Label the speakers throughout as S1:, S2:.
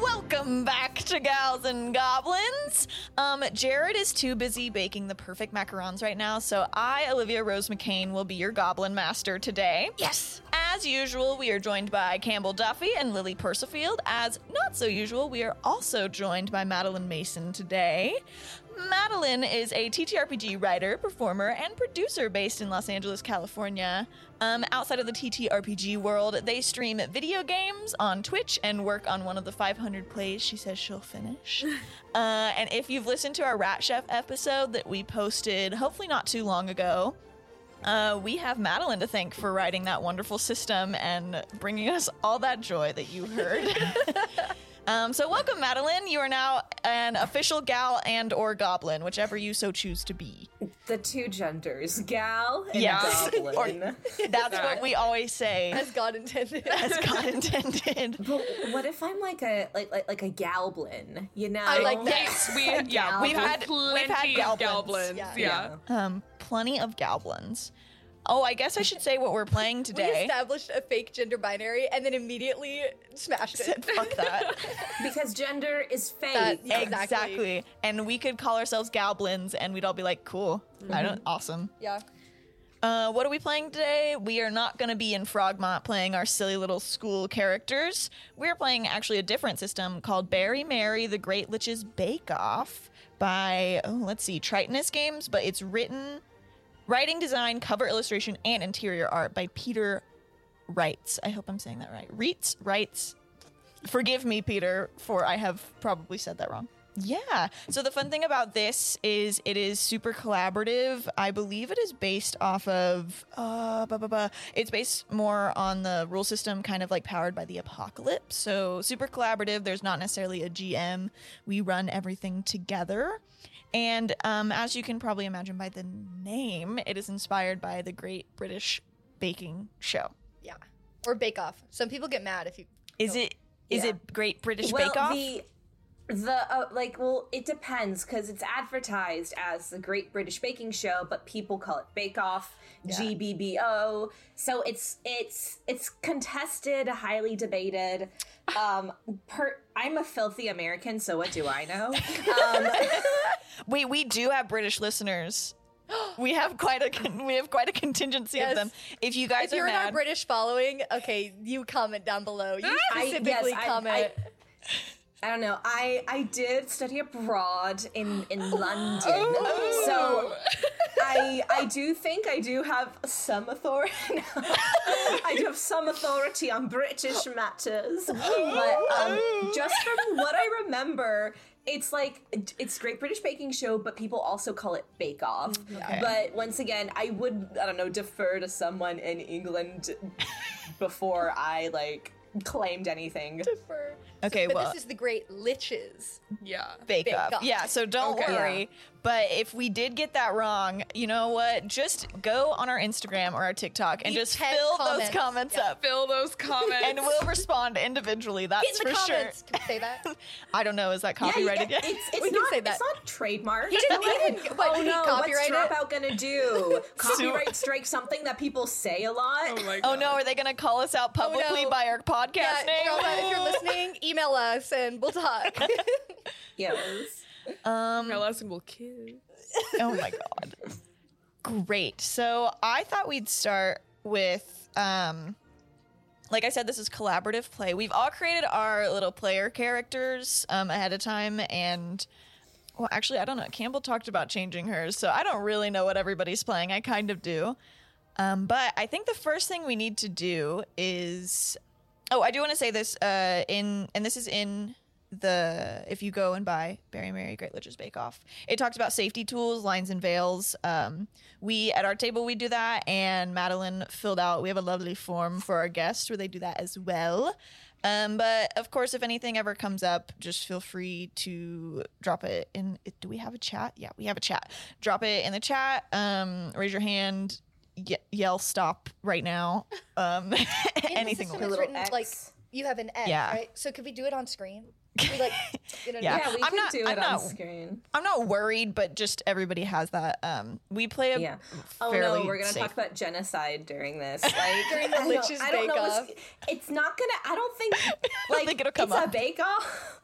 S1: Welcome back to Gals and Goblins. Um, Jared is too busy baking the perfect macarons right now, so I, Olivia Rose McCain, will be your goblin master today.
S2: Yes.
S1: As usual, we are joined by Campbell Duffy and Lily Persifield. As not so usual, we are also joined by Madeline Mason today. Madeline is a TTRPG writer, performer, and producer based in Los Angeles, California. Um, outside of the TTRPG world, they stream video games on Twitch and work on one of the 500 plays she says she'll finish. uh, and if you've listened to our Rat Chef episode that we posted, hopefully not too long ago, uh, we have Madeline to thank for writing that wonderful system and bringing us all that joy that you heard. um, so welcome, Madeline. You are now an official gal and or goblin, whichever you so choose to be.
S3: The two genders, gal and
S1: Yes.
S3: goblin.
S1: That's what we always say,
S2: As God intended.
S1: as God intended.
S3: but what if I'm like a like like, like a galblin? You know,
S2: I like that.
S4: Yes, we yeah we've
S3: Goblins.
S4: had
S1: We've
S4: plenty
S1: had
S4: of
S1: goblins.
S4: goblins.
S2: Yeah.
S4: Yeah.
S1: Um, plenty of goblins. Oh, I guess I should say what we're playing
S2: We
S1: today.
S2: established a fake gender binary and then immediately smashed it.
S1: Fuck that.
S3: because gender is fate.
S2: That- yeah.
S1: exactly. And we could call ourselves goblins and we'd all be like, cool. I don't awesome.
S2: yeah.
S1: Uh, what are we playing today? We are not going to be in Frogmont playing our silly little school characters. We're playing actually a different system called Barry Mary the Great Lich's Bake Off by, oh, let's see, Tritonus Games, but it's written, writing, design, cover illustration, and interior art by Peter Wrights. I hope I'm saying that right. Reitz, Wrights. Forgive me, Peter, for I have probably said that wrong. Yeah. So the fun thing about this is it is super collaborative. I believe it is based off of uh blah, blah, blah. it's based more on the rule system kind of like powered by the apocalypse. So super collaborative. There's not necessarily a GM. We run everything together. And um, as you can probably imagine by the name, it is inspired by the Great British Baking Show.
S2: Yeah. Or bake off. Some people get mad if you
S1: Is it is
S3: Yeah.
S1: it Great British
S3: well,
S1: Bake Off?
S3: the the uh, like well, it depends because it's advertised as the Great British Baking Show, but people call it Bake Off, GBBO. So it's it's it's contested, highly debated. Um, per, I'm a filthy American, so what do I know? Um,
S1: Wait, we do have British listeners. We have quite a con- we have quite a contingency
S2: Yes.
S1: of them. If you guys
S2: if you're
S1: are
S2: in our
S1: mad,
S2: British following, okay, you comment down below. You
S3: I-
S2: specifically
S3: yes, I-
S2: comment.
S3: I- I don't know. I I did study abroad in in London, so I I do think I do have some authority. I do have some authority on British matters, but um, just from what I remember. It's like it's Great British Baking Show, but people also call it Bake Off. But once again, I would I don't know defer to someone in England before I like claimed anything.
S2: For-
S1: Okay,
S2: but
S1: well-
S2: this is the great liches.
S4: yeah.
S1: bake,
S2: Bake
S1: up.
S2: Off.
S1: Yeah, so don't
S2: Okay.
S1: worry. But if we did get that wrong, you know what? Just go on our Instagram or our TikTok and
S2: We
S1: just
S2: pet
S1: fill those
S2: comments.
S1: comments
S2: Yeah.
S1: up,
S4: Fill those comments.
S1: and we'll respond individually. That's
S2: It's in the
S1: for
S2: comments.
S1: sure.
S2: Can we say that?
S1: I don't know. Is that
S3: Yeah,
S1: copyrighted
S3: yeah,
S1: yet?
S3: It's, it's
S2: We can
S3: not,
S2: say that.
S3: It's not trademarked.
S2: He didn't- he didn't- what,
S3: oh
S2: he
S3: no! What's
S2: copyrighted it?
S3: Dropout gonna do? Copyright strike something that people say a lot.
S4: oh my
S1: Oh
S4: God.
S1: no, are they going to call us out publicly
S2: Oh, no.
S1: by our podcast
S2: Yeah,
S1: name?
S2: Drama, if you're listening, email us and we'll talk.
S3: Yes.
S4: My lesson will kill.
S1: oh my god great so i thought we'd start with um like i said this is collaborative play we've all created our little player characters um, ahead of time and well actually i don't know campbell talked about changing hers so i don't really know what everybody's playing i kind of do um, but i think the first thing we need to do is Oh, I do want to say this uh, in, and this is in the if you go and buy Barry Mary Great Lich's Bake Off. It talks about safety tools, lines and veils. Um, we at our table we do that, and Madeline filled out. We have a lovely form for our guests where they do that as well. Um, but of course, if anything ever comes up, just feel free to drop it in. Do we have a chat? Yeah, we have a chat. Drop it in the chat. Um, raise your hand. Ye- yell stop right now. Um, anything.
S2: system
S1: will
S3: A
S2: It's
S3: little
S2: written,
S3: X.
S2: like- You have an X,
S1: Yeah.
S2: right? So could we do it on screen? We like, you know,
S1: Yeah.
S3: yeah, we
S1: I'm
S3: can
S1: not-
S3: do it
S1: I'm
S3: on
S1: not-
S3: screen.
S1: I'm not worried, but just everybody has that. Um, we play a
S3: Yeah. Oh
S1: fairly
S3: no, we're gonna
S1: safe-
S3: talk about genocide during this. Like
S2: During the
S3: I don't-
S2: Lich's
S3: I don't
S2: Bake
S3: know,
S2: Off.
S3: It's, it's not gonna. I don't think. Like
S1: think it'll come
S3: it's
S1: up.
S3: a bake off.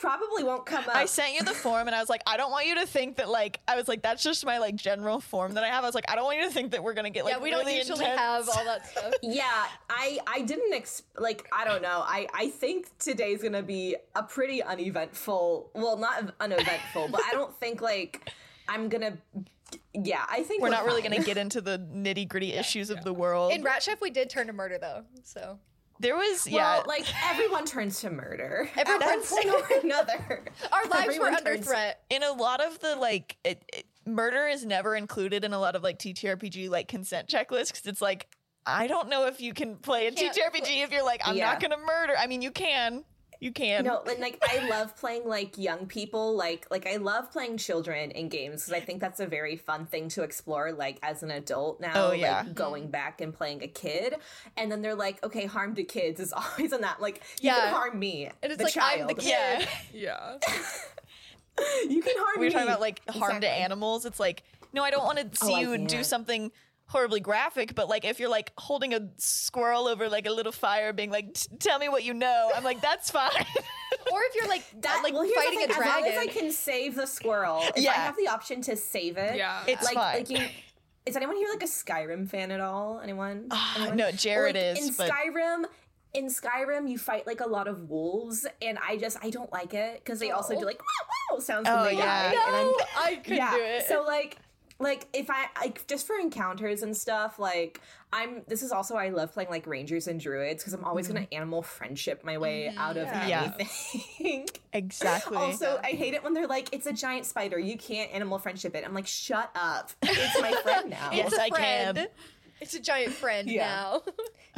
S3: probably won't come up.
S1: I sent you the form and I was like, I don't want you to think that like I was like, that's just my like general form that I have. I was like, I don't want you to think that we're gonna get like
S2: yeah, we don't
S1: really
S2: usually
S1: intense.
S2: have all that stuff.
S3: yeah, I I didn't ex- like I don't know. I I think today's going to be a pretty uneventful. Well, not uneventful, but I don't think like I'm going to yeah, I think
S1: we're not really
S3: fine.
S1: gonna get into the nitty gritty issues of the world.
S2: In Rat Chef, we did turn to murder though, so
S1: there was yeah,
S3: Well, like everyone turns to murder
S2: Everyone
S3: at one point or another.
S2: our lives were
S3: Everyone
S2: under
S3: turns-
S2: threat.
S1: in a lot of the like it, it- murder is never included in a lot of like TTRPG like consent checklists because it's like I don't know if you can play a
S2: Can't
S1: TTRPG if you're like I'm
S3: Yeah.
S1: not gonna murder. I mean, you can, you can.
S3: No, and like I love playing like young people, like like I love playing children in games because I think that's a very fun thing to explore. Like as an adult now,
S1: Oh, yeah.
S3: like
S2: Mm-hmm.
S3: going back and playing a kid, and then they're like, okay, harm to kids is always on that. Like you
S2: Yeah.
S3: can harm me,
S2: And it's
S3: the
S2: like, I'm the
S3: child.
S2: kid.
S1: yeah.
S4: Yeah.
S3: You can harm
S1: we
S3: me.
S1: were talking about like harm to
S3: Exactly. Oh,
S1: animals. It's like, no, I don't want to see
S3: I
S1: you do
S3: can't.
S1: something horribly graphic, but like if you're like holding a squirrel over like a little fire, being like, "T- tell me what you know, I'm like, that's fine.
S2: Or if you're like
S3: that.
S2: like
S3: well, here's the
S2: fighting a
S3: thing, as
S2: dragon.
S3: long as I can save the squirrel, if
S1: Yeah.
S3: I have the option to save it,
S4: Yeah.
S1: It's
S3: like
S1: fine.
S3: like you. Is anyone here like a Skyrim fan at all? Anyone?
S2: Oh,
S1: Ah,
S3: Anyone?
S1: no,
S3: Or,
S1: Jared
S3: like,
S1: is,
S3: in
S1: but
S3: Skyrim. In Skyrim, you fight like a lot of wolves, and I just I don't like it because they also
S2: Oh.
S3: do like wow, wow sounds when
S1: Oh,
S3: they
S1: yeah.
S3: die, and I'm-
S2: I couldn't
S3: yeah.
S2: do it.
S3: So like like if I like just for encounters and stuff, like I'm this is also why I love playing like rangers and druids because I'm always gonna animal friendship my way out of
S1: Yeah.
S3: anything.
S1: exactly.
S3: Also, I hate it when they're like, "It's a giant spider. You can't animal friendship it." I'm like, "Shut up! It's my friend now."
S1: yes,
S2: a
S1: I
S2: friend.
S1: can.
S2: It's a giant friend
S3: Yeah.
S2: now.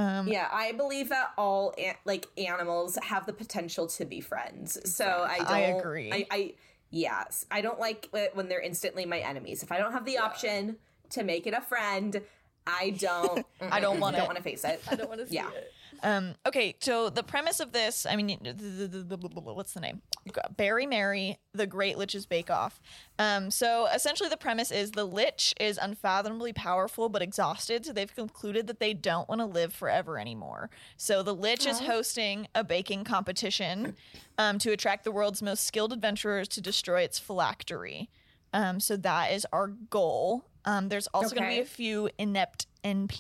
S1: Um,
S3: Yeah, I believe that all an- like animals have the potential to be friends. So I don't.
S1: I agree.
S3: I, I yes, I don't like it when they're instantly my enemies. If I don't have the option to make it a friend, I don't.
S1: I don't want
S3: don't
S1: it.
S3: want to face it.
S2: I don't want to see
S3: Yeah.
S2: it.
S1: Um, okay, so the premise of this, I mean, the, the, the, the, the- the- what's the name? Barry Mary, the Great Lich's Bake Off. Um, so essentially, the premise is the Lich is unfathomably powerful but exhausted, so they've concluded that they don't want to live forever anymore. So the Lich is hosting a baking competition um, to attract the world's most skilled adventurers to destroy its phylactery. Um, so that is our goal. Um, there's also going to be
S3: Okay.
S1: a few inept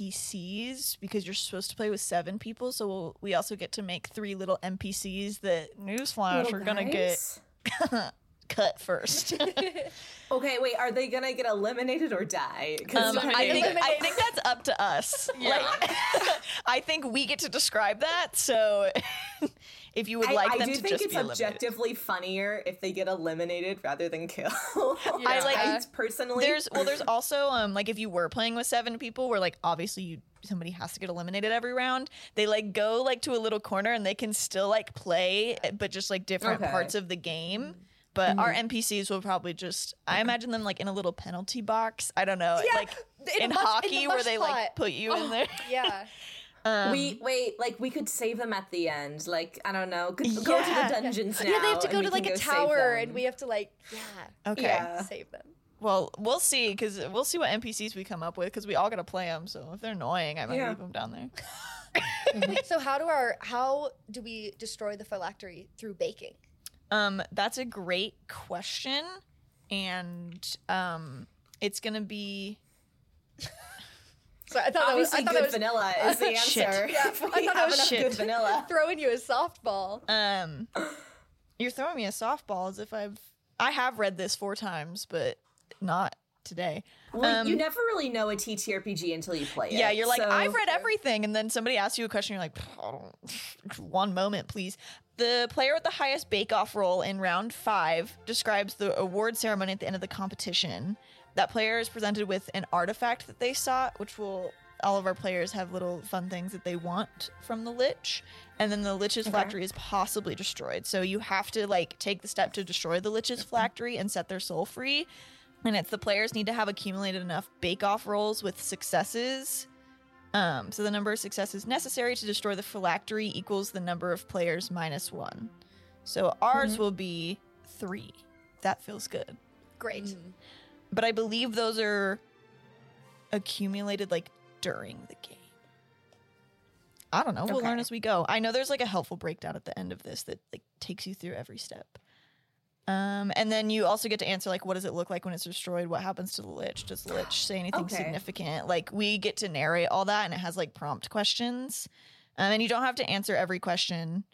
S1: NPCs because you're supposed to play with seven people. So we'll, we also get to make three little NPCs that newsflash are
S3: Little
S1: going to get
S3: guys.
S1: cut first.
S3: Okay, wait. Are they gonna get eliminated or die? 'Cause
S1: Um, I think
S3: I-
S1: I think that's up to us. Like, I think we get to describe that. So if you would
S3: I,
S1: like them
S3: do
S1: to
S3: think
S1: just
S3: it's
S1: be eliminated.
S3: objectively funnier if they get eliminated rather than killed.
S1: I like-
S3: I personally.
S1: There's well, there's also um like if you were playing with seven people, where like obviously you somebody has to get eliminated every round. They like go like to a little corner and they can still like play, eh, but just like different
S3: Okay.
S1: parts of the game. But our
S2: Mm-hmm.
S1: NPCs will probably just I imagine them like in a little penalty box. I don't know, like
S2: a
S1: in,
S2: mush- in the
S1: hockey where
S2: mush
S1: they
S2: pot. Oh.
S1: like put you in there.
S2: Yeah.
S1: Um,
S3: we wait, like we could save them at the end. Like I don't know, go, go to
S1: Yeah.
S3: the dungeons now.
S2: yeah, they have to
S3: and
S2: go
S3: we
S2: to
S3: can
S2: like a
S3: go save
S2: tower
S3: them.
S2: and we have to like yeah,
S1: Um, okay.
S3: Yeah.
S2: save them.
S1: Well, we'll see because we'll see what NPCs we come up with because we all gotta play them. So if they're annoying, I might
S3: Yeah.
S1: leave them down there.
S2: Wait, so how do our how do we destroy the phylactery through baking?
S1: Um, that's a great question, and um, it's gonna be
S2: So I thought
S3: obviously
S2: that was I
S3: good
S2: thought that was
S3: vanilla is the
S1: Shit.
S3: answer.
S2: Yeah,
S3: If
S2: I
S3: we
S2: thought that
S3: have
S2: was
S3: enough
S1: shit.
S3: good vanilla.
S2: throwing you a softball.
S1: um, you're throwing me a softball as if I've I have read this four times, but not today.
S3: Well,
S1: Um,
S3: you never really know a TTRPG until you play it.
S1: yeah, you're like
S3: so-
S1: I've read everything, and then somebody asks you a question, you're like, "I don't- one moment, please. The player with the highest bake-off roll in round five describes the award ceremony at the end of the competition. That player is presented with an artifact that they sought, which will all of our players have little fun things that they want from the lich, and then the lich's phylactery is possibly destroyed. So you have to like take the step to destroy the lich's phylactery and set their soul free. And it's the players need to have accumulated enough bake-off rolls with successes um, so the number of successes necessary to destroy the phylactery equals the number of players minus one. So ours will be three. That feels good.
S2: Great.
S3: Mm.
S4: Mm-hmm.
S1: But I believe those are accumulated like during the game. I don't know. We'll learn
S3: Okay.
S1: as we go. I know there's like a helpful breakdown at the end of this that like takes you through every step. Um, and then you also get to answer like, what does it look like when it's destroyed? What happens to the lich? Does the lich say anything
S3: Okay.
S1: significant? Like we get to narrate all that, and it has like prompt questions, um, and you don't have to answer every question.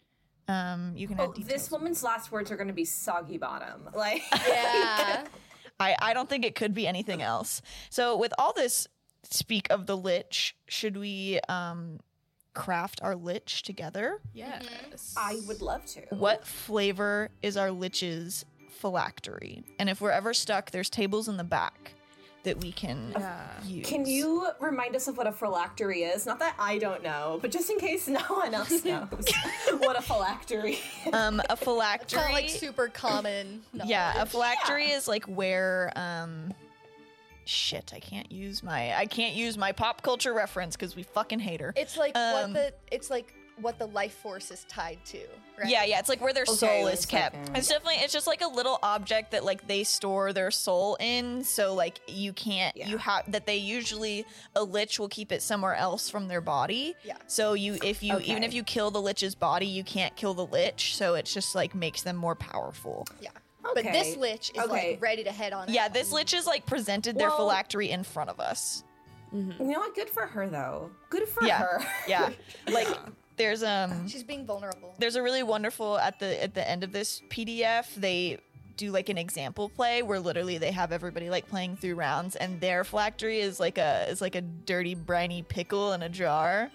S1: Um, you can.
S3: Oh,
S1: add details.
S3: this woman's last words are going to be soggy bottom. Like,
S2: Yeah.
S1: I, I don't think it could be anything else. So with all this speak of the lich, should we um craft our lich together?
S4: Yes.
S3: I would love to.
S1: What flavor is our lich's phylactery? And if we're ever stuck, there's tables in the back that we can
S2: Uh,
S4: Yeah.
S1: use.
S3: Can you remind us of what a phylactery is? Not that I don't know, but just in case no one else knows what a phylactery is.
S1: um a
S2: It's not
S1: phylactery?
S2: like super common.
S1: yeah, a
S2: knowledge.
S1: phylactery is like where um shit, I can't use my I can't use my pop culture reference because we fucking hate her.
S2: It's like
S1: Um,
S2: what the it's like what the life force is tied to. Right?
S1: Yeah, yeah. It's like where their soul
S3: wait
S1: is
S3: a
S1: kept.
S3: second.
S1: It's definitely it's just like a little object that like they store their soul in. So like you can't you
S3: Yeah.
S1: have that they usually a lich will keep it somewhere else from their body.
S2: Yeah.
S1: So you if you even
S3: Okay.
S1: if you kill the lich's body, you can't kill the lich. So it's just like makes them more powerful.
S2: Yeah. But this
S3: Okay.
S2: lich is
S3: Okay.
S2: like ready to head on.
S1: Yeah,
S2: out.
S1: this lich is like presented their
S3: Well-
S1: phylactery in front of us.
S3: You know what? Good for her, though. Good for
S1: Yeah.
S3: her.
S1: Yeah. Like there's um
S2: She's being vulnerable.
S1: there's a really wonderful at the at the end of this PDF they do like an example play where literally they have everybody like playing through rounds and their phylactery is like a is like a dirty briny pickle in a jar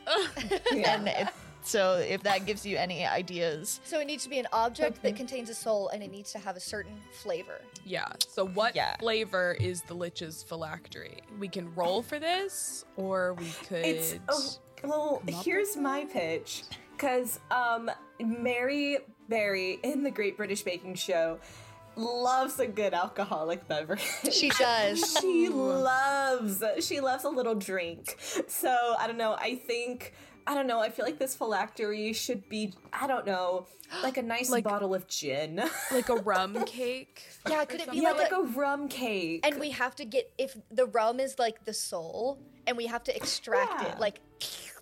S3: Yeah.
S1: and it, so if that gives you any ideas
S2: So it needs to be an object
S1: Mm-hmm.
S2: that contains a soul, and it needs to have a certain flavor.
S4: Yeah. So what
S1: Yeah.
S4: flavor is the lich's phylactery? We can roll for this, or we could.
S3: It's oh, well.
S4: up
S3: Here's my pitch, because um, Mary Berry in the Great British Baking Show loves a good alcoholic beverage.
S2: She does.
S3: she loves she loves a little drink. So I don't know. I think. I don't know. I feel like this phylactery should be, I don't know, like a nice bottle of gin.
S4: like a rum cake.
S2: yeah, could it be
S3: yeah, like
S2: like,
S3: a
S2: a,
S3: rum cake.
S2: And we have to get if the rum is like the soul, and we have to extract
S3: Yeah.
S2: it, like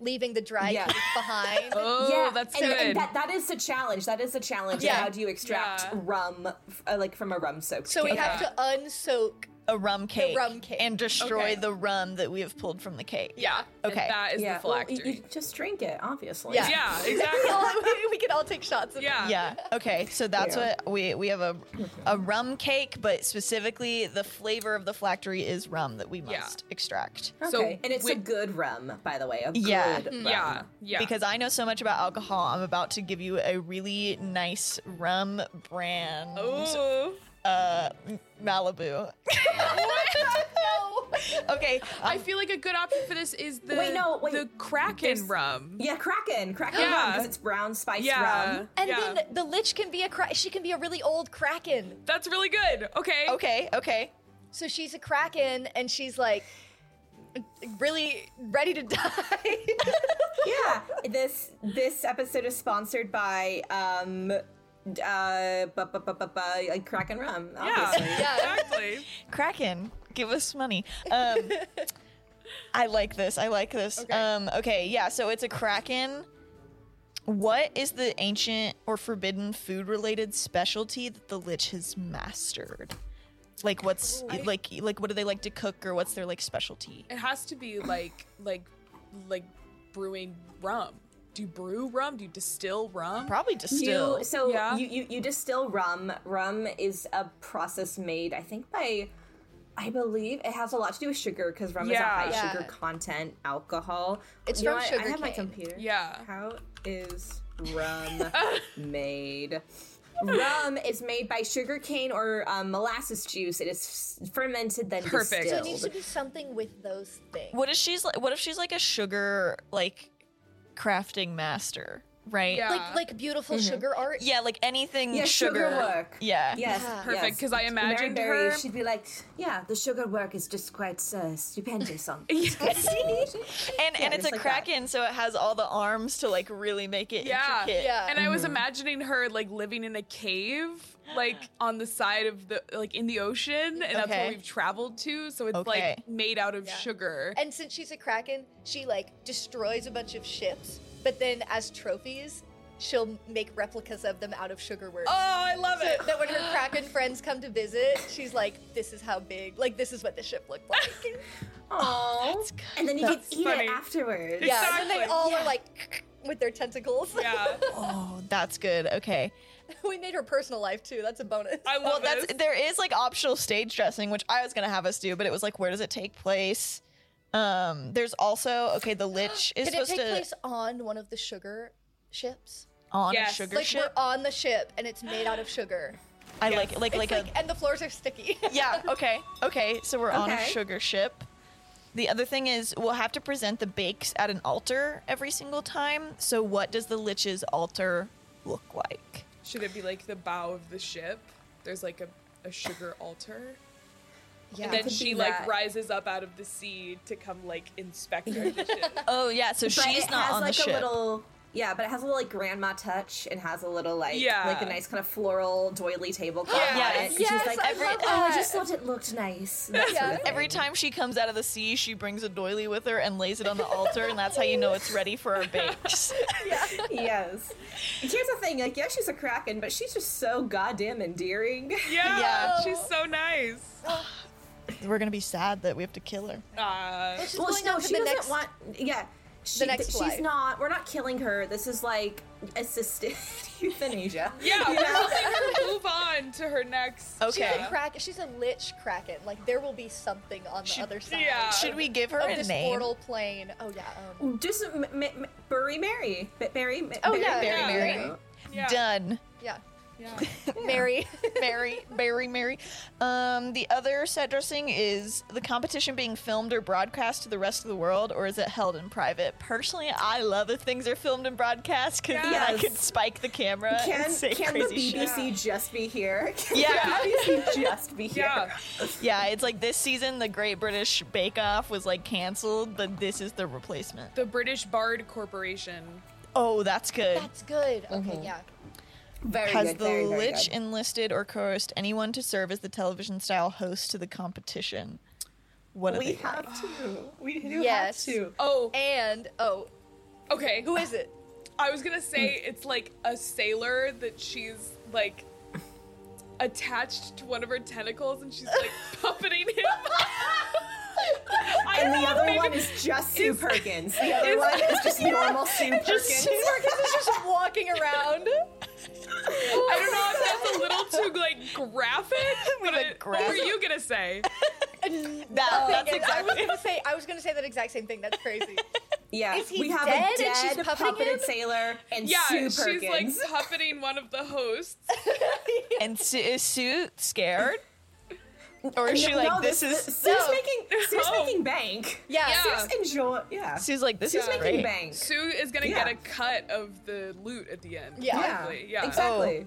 S2: leaving the dry
S3: Yeah.
S2: cake behind.
S4: Oh, that's
S3: and,
S4: good.
S3: and that, that is the challenge. That is the challenge.
S2: Yeah.
S3: How do you extract
S4: Yeah.
S3: rum, f- uh, like from a rum soaked
S2: So we
S3: cake?
S2: have to unsoak.
S1: a rum cake
S2: rum cake.
S1: and destroy
S4: Okay.
S1: the rum that we the pulled from the cake
S4: yeah. and
S1: Okay.
S4: that is the
S3: well,
S4: phylactery.
S3: you, you just drink it, obviously.
S2: Yeah.
S4: yeah. Exactly.
S2: we can all take shots. Of
S4: Yeah.
S1: yeah okay so that's
S3: Yeah.
S1: what we we have a a rum cake but specifically the flavor of the phylactery is rum that we
S4: Yeah.
S1: must extract
S3: Okay.
S4: So
S3: and it's a
S4: with-
S3: good rum, by the way. A
S1: Yeah.
S3: good rum.
S4: Yeah. Yeah.
S1: because I know so much about alcohol. I'm about to give you a really nice rum brand,
S4: Ooh.
S1: uh, M- Malibu. okay,
S4: I
S1: um,
S4: feel like a good option for this is the
S3: Wait, no, wait.
S4: the Kraken
S3: There's-
S4: rum.
S3: Yeah, Kraken, Kraken
S4: Yeah.
S3: rum because it's brown spiced
S4: Yeah.
S3: rum.
S2: And
S4: yeah.
S2: then the lich can be a cra- she can be a really old kraken.
S4: that's really good. Okay.
S1: okay, okay.
S2: So she's a kraken, and she's like really ready to die.
S3: Yeah, this this episode is sponsored by um, uh, bu- bu- bu- bu- bu- like Kraken rum.
S4: Yeah.
S3: Obviously.
S4: Exactly.
S1: Kraken, give us money. Um, I like this. I like this. Okay. Um, okay, yeah. So it's a Kraken. What is the ancient or forbidden food-related specialty that the Lich has mastered? Like what's like like what do they like to cook or what's their like specialty?
S4: It has to be like like like brewing rum. Do you brew rum? Do you distill rum?
S1: Probably distill.
S3: You, so
S4: Yeah.
S3: you, you you distill rum. Rum is a process made, I think, by I believe it has a lot to do with sugar because rum is
S4: Yeah.
S3: a high
S2: Yeah.
S3: sugar content alcohol.
S2: It's
S3: You know
S2: from
S3: what? I
S2: sugar
S3: have my
S2: cane.
S3: computer.
S4: Yeah.
S3: How is rum made? Rum is made by sugar cane or um, molasses juice. It is f- fermented then
S4: Perfect.
S2: so
S3: distilled.
S2: it needs to be something with those things.
S1: what if she's like what if she's like a sugar like crafting master, right?
S4: Yeah.
S2: Like like beautiful sugar art.
S1: Yeah, like anything
S3: yeah,
S1: sugar.
S3: sugar work.
S1: Yeah.
S3: Yes,
S2: Yeah.
S4: Perfect,
S3: yes.
S4: 'cause I imagined
S3: Mary Berry,
S4: her-
S3: She'd be like, "Yeah, the sugar work is just quite uh, stupendous on
S1: And and it's
S3: just
S1: a
S3: like that.
S1: kraken, so it has all the arms to like really make it
S4: Yeah.
S1: intricate.
S2: Yeah.
S4: And I was imagining her like living in a cave, like on the side of the like in the ocean, and that's
S1: Okay.
S4: where we've traveled to. So it's
S1: Okay.
S4: like made out of sugar.
S2: And since she's a kraken, she like destroys a bunch of ships, but then as trophies, she'll make replicas of them out of sugarwort.
S1: Oh, I love it.
S2: So that when her Kraken friends come to visit, she's like, "This is how big. Like, this is what the ship looked like."
S3: Aww. and then you
S1: That's
S3: can eat
S1: funny.
S3: it afterwards.
S2: yeah, and then they
S1: Exactly.
S2: all are like with their tentacles.
S4: Yeah,
S1: Oh, that's good. Okay.
S2: we made her personal life too. That's a bonus.
S4: I
S1: Well,
S4: love
S1: that's
S4: this.
S1: there is like optional stage dressing, which I was gonna have us do, but it was like, where does it take place? Um, there's also okay, the lich is
S2: Did it
S1: supposed
S2: take
S1: to
S2: place on one of the sugar ships?
S1: on
S4: Yes.
S1: a sugar
S2: Like
S1: ship.
S2: we're on the ship and it's made out of sugar.
S1: I
S4: Yes.
S1: like like
S2: It's
S1: like,
S2: like,
S1: a
S2: and the floors are sticky.
S1: yeah. Okay, okay. So we're on a
S3: Okay.
S1: sugar ship. The other thing is we'll have to present the bakes at an altar every single time. So what does the lich's altar look like?
S4: should it be like the bow of the ship? There's like a, a sugar altar.
S2: yeah.
S4: then
S3: could
S4: she
S3: be
S4: like
S3: that.
S4: rises up out of the sea to come like inspect her the ship.
S1: Oh yeah, so
S3: But
S1: she's
S3: it
S1: not
S3: has
S1: on
S3: like
S1: the ship.
S3: a little yeah, but it has a little like grandma touch and has a little like
S4: Yeah.
S3: like a nice kind of floral doily tablecloth.
S4: Yeah.
S3: on
S1: Yes.
S3: it. And
S2: Yes,
S3: she's like
S2: I
S3: every
S2: love
S3: oh, I
S2: that.
S3: just thought it looked nice. That
S2: Yeah.
S3: sort of thing.
S1: Every time she comes out of the sea, she brings a doily with her and lays it on the altar, and that's how you know it's ready for our bakes.
S3: yes. And here's the thing, like yeah, she's a kraken, but she's just so goddamn endearing.
S4: Yeah,
S1: Yeah.
S4: she's so nice.
S1: We're gonna be sad that we have to kill her.
S4: Uh,
S2: She's
S3: Well,
S2: going
S3: no,
S2: on to
S3: she
S2: the
S3: doesn't
S2: next
S3: want. Yeah, she,
S2: next
S3: she's
S2: flight.
S3: not. We're not killing her. This is like assisted euthanasia.
S4: yeah,
S3: You
S4: we're
S3: know?
S4: helping her move on to her next.
S1: Okay.
S2: She's a crack. She's a lich kraken. Like there will be something on the
S1: Should-
S2: other side.
S4: yeah.
S1: Should we give her
S2: Of
S1: a
S2: this
S1: name?
S2: mortal plane. Oh yeah. Um,
S3: Just m- m- m- bury Mary. B- bury. M-
S2: Oh,
S3: bury
S2: yeah,
S3: Mary.
S4: yeah,
S1: Mary.
S3: you know?
S4: Yeah.
S1: Done.
S2: yeah.
S4: Yeah.
S2: Mary.
S1: Mary, Mary, Mary. Um, the other set dressing is the competition being filmed or broadcast to the rest of the world, or is it held in private? Personally, I love if things are filmed and broadcast because then I
S3: Yes.
S1: can spike the camera
S3: Can
S1: and say
S3: can the
S1: crazy shit.
S3: BBC just be here? Can
S1: Yeah.
S3: the BBC just be here?
S4: Yeah.
S1: Yeah, it's like this season the Great British Bake Off was like canceled, but this is the replacement.
S4: The British Bard Corporation.
S1: Oh, that's good.
S2: That's good. Okay. Yeah.
S3: Very
S1: Has
S3: good,
S1: the
S3: very, very
S1: Lich
S3: good.
S1: enlisted or coerced anyone to serve as the television style host to the competition? What are
S3: we
S1: they like?
S3: have to. We do
S2: Yes.
S3: have to.
S4: Oh,
S2: And oh,
S4: okay.
S2: who is it?
S4: I was gonna say it's like a sailor that she's like attached to one of her tentacles and she's like puppeting him. I
S3: And
S4: don't
S3: the
S4: know,
S3: other
S4: maybe-
S3: one is just Sue Perkins. The other one is just normal Sue Perkins.
S2: Marcus is just walking around.
S4: I don't know if that's a little too like graphic. But I- what were
S1: graphic-
S4: you gonna say?
S1: That, that's
S2: Nothing. Oh, I was
S1: exactly.
S2: gonna say. I was gonna say that exact same thing. That's crazy.
S3: Yeah,
S2: Is he
S3: we have
S2: dead
S3: a
S2: and
S3: dead
S2: she's puppeting
S3: puppeted
S2: him?
S3: sailor and
S4: Yeah,
S3: Sue
S4: she's
S3: Perkins.
S4: like puppeting one of the hosts.
S1: And Su- is Sue scared? Or is she
S3: No,
S1: like,
S3: no,
S1: this, is.
S3: Sue's
S2: No.
S3: making Sue's
S4: No.
S3: making bank.
S2: Yeah.
S4: Yeah.
S3: Sue's enjoy. Yeah,
S1: Sue's like, this
S3: Sue's
S1: is
S3: making
S1: great.
S3: bank.
S4: Sue is gonna
S3: Yeah.
S4: get a cut of the loot at the end.
S2: Yeah.
S4: probably. yeah.
S3: exactly.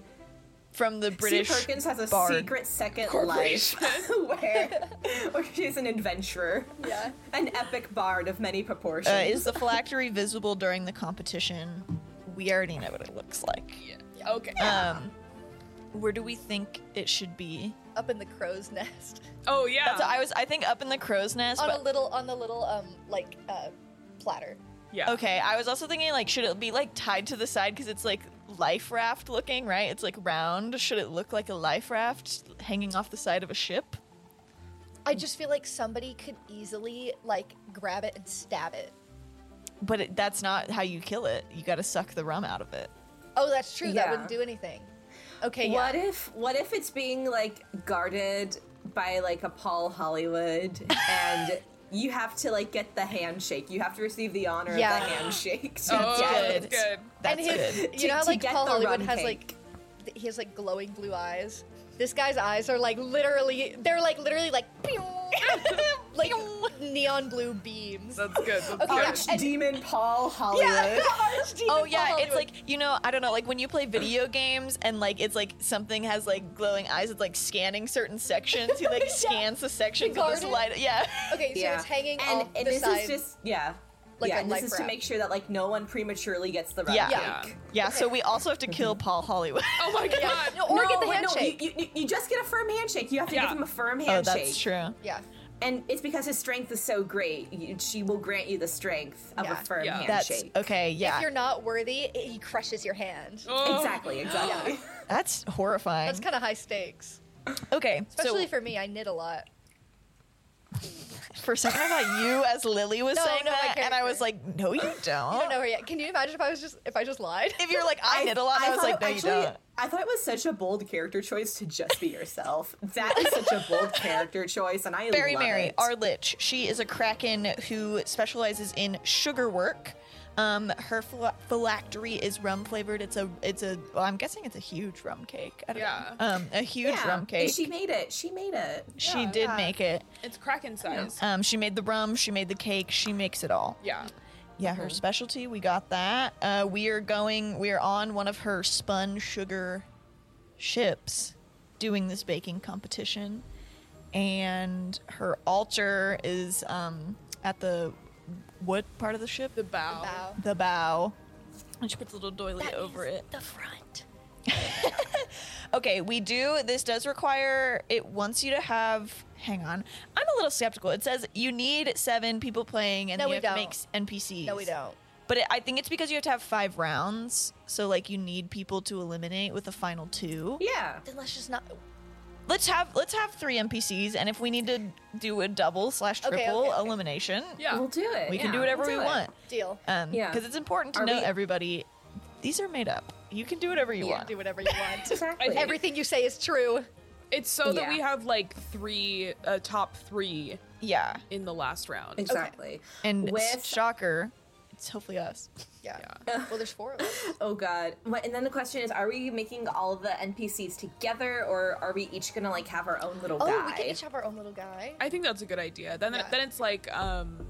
S1: From the Oh, British.
S3: Sue Perkins has a
S1: bard.
S3: secret second life
S4: Corporation.
S3: where where she's an adventurer,
S2: Yeah.
S3: an epic bard of many proportions.
S1: Uh, is the phylactery visible during the competition? We already know what it looks like.
S4: Yeah. Okay.
S1: Um, where do we think it should be?
S2: Up in the crow's nest.
S4: oh yeah.
S1: So I was, I think, up in the crow's nest.
S2: on
S1: but
S2: a little. On the little um like uh platter.
S4: yeah.
S1: Okay, I was also thinking like, should it be like tied to the side because it's like life raft looking, right? It's like round. Should it look like a life raft hanging off the side of a ship?
S2: I just feel like somebody could easily like grab it and stab it.
S1: But it, that's not how you kill it. You got to suck the rum out of it.
S2: Oh, that's true. That
S3: Yeah.
S2: wouldn't do anything. Okay,
S3: What
S2: yeah.
S3: if what if it's being like guarded by like a Paul Hollywood and you have to like get the handshake. You have to receive the honor
S2: Yeah.
S3: of the handshake. to
S4: Oh,
S3: get-
S4: that's good.
S1: That's
S2: and his,
S1: good.
S2: you know,
S3: To-
S2: how,
S3: to
S2: like
S3: get
S2: Paul
S3: the
S2: Hollywood
S3: rum
S2: has
S3: cake.
S2: like th- he has like glowing blue eyes. This guy's eyes are like literally, they're like literally like, pew, like neon blue beams.
S4: That's good. That's
S2: Okay, yeah.
S4: good.
S2: And-
S3: Demon Paul Hollywood.
S2: Yeah, archdemon
S1: Oh
S2: Paul
S1: yeah, it's
S2: Hollywood.
S1: like you know, I don't know, like when you play video games and like it's like something has like glowing eyes. It's like scanning certain sections. He like scans the sections of this
S2: guarded?
S1: light. Yeah.
S2: okay, so it's hanging
S3: and,
S2: off
S3: and
S2: the
S3: this
S2: side.
S3: is just yeah.
S2: like
S3: yeah,
S2: a
S3: and this
S2: life
S3: is to
S2: raft.
S3: make sure that like no one prematurely gets the rum
S1: Yeah.
S2: Yeah.
S3: cake.
S1: Yeah. So we also have to kill Paul Hollywood.
S4: Oh my god.
S2: yeah, no, or
S3: No,
S2: get the
S3: wait,
S2: handshake.
S3: No, you, you, you just get a firm handshake. You have to
S4: Yeah.
S3: give him a firm
S1: Oh,
S3: handshake.
S1: that's true.
S2: yeah,
S3: and it's because his strength is so great. you- She will grant you the strength of
S2: Yeah.
S3: a firm
S4: Yeah.
S1: That's
S3: handshake.
S1: okay. Yeah,
S2: If you're not worthy, it- he crushes your hand.
S4: Oh.
S3: Exactly, exactly.
S1: that's horrifying.
S2: That's kind of high stakes.
S1: okay,
S2: Especially
S1: so
S2: for me, I knit a lot.
S1: for a second I thought you as Lily was
S2: No,
S1: saying
S2: no, my
S1: that, and I was
S2: character.
S1: like, no, you don't.
S2: I don't know her yet. Can you imagine if I was just if I just lied?
S1: If you're like, I, knit a lot, I, was
S3: thought-
S1: like, no,
S3: actually,
S1: you don't.
S3: I thought it was such a bold character choice to just be yourself. that is such a bold character choice, and I
S1: Barry
S3: love
S1: Mary,
S3: it.
S1: our lich. She is a kraken who specializes in sugar work. Um, her phla- phylactery is rum flavored. It's a, it's a. Well, I'm guessing it's a huge rum cake. I don't
S4: Yeah.
S1: know. Um, a huge
S3: yeah.
S1: rum cake.
S3: And she made it. She made it.
S1: She
S4: Yeah.
S1: did
S4: Yeah.
S1: make it.
S4: It's Kraken size.
S1: Um, she made the rum. She made the cake. She makes it all.
S4: Yeah.
S1: Yeah, her specialty. We got that. Uh, we are going. We are on one of her spun sugar ships, doing this baking competition, and her altar is um, at the what part of the ship?
S4: The bow.
S2: Wow.
S1: The bow. And she puts a little doily
S2: That
S1: over
S2: means
S1: it.
S2: The front.
S1: Okay, we do. This does require it wants you to have. Hang on, I'm a little skeptical. It says you need seven people playing, and
S2: No,
S1: you
S2: we
S1: have to
S2: don't.
S1: make s- NPCs.
S2: No, we don't.
S1: But it, I think it's because you have to have five rounds, so like you need people to eliminate with the final two.
S3: Yeah.
S2: Then let's just not.
S1: Let's have let's have three NPCs, and if we need to do a double slash
S2: Okay,
S1: triple
S2: okay, okay.
S1: elimination,
S4: Yeah.
S3: We'll do it.
S1: we can
S3: yeah,
S1: do whatever
S3: we'll
S1: we
S3: it.
S1: want.
S2: Deal.
S1: Um,
S3: Yeah.
S1: because it's important to
S3: Are
S1: know
S3: we-
S1: everybody. These are made up. You can do whatever you
S2: You can
S1: want.
S2: do whatever you want.
S3: Exactly.
S4: I think-
S2: Everything you say is true.
S4: It's so that
S3: Yeah.
S4: we have like three, uh, top three
S1: yeah,
S4: in the last round.
S3: exactly.
S1: and
S3: With-
S1: shocker, it's hopefully us.
S2: Yeah.
S3: Yeah.
S2: Well, there's four of us.
S3: Oh god. What- And then the question is: Are we making all the NPCs together, or are we each gonna like have our own little
S2: Oh,
S3: guy?
S2: we can each have our own little guy.
S4: I think that's a good idea. Then,
S2: Yeah.
S4: then it's like, um,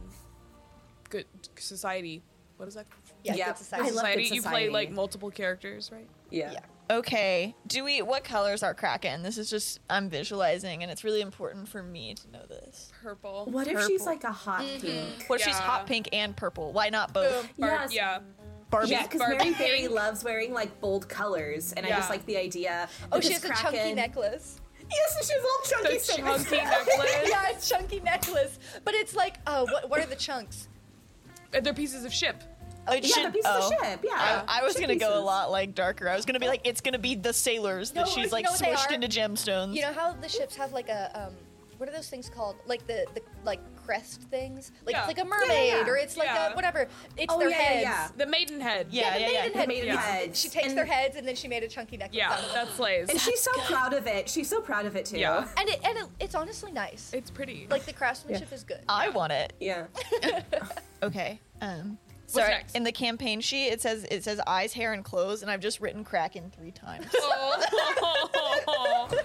S4: good society. What is that?
S2: Yeah.
S3: Yeah.
S2: Good
S3: I
S2: society.
S3: love-
S4: society.
S3: Good
S4: You play
S3: Society.
S4: like multiple characters, right?
S3: yeah.
S2: yeah.
S1: Okay, do we? What colors are Kraken? This is just I'm visualizing, and it's really important for me to know this.
S4: Purple.
S3: What if she's
S1: Purple.
S3: like a hot
S4: Mm-hmm.
S3: pink?
S1: What if she's
S4: Yeah.
S1: hot pink and purple? Why not both?
S4: Barb-
S3: Yes.
S4: Yeah.
S1: Barbie.
S3: Yeah, because
S4: Barbie
S3: Mary Berry
S4: pink.
S3: loves wearing like bold colors, and I just
S4: Yeah.
S3: like the idea.
S2: Oh,
S3: that
S2: she
S3: this
S2: has a chunky
S3: Kraken-
S2: necklace.
S3: Yes, and she has a little chunky
S4: The
S3: stamens.
S4: chunky necklace.
S2: yeah, a chunky necklace. But it's like, oh, what, what are the chunks?
S4: Uh, They're pieces of ship.
S1: It
S3: Yeah, the
S1: should-
S3: piece
S1: oh.
S3: of the ship. Yeah,
S1: I, I was
S3: Ship
S1: gonna go a
S3: pieces.
S1: lot like darker. I was gonna be like, it's gonna be the sailors that
S2: No,
S1: she's
S2: you
S1: like
S2: know what they
S1: smushed
S2: are?
S1: into gemstones.
S2: You know how the ships have like a um, what are those things called? Like the the like crest things. Like
S4: Yeah.
S2: it's like a
S3: yeah, yeah.
S2: mermaid or it's like
S4: Yeah.
S2: a whatever. It's
S3: Oh
S2: their
S3: yeah,
S2: heads.
S3: yeah,
S4: The maidenhead.
S1: Yeah,
S2: the
S1: yeah, yeah.
S2: maiden
S1: The
S2: head.
S3: maiden
S2: pieces.
S3: heads.
S2: She takes
S3: And-
S2: their heads and then she made a chunky necklace.
S4: Yeah,
S2: out of them.
S4: that slays.
S3: And she's so proud of it. She's so proud of it too.
S4: Yeah.
S2: And it and it, it's honestly nice.
S4: It's pretty.
S2: like the craftsmanship is good.
S1: I want it.
S3: Yeah.
S1: Okay. Um. Sorry.
S4: next?
S1: In the campaign sheet, it says it says eyes, hair, and clothes, and I've just written Kraken three times.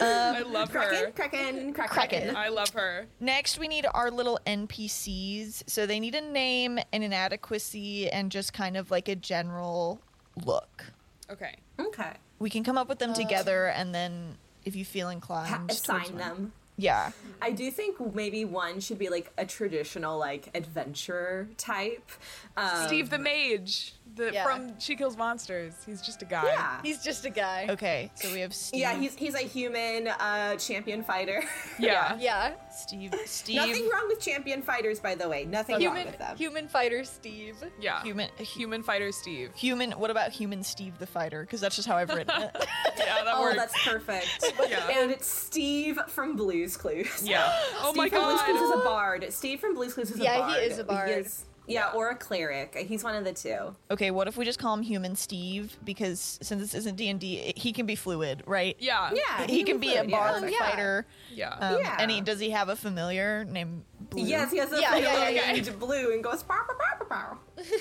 S4: Oh. I love
S3: Um, Kraken,
S4: her.
S3: Kraken, Kraken,
S1: Kraken.
S4: I love her.
S1: Next, we need our little NPCs. So they need a name, an inadequacy, and just kind of like a general look.
S4: Okay.
S3: Okay.
S1: We can come up with them together, and then if you feel inclined,
S3: Ha-
S1: towards
S3: assign
S1: one.
S3: them.
S1: Yeah.
S3: I do think maybe one should be like a traditional like adventurer type. Um,
S4: Steve the mage the,
S2: Yeah.
S4: from She Kills Monsters. He's just a guy.
S3: Yeah.
S2: He's just a guy.
S1: Okay. So we have Steve.
S3: yeah, he's he's a human uh, champion fighter.
S4: Yeah.
S2: Yeah.
S1: Steve. Steve.
S3: Nothing wrong with champion fighters, by the way. Nothing wrong
S2: Human
S3: with them.
S2: human fighter Steve.
S4: Yeah.
S1: Human- a hu-
S4: Human fighter Steve.
S1: Human. What about human Steve the fighter? Because that's just how I've written it.
S4: Yeah, that
S3: Oh,
S4: works.
S3: that's perfect.
S4: Yeah.
S3: And it's Steve from Blue's Clues.
S4: Yeah. oh
S3: Steve
S4: my
S3: from Blue's Clues
S4: god.
S3: is a bard. Steve from Blue's Clues is a
S2: Yeah,
S3: bard.
S2: he is a bard.
S3: is- yeah, or a cleric. He's one of the two.
S1: okay. What if we just call him Human Steve? Because since this isn't D and D, he can be fluid, right?
S4: Yeah.
S3: Yeah,
S1: He can be a
S3: fluid, yeah.
S1: bard
S2: Oh, yeah.
S1: fighter.
S4: Yeah.
S1: Um,
S3: Yeah.
S1: And he does he have a familiar named Blue?
S3: Yes, he has a
S2: Yeah,
S3: yeah,
S2: yeah, yeah, yeah.
S3: named Blue and goes bow, bow, bow, bow,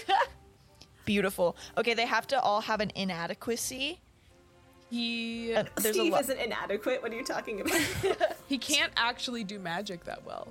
S3: bow.
S1: Beautiful. Okay, they have to all have an inadequacy.
S4: He
S1: And there's
S3: Steve
S1: a lot.
S3: isn't inadequate. What are you talking about?
S4: he can't actually do magic that well.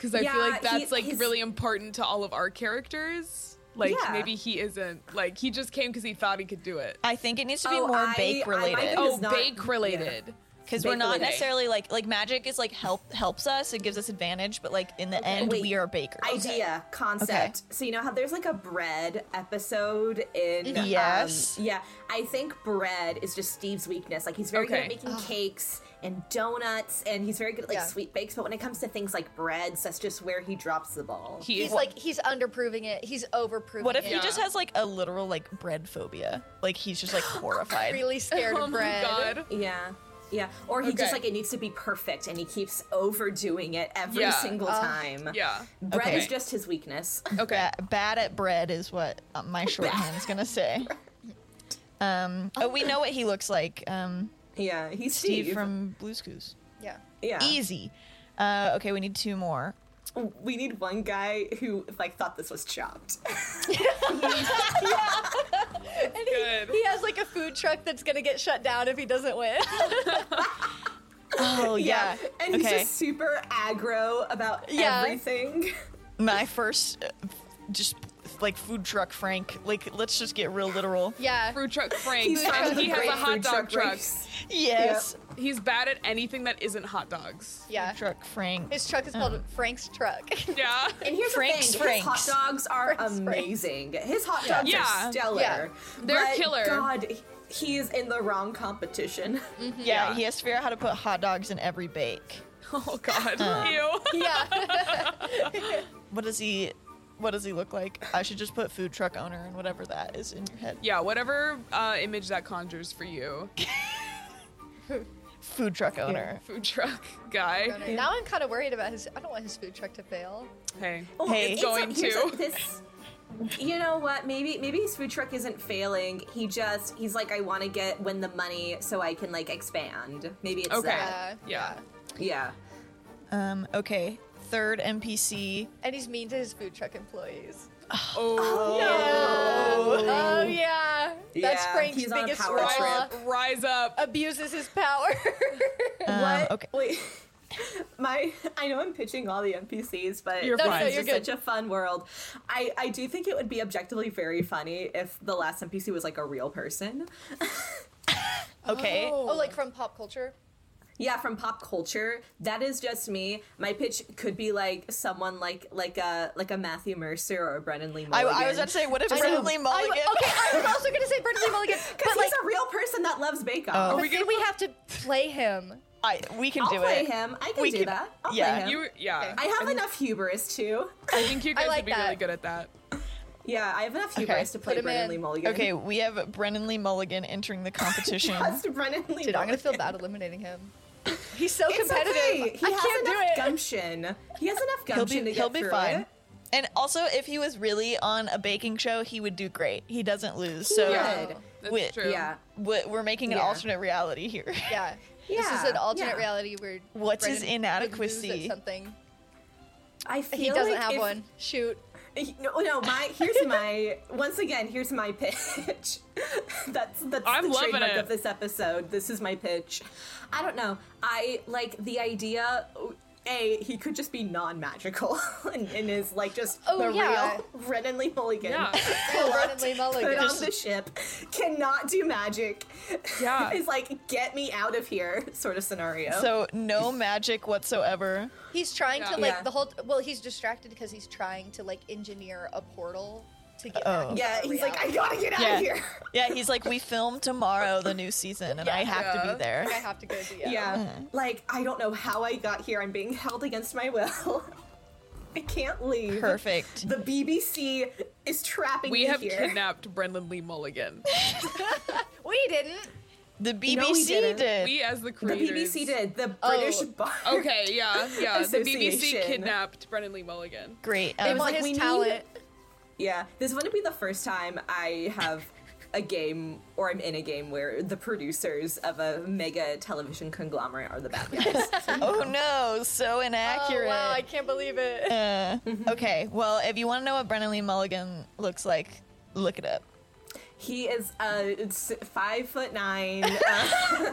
S4: Cuz I
S3: Yeah,
S4: feel like
S3: he-
S4: that's like
S3: he's-
S4: really important to all of our characters. Like
S3: Yeah.
S4: maybe he isn't. Like he just came cuz he thought he could do it.
S1: I think it needs to be
S3: Oh,
S1: more
S3: I-
S1: bake
S3: I might
S1: related.
S3: have-
S4: Oh,
S3: is not-
S4: bake related.
S1: because we're not
S3: Bakery.
S1: necessarily like like magic is like help helps us it gives us advantage but like in the end
S3: Wait.
S1: we are bakers
S3: idea concept so you know how there's like a bread episode in um,
S1: Yes.
S3: yeah i think bread is just steve's weakness like he's very good at
S4: Okay.
S3: making cakes and donuts and he's very good at like
S2: Yeah.
S3: sweet bakes but when it comes to things like breads that's just where he drops the ball
S4: He
S2: He's
S4: is
S2: like he's underproving it. He's overproving
S1: what if
S2: it.
S1: he
S4: Yeah.
S1: just has like a literal like bread phobia like he's just like horrified
S2: really scared
S4: oh
S2: of bread?
S4: my god.
S3: yeah yeah or he just
S4: Okay.
S3: like it needs to be perfect and he keeps overdoing it every
S4: Yeah.
S3: single
S2: Uh,
S3: time
S4: Yeah.
S3: bread
S1: Okay.
S3: is just his weakness
S4: Okay.
S1: Ba- bad at bread is what uh, my shorthand's gonna say um oh, we know what he looks like um
S3: yeah he's
S1: steve,
S3: steve,
S1: from blue's clues
S2: Yeah.
S3: yeah
S1: easy uh okay we need two more
S3: we need one guy who like thought this was chopped
S4: Good.
S2: He has like a food truck that's gonna get shut down if he doesn't win.
S1: oh yeah,
S3: And
S1: okay
S3: he's just super aggro about
S2: Yeah.
S3: everything.
S1: my first uh, just like food truck frank like let's just get real literal
S2: yeah.
S4: Fruit truck Frank.
S3: He's trying to
S4: he has
S3: break
S4: a hot
S3: food
S4: dog truck.
S3: race.
S1: yes
S4: He's bad at anything that isn't hot dogs.
S2: Yeah.
S1: food truck frank
S2: His truck is called Frank's truck.
S4: Yeah.
S3: And here's
S1: Frank's
S3: the thing:
S1: Franks.
S3: his hot dogs are
S2: Frank's Franks.
S3: amazing. His hot dogs
S4: Yeah.
S3: are stellar.
S2: Yeah.
S4: They're
S3: But,
S4: killer.
S3: God, he- he's in the wrong competition.
S1: yeah,
S4: Yeah.
S1: he has to figure out how to put hot dogs in every bake
S4: Oh god.
S3: Uh,
S4: Ew.
S2: yeah.
S1: what does he what does he look like i should just put food truck owner and whatever that is in your head
S4: Yeah, whatever uh, image that conjures for you.
S1: food truck owner
S4: Food truck guy.
S2: Now I'm kind of worried about his. I don't want his food truck to fail.
S4: Hey.
S3: Oh,
S1: Hey.
S3: it's-
S4: Going
S3: here's
S4: to.
S3: a- this. You know what? Maybe maybe his food truck isn't failing. He just he's like, I want to get win the money so I can like expand. Maybe it's
S4: Okay.
S3: that.
S2: Yeah.
S4: Yeah.
S3: Yeah.
S1: um okay third npc
S2: And he's mean to his food truck employees.
S4: Oh.
S2: Oh yeah. That's
S3: Yeah,
S2: Frank's
S3: he's on a
S2: biggest
S3: power
S2: flaw.
S3: trip.
S4: Rise up.
S2: Abuses his power.
S1: Um,
S3: what?
S1: okay
S3: Wait. My, I know I'm pitching all the NPCs, but
S4: You're
S3: this
S4: fine. No, no,
S3: is
S2: you're
S3: just such a fun world. I, I do think it would be objectively very funny if the last NPC was like a real person.
S1: okay
S2: oh, like from pop culture.
S3: Yeah, from pop culture. That is just me. My pitch could be like someone like like a like a Matthew Mercer or a Brendan Lee
S1: I,
S3: Mulligan.
S1: I was
S2: uh,
S1: about to say what if
S3: Just-
S1: Brendan Lee
S2: I,
S1: mulligan
S2: okay, I was also gonna say Brendan Lee Mulligan,
S3: because
S2: but
S3: he's
S2: like,
S3: a real person that loves Bake Off.
S2: but then we have to play him.
S1: I, we can
S3: I'll
S1: do
S3: play
S1: it
S3: him. I can
S1: We
S3: do
S1: can-
S3: that. I'll
S1: yeah.
S3: play him.
S4: You yeah.
S3: I have enough hubris too.
S4: I think you guys
S2: like
S4: would be really
S2: that.
S4: good at that.
S3: Yeah, I have enough hubris to play
S2: Put him
S3: Brendan
S2: in.
S3: Lee Mulligan.
S1: okay we have brendan lee mulligan entering the competition
S3: Just Brendan Lee
S2: Dude, I'm gonna
S3: Mulligan.
S2: feel bad eliminating him. He's so
S3: It's
S2: competitive.
S3: okay. He
S2: I
S3: has
S2: can't do
S3: enough
S2: it.
S3: gumption. He has enough
S1: he'll
S3: gumption
S1: be
S3: to get
S1: he'll be
S3: through
S1: fine
S3: it.
S1: and also if he was really on a baking show he would do great he doesn't lose so
S3: Yeah.
S2: Good.
S4: That's
S1: Wait,
S4: true.
S3: Yeah.
S1: we- we're making an
S3: Yeah.
S1: alternate reality here
S2: Yeah. This is
S3: Yeah,
S2: an alternate
S3: yeah.
S2: reality where
S1: What's his
S2: Brendan would lose at
S1: inadequacy?
S2: Something
S3: I feel
S2: he doesn't
S3: like
S2: have
S3: if-
S2: one. Shoot.
S3: No, no, my here's my once again here's my pitch. that's that's
S4: I'm
S3: the
S4: loving
S3: trademark
S4: it.
S3: of this episode. This is my pitch. I don't know. I like the idea. A, he could just be non-magical and, and is like just
S2: Oh,
S3: the
S2: yeah.
S3: real Brendan Lee Mulligan.
S4: Yeah.
S2: Oh, Brendan Lee
S3: Put
S2: Mulligan.
S3: on the ship, cannot do magic.
S4: Yeah.
S3: is like get me out of here sort of scenario.
S1: so no magic whatsoever
S2: He's trying
S4: Yeah.
S2: to like
S3: Yeah.
S2: the whole. Well, he's distracted because he's trying to like engineer a portal to get.
S1: Oh.
S2: back to
S3: Yeah,
S2: our
S3: he's like, I
S2: reality.
S3: gotta get out
S1: yeah
S3: of here.
S1: yeah he's like we film tomorrow the new season and i have to
S4: Yeah.
S1: be there
S2: I have to go do
S3: Yeah. Like, I don't know how I got here. I'm being held against my will. I can't leave.
S1: perfect
S3: The BBC is trapping
S4: We
S3: me
S4: have
S3: here.
S4: kidnapped Brendan Lee Mulligan.
S2: We didn't.
S1: the bbc
S3: didn't.
S1: did
S4: We as the
S3: the
S4: creators.
S3: BBC did. The
S2: Oh.
S3: British Bar.
S4: Okay, yeah, yeah. The BBC
S3: Association.
S4: kidnapped Brendan Lee Mulligan.
S1: great
S2: They
S1: um,
S2: want
S3: like,
S2: his
S3: we need-
S2: talent.
S3: Yeah. This wouldn't be the first time I have a game or I'm in a game where the producers of a mega television conglomerate are the bad guys.
S1: oh no so inaccurate
S2: Oh wow! I can't believe it.
S1: Uh, okay well if you want to know what brendan lee mulligan looks like look it up
S3: he is uh, it's five foot nine. Uh,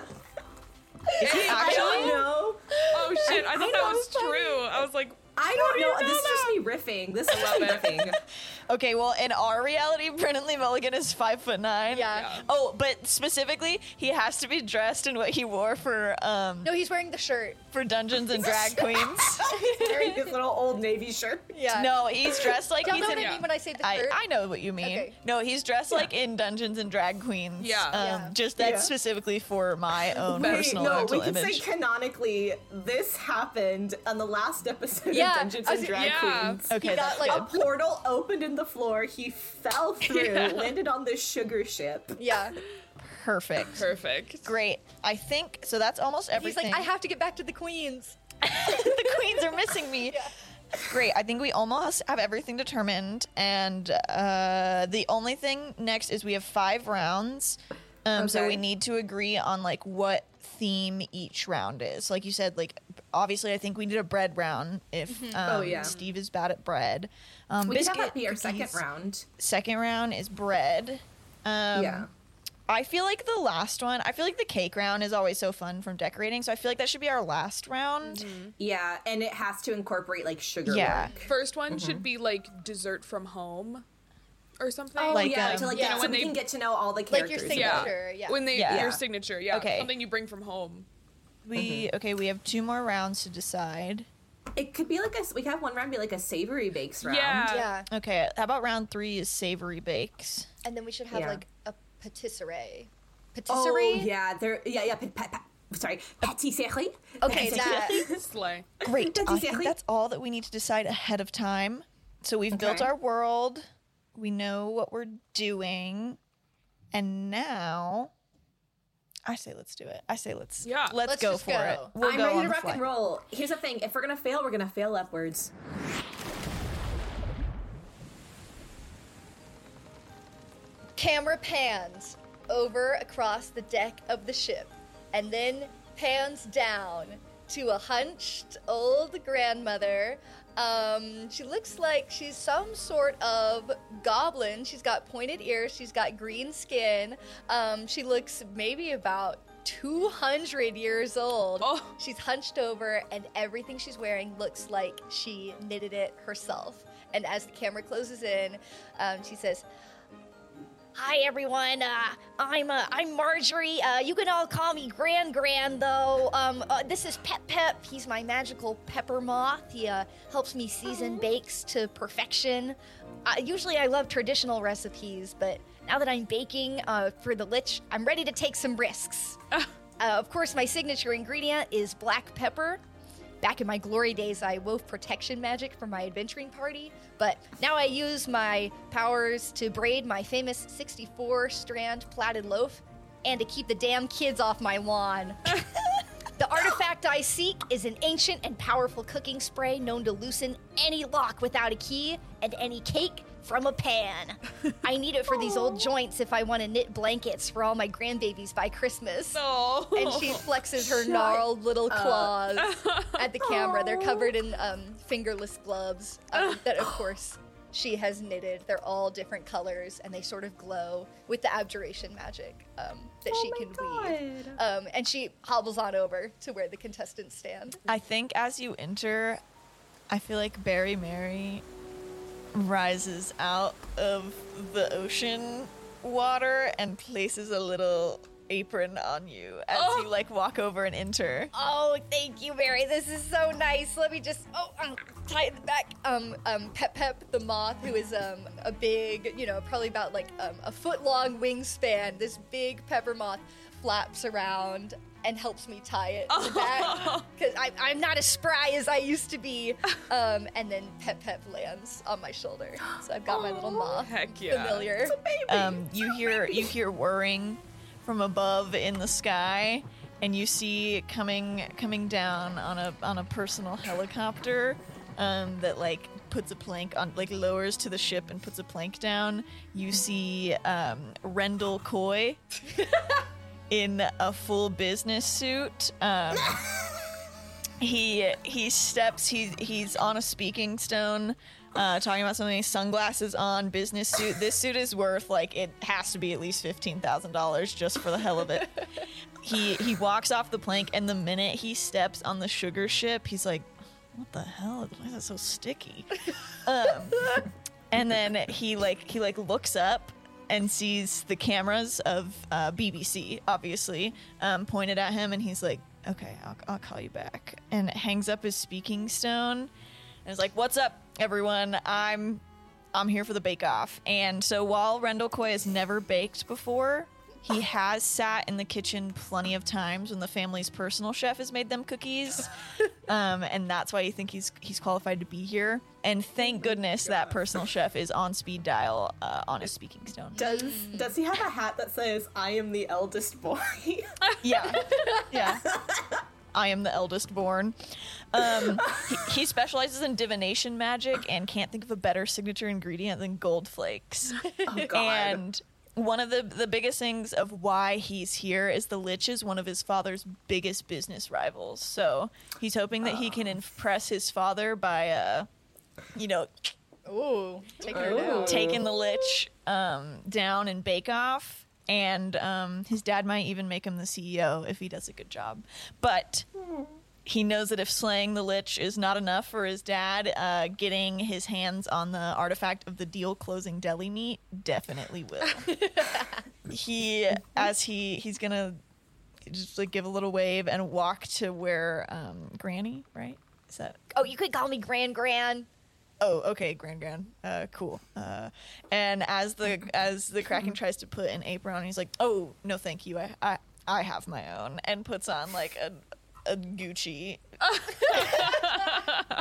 S1: is he
S4: Hey, I
S3: I
S1: actually
S3: don't know.
S4: Oh shit! I,
S3: I
S4: thought
S3: know,
S4: that was
S3: it's funny.
S4: true. I was like,
S3: I don't
S4: do
S3: know.
S4: you know
S3: This is just me riffing. This is just me riffing.
S1: Okay, well, in our reality, Brennan Lee Mulligan is five foot nine.
S2: Yeah.
S4: Yeah.
S1: Oh, but specifically, he has to be dressed in what he wore for um
S2: No, he's wearing the shirt.
S1: for Dungeons and Drag Queens.
S3: Wearing his little old navy shirt.
S2: Yeah.
S1: No, he's dressed like
S2: Y'all
S1: he's
S2: know
S1: in.
S2: what I mean
S4: yeah.
S2: when I say the
S1: I,
S2: shirt?
S1: I know what you mean.
S2: Okay.
S1: No, he's dressed like in Dungeons and Drag Queens.
S4: Yeah.
S1: Um,
S2: Yeah.
S1: Just that's
S3: Yeah.
S1: specifically for my own
S3: Wait,
S1: personal
S3: no,
S1: mental
S3: we can
S1: image.
S3: say canonically this happened on the last episode
S2: Yeah,
S3: of Dungeons
S2: I
S3: and
S2: was-
S3: Drag
S4: yeah.
S3: Queens.
S1: okay,
S2: he
S1: that's
S2: got like
S3: A portal opened in the floor. He fell through,
S4: Yeah.
S3: landed on this sugar ship.
S2: yeah.
S1: perfect.
S4: Perfect.
S1: Great. I think so. That's almost
S2: He's
S1: everything.
S2: like, I have to get back to the queens.
S1: the queens are missing me. Great. I think we almost have everything determined, and uh, the only thing next is we have five rounds. Um, So
S3: Okay.
S1: we need to agree on like what theme each round is. Like you said, like obviously, I think we need a bread round if um,
S3: Oh, yeah.
S1: Steve is bad at bread. Um,
S3: We can have
S1: biscuit
S3: that be our second
S1: cookies.
S3: round.
S1: Second round is bread. Um,
S3: yeah.
S1: I feel like the last one. I feel like the cake round is always so fun from decorating. So I feel like that should be our last round.
S3: Mm-hmm. Yeah, and it has to incorporate like sugar.
S1: Yeah.
S3: work.
S4: First one should be like dessert from home or something.
S1: Oh, Like,
S3: yeah,
S1: um,
S3: to like
S2: yeah.
S3: get, so
S4: When
S3: we
S4: they-
S3: can get to know all the
S2: your
S3: characters.
S2: signature.
S3: about-
S4: yeah.
S2: yeah.
S4: When they
S1: Yeah.
S4: your signature, yeah.
S1: Okay.
S4: Something you bring from home.
S1: We okay. We have two more rounds to decide.
S3: It could be like a we have one round be like a savory bakes round.
S4: Yeah.
S2: Yeah.
S1: Okay, how about round three is savory bakes?
S2: And then we should have
S3: Yeah.
S2: like a patisserie.
S3: Oh
S2: Patisserie?
S3: yeah, there. Yeah, yeah. Pa- pa- pa- sorry, patisserie.
S2: Okay, that.
S4: Slay.
S1: Great. I think
S3: Exactly.
S1: that's all that we need to decide ahead of time. So we've built
S3: Okay.
S1: our world. We know what we're doing, and now, I say let's do it. I say let's
S4: Yeah.
S1: Let's,
S2: Let's
S1: go
S2: just
S1: for
S2: go.
S1: it. We'll
S3: I'm
S1: go
S3: ready
S1: on
S3: to
S1: the
S3: rock
S1: fly.
S3: and roll. Here's the thing: if we're gonna fail, we're gonna fail upwards.
S2: Camera pans over across the deck of the ship and then pans down to a hunched old grandmother. Um, she looks like she's some sort of goblin. She's got pointed ears, she's got green skin. Um, she looks maybe about 200 years old.
S4: Oh.
S2: She's hunched over, and everything she's wearing looks like she knitted it herself. And as the camera closes in, um, she says, Hi everyone. Uh, I'm uh, I'm Marjorie. Uh, you can all call me Gran Gran though. Um, uh, this is Pep Pep. He's my magical pepper moth. He uh, helps me season bakes to perfection. Uh, usually I love traditional recipes, but now that I'm baking uh, for the Lich, I'm ready to take some risks. Uh, of course, my signature ingredient is black pepper. Back in my glory days, I wove protection magic for my adventuring party, but now I use my powers to braid my famous 64 strand plaited loaf and to keep the damn kids off my lawn. the artifact I seek is an ancient and powerful cooking spray known to loosen any lock without a key and any cake from a pan. I need it for these old joints if I want to knit blankets for all my grandbabies by Christmas
S4: Oh.
S2: and she flexes her gnarled little claws at the camera. They're covered in um, fingerless gloves um, that, of course, she has knitted. They're all different colors, and they sort of glow with the abjuration magic um, that she can weave. Um, and she hobbles on over to where the contestants stand.
S1: I think as you enter, I feel like Barry Mary rises out of the ocean water and places a little apron on you as you like walk over and enter.
S2: Oh, thank you, Mary. This is so nice. Let me just oh um, tie it back. Um, um, Pep Pep the moth, who is um a big, you know, probably about like um, a foot long wingspan. This big pepper moth flaps around and helps me tie it to back because I'm not as spry as I used to be. Um, and then Pep Pep lands on my shoulder, so I've got my little moth
S4: Oh, heck yeah.
S2: familiar.
S1: Um, you hear you hear whirring from above in the sky, and you see coming coming down on a on a personal helicopter um, that like puts a plank on like lowers to the ship and puts a plank down. You see um, Rendell Coy in a full business suit. Um, he he steps he he's on a speaking stone uh, talking about something sunglasses on business suit this suit is worth like it has to be at least $15000 just for the hell of it he he walks off the plank and the minute he steps on the sugar ship he's like what the hell? Why is it so sticky? um, and then he like he like looks up and sees the cameras of uh, BBC, obviously, um, pointed at him, and he's like, "Okay, I'll, I'll call you back." And hangs up his speaking stone, and is like, "What's up, everyone? I'm I'm here for the Bake Off." And so while Rendell Coy has never baked before. He has sat in the kitchen plenty of times when the family's personal chef has made them cookies, um, and that's why you think he's he's qualified to be here. And thank goodness that personal chef is on speed dial uh, on his speaking stone.
S3: Does does he have a hat that says "I am the eldest boy"?
S1: Yeah, yeah. I am the eldest born. Um, he, he specializes in divination magic and can't think of a better signature ingredient than gold flakes.
S3: oh God.
S1: And one of the the biggest things of why he's here is the Lich is one of his father's biggest business rivals. So he's hoping that he can impress his father by, uh, you know,
S2: Ooh, take her
S3: Ooh.
S2: down.
S1: taking the Lich um, down in Bake Off. And um, his dad might even make him the CEO if he does a good job. But he knows that if slaying the Lich is not enough for his dad, uh, getting his hands on the artifact of the deal closing deli meat definitely will he as he he's gonna just like give a little wave and walk to where um granny right is that
S2: Oh, you could call me Grand Gran.
S1: oh okay grand grand uh cool uh and as the as the kraken
S3: Mm-hmm.
S1: tries to put an apron on he's like oh no thank you i i, I have my own and puts on like a a Gucci.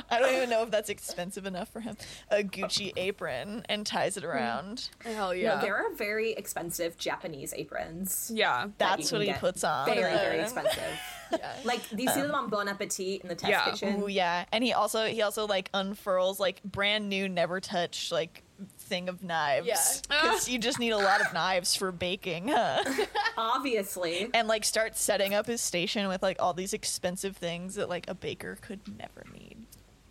S1: I don't even know if that's expensive enough for him. A Gucci apron and ties
S3: Mm-hmm.
S1: it around.
S4: Hell
S3: No, there are very expensive Japanese aprons.
S4: yeah.
S3: that
S1: That's
S3: you
S1: what
S3: can
S1: he
S3: get.
S1: puts on. Uh.
S3: Very, very
S1: then.
S3: expensive. Like do you see them on Bon Appetit in the test
S4: Yeah.
S3: kitchen.
S1: Ooh, yeah, and he also he also like unfurls like brand new, never touched like thing of knives.
S2: Yeah.
S1: because you just need a lot of knives for baking, huh?
S3: Obviously.
S1: and like starts setting up his station with like all these expensive things that like a baker could never need.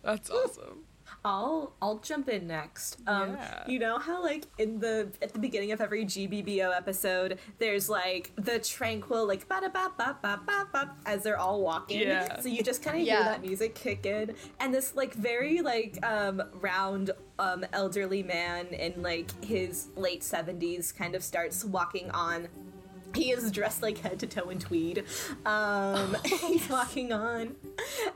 S4: That's awesome.
S3: I'll I'll jump in next. Um,
S4: Yeah.
S3: You know how like in the at the beginning of every GBBO episode, there's like the tranquil like ba da ba ba ba ba ba as they're all walking.
S4: Yeah.
S3: So you just kind of
S2: Yeah.
S3: hear that music kick in, and this like very like um, round um, elderly man in like his late seventies kind of starts walking on he is dressed like head to toe in tweed. Um, he's walking on,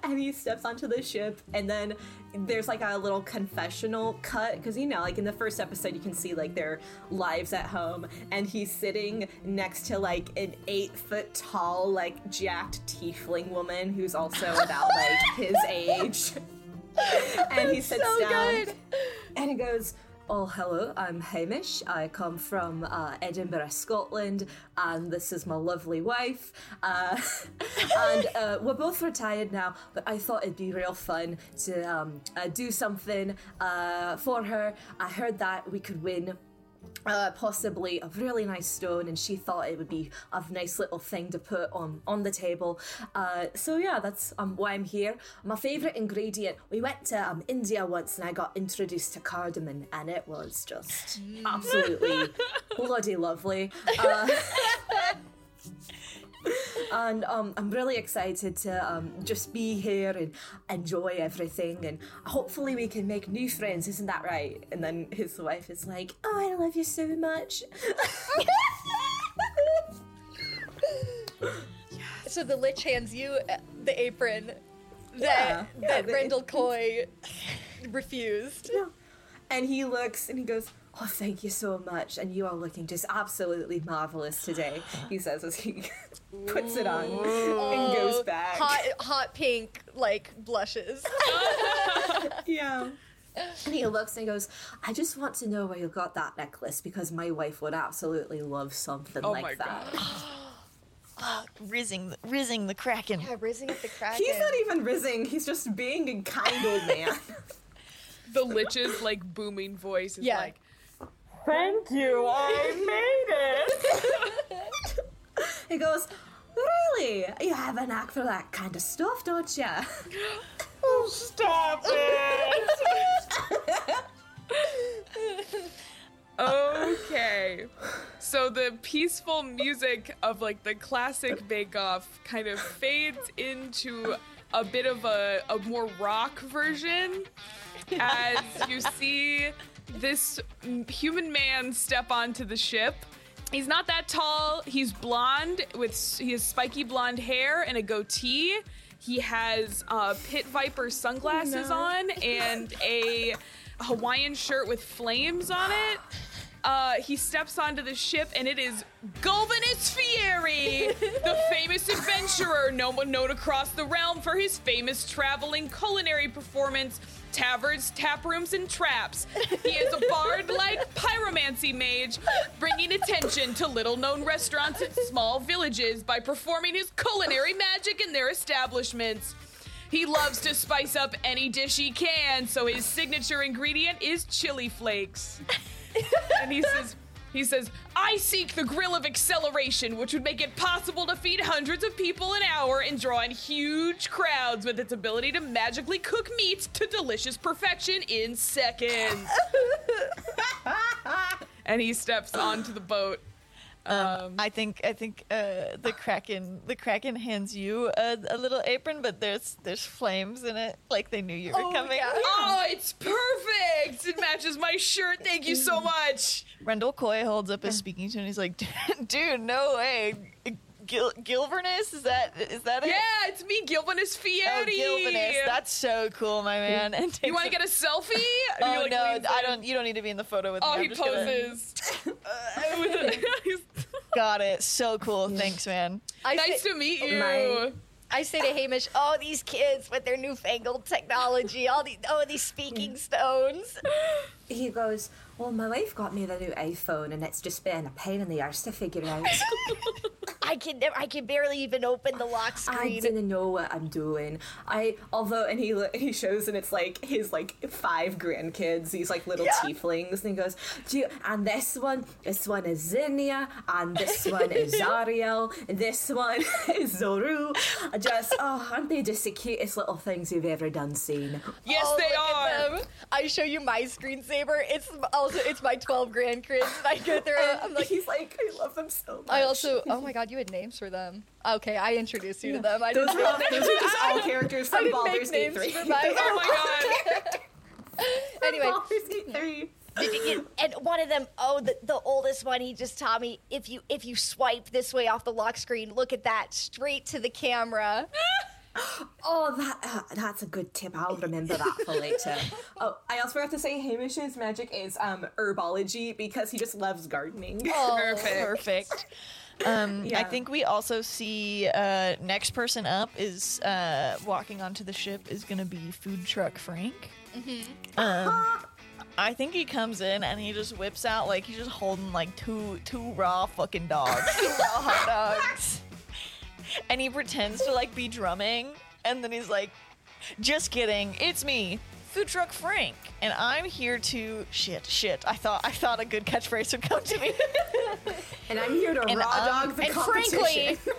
S3: and he steps onto the ship, and then there's like a little confessional cut because you know, like in the first episode, you can see like their lives at home, and he's sitting next to like an eight foot tall, like jacked tiefling woman who's also about like his age, and he sits down and he goes, Oh, hello, I'm Hamish. I come from uh, Edinburgh, Scotland, and this is my lovely wife. Uh, and uh, we're both retired now, but I thought it'd be real fun to um, uh, do something uh, for her. I heard that we could win uh, possibly a really nice stone, and she thought it would be a nice little thing to put on on the table. Uh, so yeah, that's um, why I'm here. My favorite ingredient. We went to um, India once, and I got introduced to cardamom, and it was just absolutely bloody lovely. Uh, and um, I'm really excited to um, just be here and enjoy everything, and hopefully we can make new friends. Isn't that right? And then his wife is like, "Oh, I love you so much."
S2: So the lich hands you uh, the apron that
S3: Yeah. Yeah,
S2: that
S3: the-
S2: Rendell Coy refused.
S3: No. And he looks and he goes, "Oh, thank you so much, and you are looking just absolutely marvelous today," he says as he puts it on and goes
S2: Oh,
S3: back.
S2: Hot, hot pink like blushes.
S3: Yeah. And he looks and goes, I just want to know where you got that necklace because my wife would absolutely love something
S4: Oh
S3: like
S4: my
S3: that.
S4: god.
S1: Fuck, rizzing, the- rizzing the kraken.
S2: yeah, rising at the kraken.
S3: He's not e- even rizzing, he's just being a kind old man.
S4: The lich's like booming voice is
S2: Yeah.
S4: like
S5: Thank you, I made it!
S3: he goes, Really? You have a knack for that kind of stuff, don't you?
S5: Stop it!
S4: Okay. So the peaceful music of like the classic Bake Off kind of fades into a bit of a, a more rock version as you see this m- human man step onto the ship. He's not that tall. He's blonde with s- he has spiky blonde hair and a goatee. He has uh, pit viper sunglasses on and a Hawaiian shirt with flames on it. Uh, he steps onto the ship, and it is Gulvanus Fieri, the famous adventurer, no one known across the realm for his famous traveling culinary performance, taverns, taprooms, and traps. He is a bard-like pyromancy mage, bringing attention to little-known restaurants and small villages by performing his culinary magic in their establishments. He loves to spice up any dish he can, so his signature ingredient is chili flakes and he says, he says, I seek the grill of acceleration, which would make it possible to feed hundreds of people an hour and draw in huge crowds with its ability to magically cook meats to delicious perfection in seconds. and he steps onto the boat. Um,
S1: I think I think uh, the kraken the kraken hands you a, a little apron, but there's there's flames in it, like they knew you were coming.
S4: oh, it's perfect! It matches my shirt. Thank you so much.
S1: Rendell Coy holds up his speaking tune. He's like, "Dude, no way, Gil- Gilverness is that is that
S4: Yeah,
S1: it?
S4: it's me, Gilvanus
S1: Oh,
S4: Fieri.
S1: Gilverness, that's so cool, my man." And
S4: you want to get a selfie? And he,
S1: Oh
S4: like,
S1: no,
S4: leans
S1: I
S4: in.
S1: don't. You don't need to be in the photo with me.
S4: Oh,
S1: I'm
S4: he
S1: just gonna-
S4: poses. With a-
S1: Got it. So cool. Thanks, man.
S2: I
S4: nice
S2: say,
S4: to meet you.
S3: My-
S2: I say to Hamish, "Oh, these kids with their newfangled technology, all these, oh, these speaking stones."
S3: He goes, Well, my wife got me the new iPhone, and it's just been a pain in the arse to figure out.
S2: I can never, I can barely even open the lock
S3: I
S2: screen.
S3: didn't know what I'm doing. I although and he lo- he shows and it's like his like five grandkids, these like little tieflings, and he goes, Do you, and this one, this one is Zinnia, and this one is Zariel, and this one is Zoru. Just oh, aren't they just the cutest little things you've ever done seen?
S4: yes,
S2: Oh,
S4: they
S2: look at
S4: are.
S2: them. I show you my screensaver. It's also it's my 12 grand kids. And I go through. it. I'm like,
S3: he's like, I love them so much.
S2: I also. Oh my god, you had names for them. Okay, I introduced you to them. I
S3: those
S2: didn't,
S3: are, those are just all characters
S2: I
S3: from
S2: didn't
S3: Baldur's Gate
S2: make names
S3: three.
S2: for mine.
S4: Oh my god.
S2: anyway,
S3: Baldur's Gate three.
S2: and one of them. Oh, the, the oldest one. He just taught me if you if you swipe this way off the lock screen, look at that straight to the camera.
S3: Oh, that uh, that's a good tip. I'll remember that for later. oh, I also forgot to say Hamish's magic is um herbology because he just loves gardening. Oh.
S4: Perfect.
S1: Perfect. Um, I
S3: Yeah.
S1: think we also see uh, next person up is uh, walking onto the ship is going to be food truck Frank. Um, I think he comes in and he just whips out like he's just holding like two two raw fucking dogs, two raw hot dogs, and he pretends to like be drumming, and then he's like, "Just kidding, it's me." Food truck Frank, and I'm here to shit, shit. I thought I thought a good catchphrase would come to me.
S3: And I'm here to
S1: And,
S3: raw
S1: um,
S3: dog the
S1: and
S3: competition.
S2: frankly-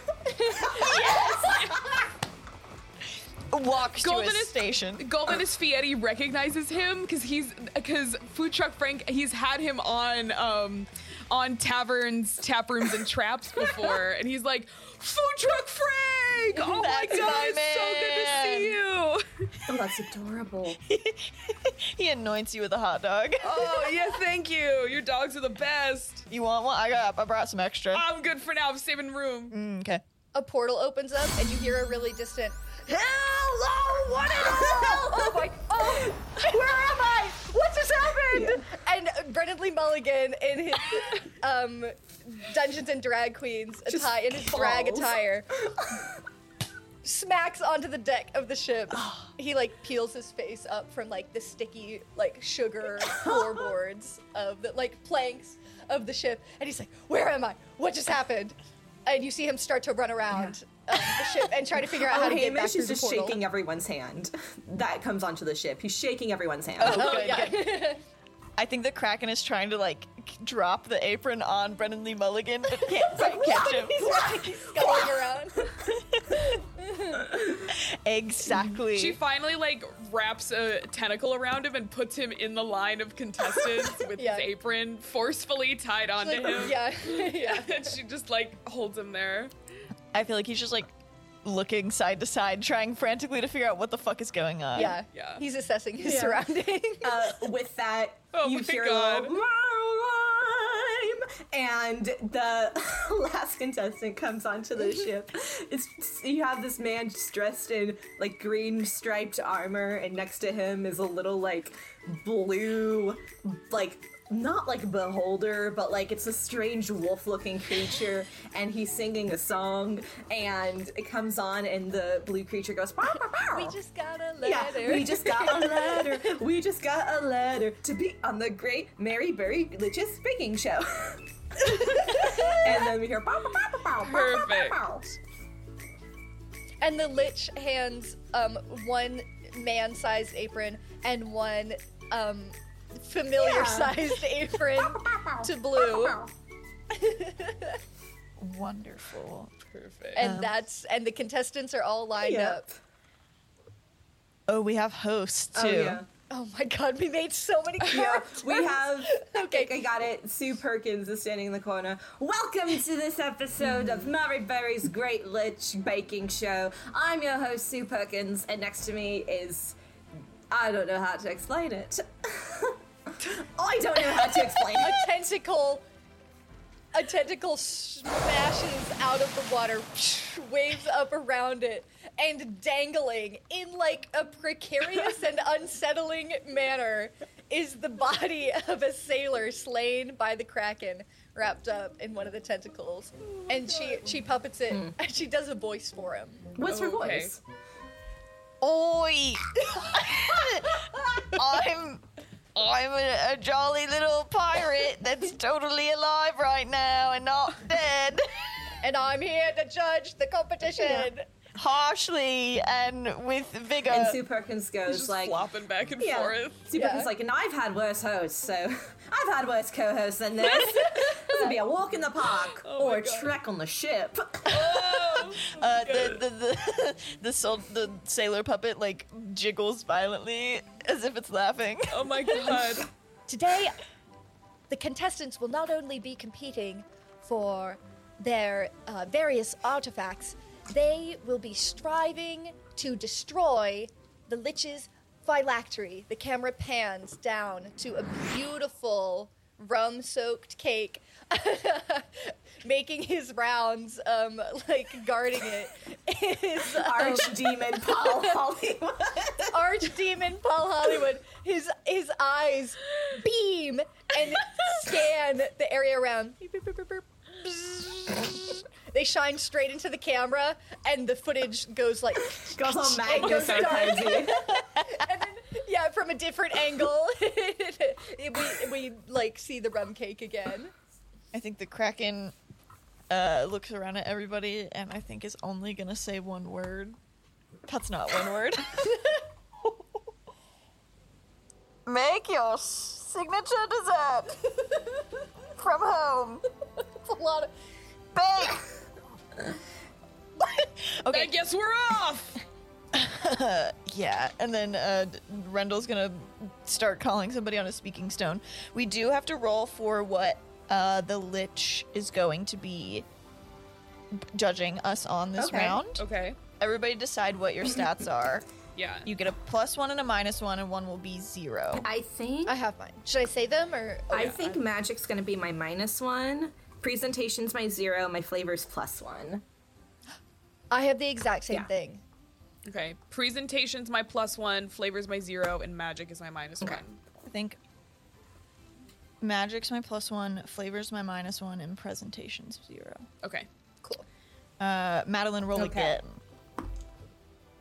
S1: walks
S4: Golden
S1: to a
S4: is-
S1: station.
S4: Goldenus Fieri recognizes him because he's because Food Truck Frank he's had him on um on taverns, tap rooms, and traps before, and he's like, Food Truck Frank! Oh my
S1: That's
S4: god,
S1: my
S4: it's so good to see you.
S3: oh, that's adorable.
S1: He anoints you with a hot dog.
S4: Oh yeah, thank you. Your dogs are the best.
S1: You want one? I got. I brought some extra.
S4: I'm good for now. I'm saving room.
S1: okay.
S2: a portal opens up and you hear a really distant hello what in hell oh my oh where am i what just happened and brendan lee mulligan in his um dungeons and drag queens attire in his drag
S3: falls.
S2: attire smacks onto the deck of the ship he like peels his face up from like the sticky like sugar floorboards of the like planks of the ship and he's like where am i what just happened and you see him start to run around uh, the ship and try to figure out how
S3: Oh,
S2: to get back
S3: Hamish
S2: through
S3: is
S2: the
S3: just
S2: portal.
S3: shaking everyone's hand. That comes onto the ship. He's shaking everyone's hand.
S1: Oh, good, good. I think the Kraken is trying to like k- drop the apron on Brendan Lee Mulligan, but can't quite catch him.
S2: He's scuttling around.
S1: Exactly.
S4: She finally like wraps a tentacle around him and puts him in the line of contestants with
S2: Yeah.
S4: his apron forcefully tied onto
S2: Like,
S4: him.
S2: yeah, yeah.
S4: and she just like holds him there.
S1: I feel like he's just like looking side to side, trying frantically to figure out what the fuck is going on.
S2: Yeah.
S4: Yeah.
S2: He's assessing his surroundings.
S3: Uh, with that,
S4: Oh
S3: you
S4: my
S3: hear a
S4: God.
S3: little "Mime," and the last contestant comes onto the ship. It's, you have this man just dressed in like green striped armor, and next to him is a little like blue, like not like beholder, but like it's a strange wolf-looking creature, and he's singing a song, and it comes on, and the blue creature goes. "Bow, bow, bow."
S2: We just got a
S3: Yeah,
S2: letter.
S3: we just got a letter. We just got a letter to be on the Great Mary Berry Glitches Baking Show. and then we hear bow, bow, bow, bow, bow, bow, bow, bow.
S2: And the lich hands um, one man sized apron and one um, familiar sized apron to Blue.
S1: Wonderful.
S4: Perfect.
S2: And that's and the contestants are all lined up.
S3: Yep.
S1: Oh, we have hosts too.
S3: Oh, yeah.
S2: Oh my god, we made so many
S3: Yeah,
S2: cards.
S3: we have.
S2: Okay.
S3: I got it. Sue Perkins is standing in the corner. Welcome to this episode of Murray Berry's Great Lich Baking Show. I'm your host, Sue Perkins, and next to me is. I don't know how to explain it. I don't know how to explain
S2: A
S3: it.
S2: tentacle a tentacle smashes out of the water, waves up around it, and dangling in like a precarious and unsettling manner is the body of a sailor slain by the kraken, wrapped up in one of the tentacles. And she she puppets it and she does a voice for him.
S3: What's her
S4: Okay.
S3: voice?
S1: Oi! I'm I'm a, a jolly little pirate that's totally alive right now and not dead.
S2: And I'm here to judge the competition.
S1: Harshly and with vigor.
S2: Uh,
S3: And Sue Perkins goes
S4: just
S3: like,
S4: flopping back and
S3: yeah.
S4: forth.
S3: Sue
S2: Yeah.
S3: Perkins like, and I've had worse hosts, so I've had worse co-hosts than this. this would be a walk in the park
S2: Oh
S3: or a trek on the ship.
S1: uh, the, the, the, the, sol- the sailor puppet like jiggles violently as if it's laughing.
S4: Oh my god.
S2: Today, the contestants will not only be competing for their uh, various artifacts, they will be striving to destroy the Lich's phylactery. The camera pans down to a beautiful rum soaked cake, making his rounds, um, like guarding it. Is, um,
S3: Archdemon Paul Hollywood.
S2: archdemon Paul Hollywood. His his eyes beam and scan the area around. Beep, beep, beep, beep, beep. Bzzz. They shine straight into the camera, and the footage goes like,
S3: Goes
S2: Oh
S3: all
S2: goes
S3: Magnus and
S2: dark.
S3: crazy.
S2: and then, yeah, from a different angle, we, we like see the rum cake again.
S1: I think the Kraken uh, looks around at everybody and I think is only gonna say one word. That's not one word. Make your signature dessert from home.
S2: It's a lot of
S1: Bake.
S4: I
S1: okay.
S4: guess we're off.
S1: Yeah, and then uh, d- Rendell's gonna start calling somebody on a speaking stone. We do have to roll for what uh, the Lich is going to be b- judging us on this
S3: Okay.
S1: round.
S4: Okay.
S1: Everybody decide what your stats are.
S4: Yeah.
S1: You get a plus one and a minus one, and one will be zero.
S3: I think
S2: I have mine. Should I say them or?
S3: I think magic's gonna be my minus one. Presentation's my zero. My flavor's plus one.
S2: I have the exact same
S3: Yeah.
S2: thing.
S4: Okay. Presentation's my plus one, flavor's my zero, and magic is my minus
S3: Okay.
S4: one.
S1: I think magic's my plus one, flavor's my minus one, and presentation's zero.
S4: Okay.
S2: Cool.
S1: Uh, Madeline, roll
S3: Okay.
S1: again.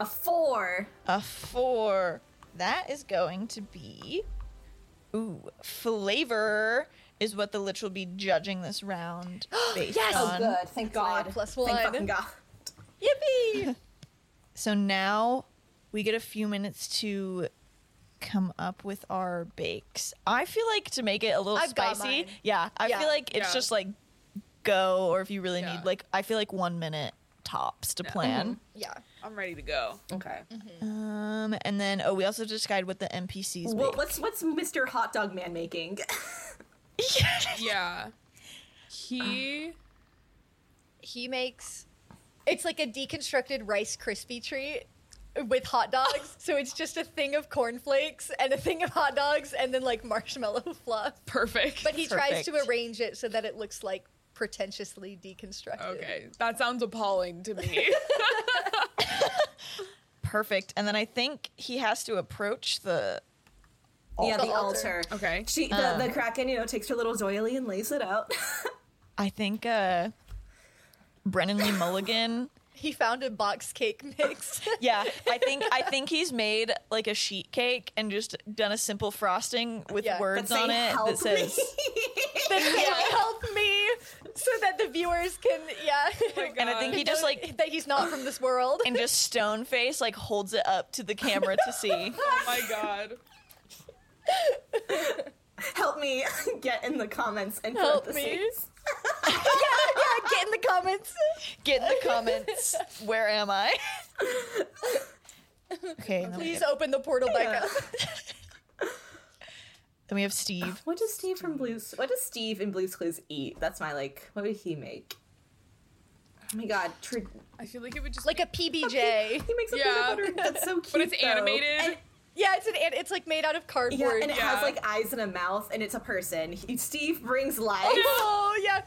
S3: A four.
S1: A four. That is going to be. Ooh, flavor is what the Lich will be judging this round based
S2: Yes! Oh,
S1: on.
S3: Good. Thank
S2: my
S3: God.
S2: plus one.
S3: Thank fucking God.
S2: Yippee!
S1: So now we get a few minutes to come up with our bakes. I feel like to make it a little
S2: I've got
S1: spicy.
S2: mine.
S1: Yeah, I
S2: Yeah.
S1: feel like it's
S4: Yeah.
S1: just like go, or if you really
S4: Yeah.
S1: need, like, I feel like one minute tops to plan.
S2: Yeah. Mm-hmm.
S4: I'm ready to go.
S3: Okay.
S1: Um, and then oh, we also just decide what the NPCs.
S3: Well,
S1: make.
S3: what's what's Mr. Hot Dog Man making?
S4: Yeah. He
S2: He makes It's like a deconstructed Rice Krispie treat with hot dogs. so it's just a thing of cornflakes and a thing of hot dogs and then like marshmallow fluff.
S4: Perfect.
S2: But he tries to
S1: Perfect.
S2: arrange it so that it looks like pretentiously deconstructed.
S4: okay, that sounds appalling to me.
S1: Perfect. And then I think he has to approach the.
S3: yeah, the,
S2: The
S3: altar.
S2: altar.
S4: okay.
S3: She, the, the kraken, you know, takes her little doily and lays it out.
S1: I think uh, Brennan Lee Mulligan.
S2: He found a box cake mix.
S1: Yeah, I think I think he's made like a sheet cake and just done a simple frosting with
S2: Yeah,
S1: words
S3: Say,
S1: on it
S3: "Help me."
S1: that says.
S2: help me so that the viewers can yeah.
S1: And I think he Oh just like
S2: that he's not from this world.
S1: and just stone face like holds it up to the camera to see.
S4: Oh my god.
S3: help me get in the comments and
S2: Help
S3: parentheses.
S2: yeah, get in the comments.
S1: Get in the comments. Where am I? Okay, and then we,
S2: Please
S1: have,
S2: open the portal back up.
S1: then we have Steve.
S3: What does Steve from Blues? What does Steve in Blues Clues eat? That's my like. What would he make? Oh my god, tr-
S4: I feel like it would just
S2: Like a PBJ.
S3: he makes a
S4: Yeah.
S3: peanut butter. That's so cute.
S4: but it's
S3: though.
S4: animated.
S2: And- yeah, it's an an- it's like made out of
S3: Yeah,
S2: cardboard.
S3: and it
S4: Yeah.
S3: has like eyes and a mouth, and it's a person. He, Steve brings life.
S2: oh yeah.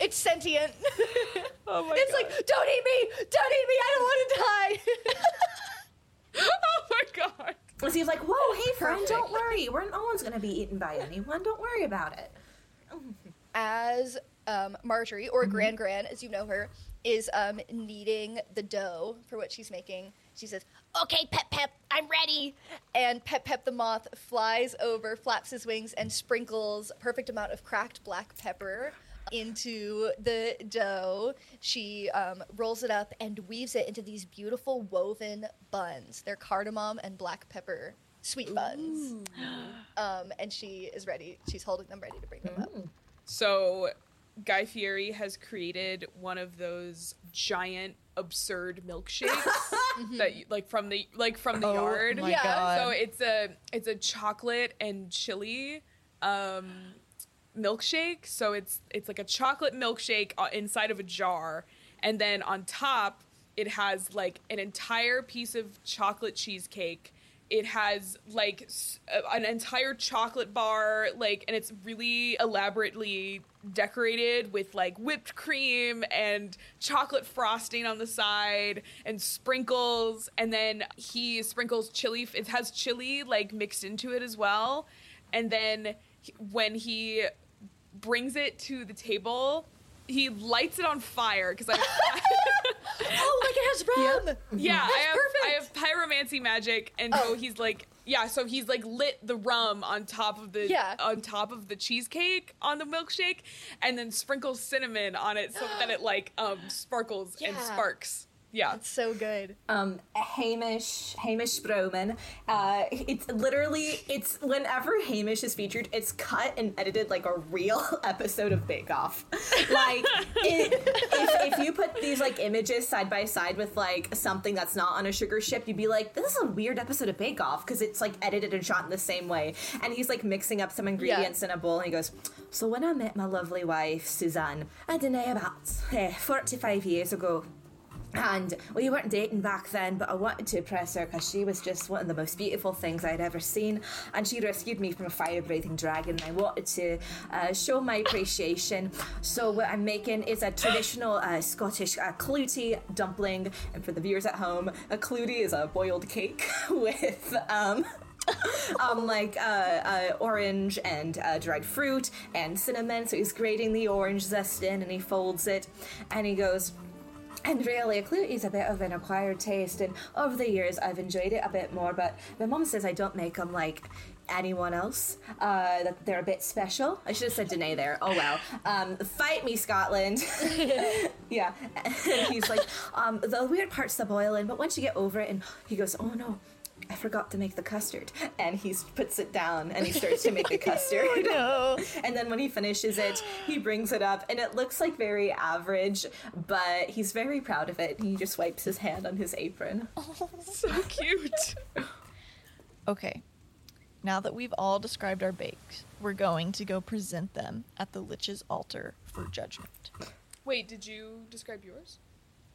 S2: It's sentient.
S4: oh my
S2: it's
S4: god.
S2: like, don't eat me! Don't eat me! I don't want to die.
S4: oh my god.
S3: And Steve's like, "Whoa, hey friend, don't
S2: Perfect.
S3: worry. We're no one's gonna be eaten by anyone. Don't worry about it."
S2: as um, Marjorie, or Gran Gran, as you know her, is um, kneading the dough for what she's making, she says, Okay, Pep Pep, I'm ready. And Pep Pep the moth flies over, flaps his wings, and sprinkles a perfect amount of cracked black pepper into the dough. She um, rolls it up and weaves it into these beautiful woven buns. They're cardamom and black pepper sweet buns. Um, and she is ready. She's holding them ready to bring them up.
S4: So, Guy Fieri has created one of those giant, absurd milkshakes that you, like from the like from the
S1: Oh
S4: yard.
S1: my
S2: Yeah.
S1: god.
S4: So it's a it's a chocolate and chili um, milkshake. So it's it's like a chocolate milkshake uh, inside of a jar, and then on top it has like an entire piece of chocolate cheesecake. It has like s- a- an entire chocolate bar, like, and it's really elaborately decorated with like whipped cream and chocolate frosting on the side and sprinkles. And then he sprinkles chili. f- It has chili like mixed into it as well. And then he- when he brings it to the table, he lights it on fire because I.
S2: Oh, like it has rum.
S4: Yeah, I have I have pyromancy magic, and
S2: Oh.
S4: so he's like, yeah, so he's like lit the rum on top of the
S2: Yeah.
S4: on top of the cheesecake on the milkshake, and then sprinkles cinnamon on it so that it like um sparkles and
S2: Yeah.
S4: sparks. Yeah,
S2: It's so good.
S3: um, Hamish Hamish Broman. Uh, it's literally it's whenever Hamish is featured, it's cut and edited like a real episode of Bake Off. Like it, if, if you put these like images side by side with like something that's not on a sugar ship, you'd be like, this is a weird episode of Bake Off because it's like edited and shot in the same way. And he's like mixing up some ingredients in a bowl, and he goes, "So when I met my lovely wife Suzanne, I don't know about eh, forty-five years ago." And we weren't dating back then, but I wanted to impress her because she was just one of the most beautiful things I'd ever seen. And she rescued me from a fire breathing dragon, and I wanted to uh, show my appreciation. So, what I'm making is a traditional uh, Scottish uh, clouty dumpling. And for the viewers at home, a clouty is a boiled cake with. Um, um, like uh, uh, orange and uh, dried fruit and cinnamon. So he's grating the orange zest in and he folds it and he goes, and really, a clue is a bit of an acquired taste, and over the years I've enjoyed it a bit more. But my mum says I don't make them like anyone else. Uh, that they're a bit special. I should have said Danae there. Oh well. Um, fight me, Scotland. yeah. And he's like, um, the weird part's the boiling, but once you get over it, and he goes, oh no. I forgot to make the custard, and he s- puts it down and he starts to make the custard. And then when he finishes it, he brings it up, and it looks like very average, but he's very proud of it. He just wipes his hand on his apron.
S4: so cute.
S1: Okay. Now that we've all described our bakes, we're going to go present them at the Lich's altar for judgment.
S4: Wait, did you describe yours?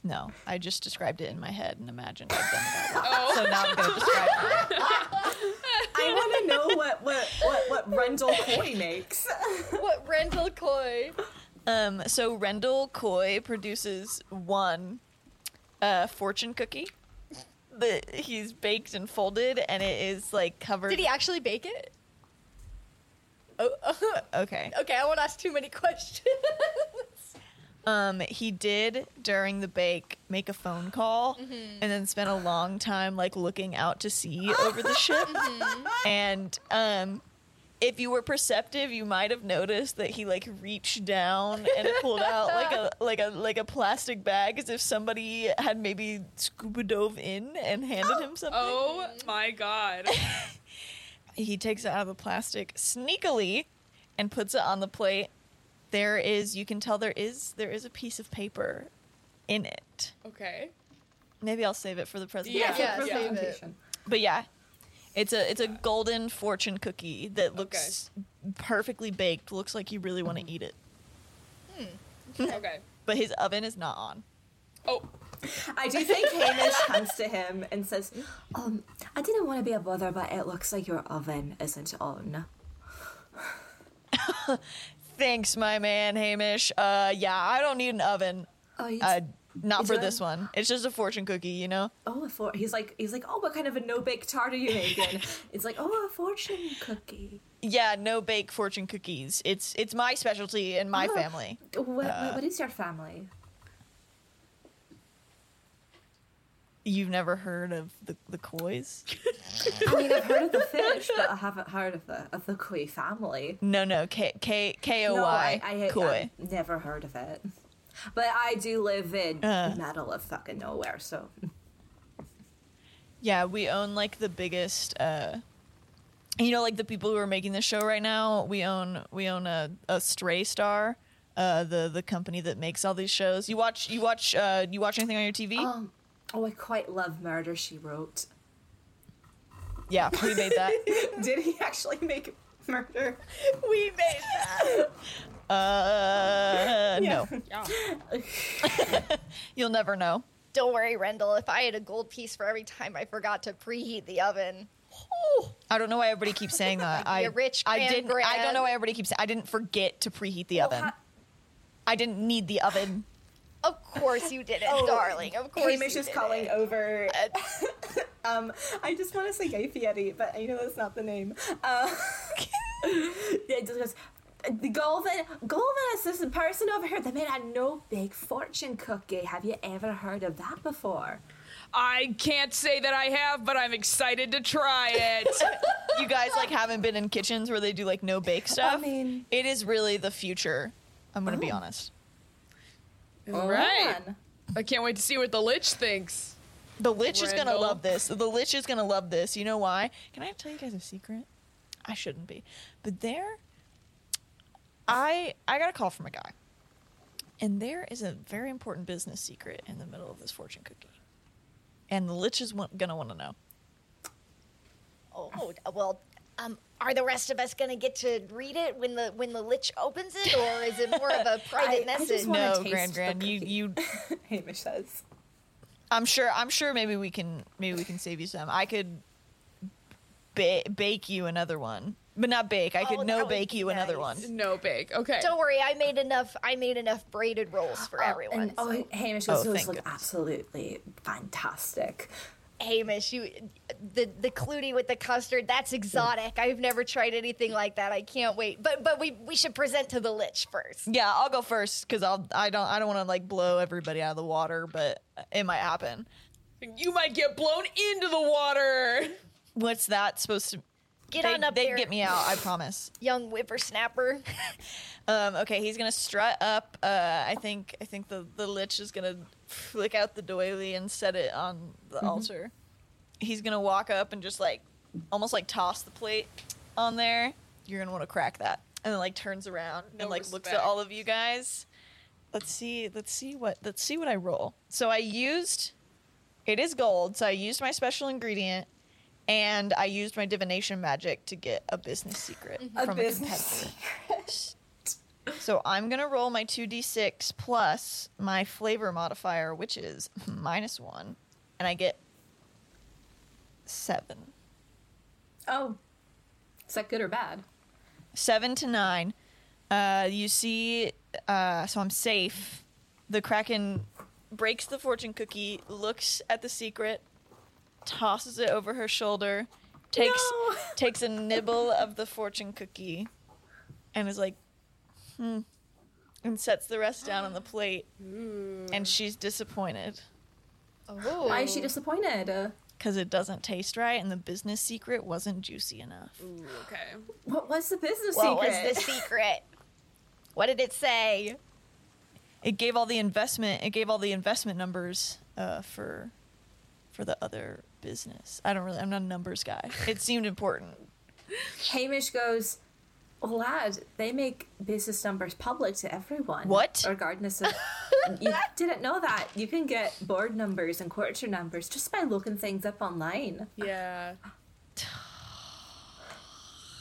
S1: No, I just described it in my head and imagined I've done it out
S2: Oh.
S1: loud. So now I'm going to describe it.
S3: I want to know what what what what Rendell Coy makes.
S2: What Rendell Coy?
S1: Um, so Rendell Coy produces one uh, fortune cookie that he's baked and folded, and it is like covered.
S2: Did he actually bake it? Oh,
S1: okay.
S2: okay. I won't ask too many questions.
S1: Um, he did during the bake make a phone call and then spent a long time like looking out to sea over the ship. And um, if you were perceptive, you might have noticed that he like reached down and pulled out like a like a like a plastic bag as if somebody had maybe scuba dove in and handed him
S2: Mm-hmm.
S1: something.
S4: Oh my god.
S1: He takes it out of the plastic sneakily and puts it on the plate. There is you can tell there is there is a piece of paper in it.
S4: Okay.
S1: Maybe I'll save it for the presentation.
S4: Yeah, yeah.
S2: yeah, save it.
S3: Presentation.
S1: But yeah. It's a it's a golden fortune cookie that looks perfectly baked. Looks like you really
S3: Mm-hmm.
S1: want to eat it.
S4: Okay.
S1: But his oven is not on.
S4: Oh,
S3: I do think Hamish comes to him and says, um, I didn't want to be a bother, but it looks like your oven isn't on.
S1: Thanks, my man Hamish. Uh yeah, I don't need an oven.
S3: Oh, he's,
S1: Uh not
S3: Is
S1: for
S3: there-
S1: this one. It's just a fortune cookie, you know?
S3: oh, a for- he's like, he's like, oh, what kind of a no-bake tart are you making? it's like, oh, a fortune cookie.
S1: Yeah, no bake fortune cookies. It's it's my specialty in my
S3: Oh.
S1: family. uh,
S3: What, what, what is your family?
S1: You've never heard of the the Koi's?
S3: I mean, I've heard of the fish, but I haven't heard of the of the koi family.
S1: No, no, K K K O
S3: No,
S1: Y
S3: I, I,
S1: Koi.
S3: I've never heard of it. But I do live in
S1: Uh.
S3: the middle of fucking nowhere, so
S1: Yeah, we own like the biggest. uh You know, like the people who are making this show right now. We own we own a, a Stray Star, uh, the the company that makes all these shows. You watch you watch uh, you watch anything on your TV?
S3: um, oh, I quite love Murder. She wrote.
S1: yeah, we made that.
S3: Did he actually make murder?
S1: we made that. Uh, no,
S4: yeah.
S1: you'll never know.
S2: Don't worry, Rendell. If I had a gold piece for every time I forgot to preheat the oven,
S1: I don't know why everybody keeps saying that. I
S2: You're rich
S1: I
S2: man
S1: didn't. I don't
S2: grad.
S1: know why everybody keeps. saying I didn't forget to preheat the oven.
S3: ha-
S1: I didn't need the oven.
S2: of course you didn't, Oh, darling. Of course.
S3: Oh. Hamish
S2: you
S3: is
S2: didn't.
S3: calling over. um, I just want to say Gay Fieri, but I know that's not the name. Uh, yeah, it just goes. The Golden, Golden is this person over here that made a no big fortune cookie. Have you ever heard of that before?
S4: I can't say that I have, but I'm excited to try it.
S1: you guys like haven't been in kitchens where they do like no bake stuff.
S3: mean- Oh.
S1: it is really the future. I'm gonna be honest.
S4: All right. I can't wait to see what the lich thinks.
S1: The lich is gonna
S4: Randall.
S1: love this. The lich is gonna love this. You know why? Can I tell you guys a secret? I shouldn't be, but there, I I got a call from a guy, and there is a very important business secret in the middle of this fortune cookie, and the lich is wa- gonna want to know.
S2: Oh well. Um, are the rest of us gonna get to read it when the when the lich opens it, or is it more of a private
S3: I just
S2: message?
S3: want- Wanna
S1: No,
S3: taste
S1: Grand
S3: the
S1: Grand, you
S3: cookie.
S1: you
S3: Hamish says.
S1: I'm sure. I'm sure. Maybe we can. Maybe we can save you some. I could ba- bake you another one, but not bake. I could
S2: Oh, that
S1: no
S2: would
S1: bake
S2: be
S1: you another
S2: nice.
S1: one.
S4: No bake. Okay.
S2: Don't worry, I made enough. I made enough braided rolls for everyone.
S3: And,
S2: so-
S3: oh, Hamish goes,
S1: Oh,
S3: "Those
S1: thank
S3: look
S1: goodness.
S3: absolutely fantastic.
S2: Hamish, you the the Clooney with the custard, that's exotic. I've never tried anything like that. I can't wait. But but we we should present to the Lich first.
S1: Yeah, I'll go first because I'll. I don't. I don't want to like blow everybody out of the water, but it might happen.
S4: You might get blown into the water.
S1: What's that supposed to?
S2: Get
S1: They,
S2: on up
S1: they
S2: there,
S1: get me out. I promise.
S2: young whippersnapper.
S1: Um, okay, he's gonna strut up. Uh, I think. I think the the lich is gonna flick out the doily and set it on the
S4: Mm-hmm.
S1: altar. He's gonna walk up and just like, almost like toss the plate on there. You're gonna want to crack that, and then like turns around
S4: No
S1: and like looks at
S4: respect.
S1: all of you guys. Let's see. Let's see what. Let's see what I roll. So I used. It is gold, so I used my special ingredient, and I
S4: Mm-hmm.
S1: used my divination magic to get a business secret
S3: A
S1: from a
S3: business
S1: competitor. So I'm gonna roll my two d6 plus my flavor modifier, which is minus one, and I get seven,
S3: Oh, is that good or bad?
S1: seven to nine. Uh, you see, uh, so I'm safe. The kraken breaks the fortune cookie, looks at the secret, tosses it over her shoulder, takes
S3: No.
S1: takes a nibble of the fortune cookie, and is like, hmm, and sets the rest down on the plate. And she's disappointed
S2: Oh.
S3: Why is she disappointed? Uh,
S1: because it doesn't taste right, and the business secret wasn't juicy enough.
S4: Ooh, okay.
S3: what was the business
S2: What was
S3: secret?
S2: the secret? What did it say?
S1: It gave all the investment. It gave all the investment numbers uh, for for the other business. I don't really. I'm not a numbers guy. It seemed important.
S3: Hamish goes, lad, they make business numbers public to everyone.
S1: What?
S3: Regardless of. you didn't know that. You can get board numbers and quarter numbers just by looking things up online.
S4: Yeah.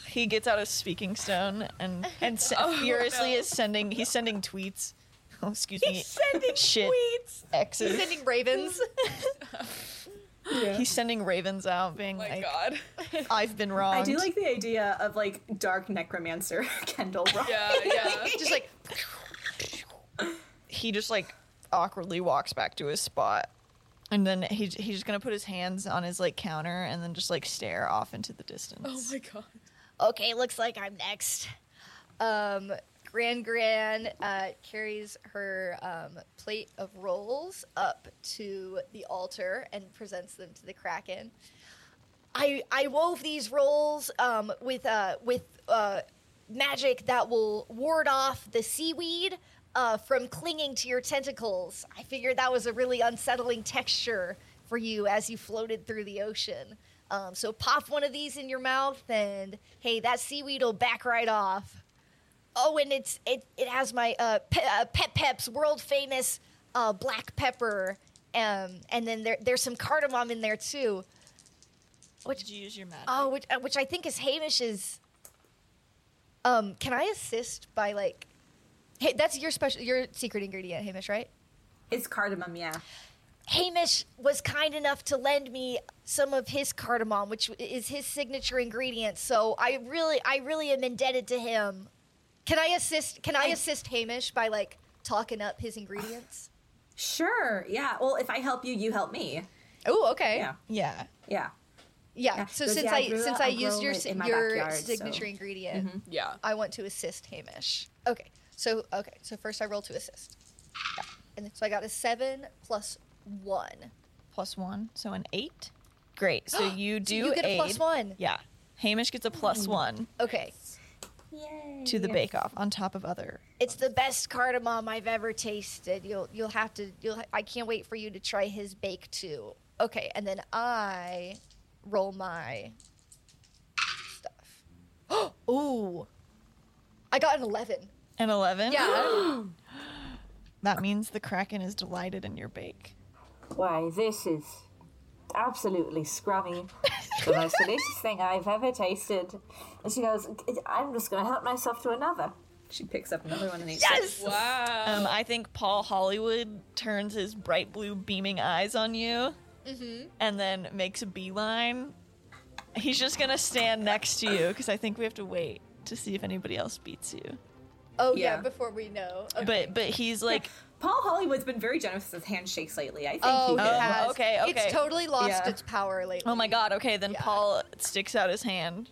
S1: He gets out a speaking stone and and se- furiously
S4: no.
S1: is sending. He's sending tweets. Oh, excuse me. He's sending Shit. tweets. X's.
S2: Sending ravens.
S1: He's sending ravens out, being
S4: Oh My
S1: like,
S4: God.
S1: "I've been wrong."
S3: I do like the idea of like dark necromancer Kendall Rock.
S4: Yeah, yeah.
S1: just like he just like awkwardly walks back to his spot and then he, he's just gonna put his hands on his like counter and then just like stare off into the distance
S4: Oh my God.
S2: okay, looks like I'm next. Um, Gran Gran uh, carries her um, plate of rolls up to the altar and presents them to the Kraken. I I wove these rolls um, with uh, with uh, magic that will ward off the seaweed uh, from clinging to your tentacles. I figured that was a really unsettling texture for you as you floated through the ocean. Um, so pop one of these in your mouth, and hey, that seaweed will back right off. Oh, and it's it it has my uh, pe- uh Pep Pep's world famous uh, black pepper, um, and then there there's some cardamom in there too.
S1: did you use your magic
S2: Oh, which, uh, which I think is Hamish's. Um, can I assist by like, hey, that's your special, your secret ingredient, Hamish, right?
S3: It's cardamom, yeah.
S2: Hamish was kind enough to lend me some of his cardamom, which is his signature ingredient. So I really, I really am indebted to him. Can I assist? Can I assist Hamish by like talking up his ingredients?
S3: Sure, yeah. Well, if I help you, you help me.
S2: Oh, okay.
S3: Yeah,
S1: yeah
S3: yeah.
S2: Yeah,
S3: Yeah,
S2: So
S3: because,
S2: since
S3: yeah, I
S2: I
S3: grew
S2: since
S3: up-
S2: I
S3: I
S2: used
S3: grow
S2: your
S3: it uh, in my
S2: your
S3: backyard, so- Mm-hmm.
S2: signature ingredient,
S4: Yeah.
S2: I want to assist Hamish. Okay. So okay. So first I roll to assist. And then- so I got a seven plus one.
S1: plus one so an eight great so you do
S2: you get a plus
S1: aid.
S2: one.
S1: yeah hamish gets a plus one
S2: Okay.
S1: to the bake off on top of other
S2: It's the best cardamom I've ever tasted. You'll you'll have to you'll ha- I can't wait for you to try his bake too. Okay, and then I roll my stuff. Ooh. I got an 11.
S1: and 11
S2: Yeah.
S1: that means the kraken is delighted in your bake
S5: Why, this is absolutely scrummy. the most delicious thing I've ever tasted. And she goes, I'm just going to help myself to another.
S3: She picks up another one and eats it.
S2: yes.
S4: Wow.
S1: Um, I think Paul Hollywood turns his bright blue beaming eyes on you
S2: Mm-hmm.
S1: and then makes a beeline. He's just going to stand next to you because I think we have to wait to see if anybody else beats you.
S2: Oh yeah,
S3: Yeah.
S2: before we know. Okay.
S1: But but he's like,
S3: Paul Hollywood's been very generous with handshakes lately. I think
S2: Oh,
S3: he
S2: it
S3: did.
S1: yeah.
S2: has.
S1: okay, okay.
S2: It's totally lost
S3: Yeah.
S2: its power lately.
S1: oh my God, okay. Then
S2: Yeah.
S1: Paul sticks out his hand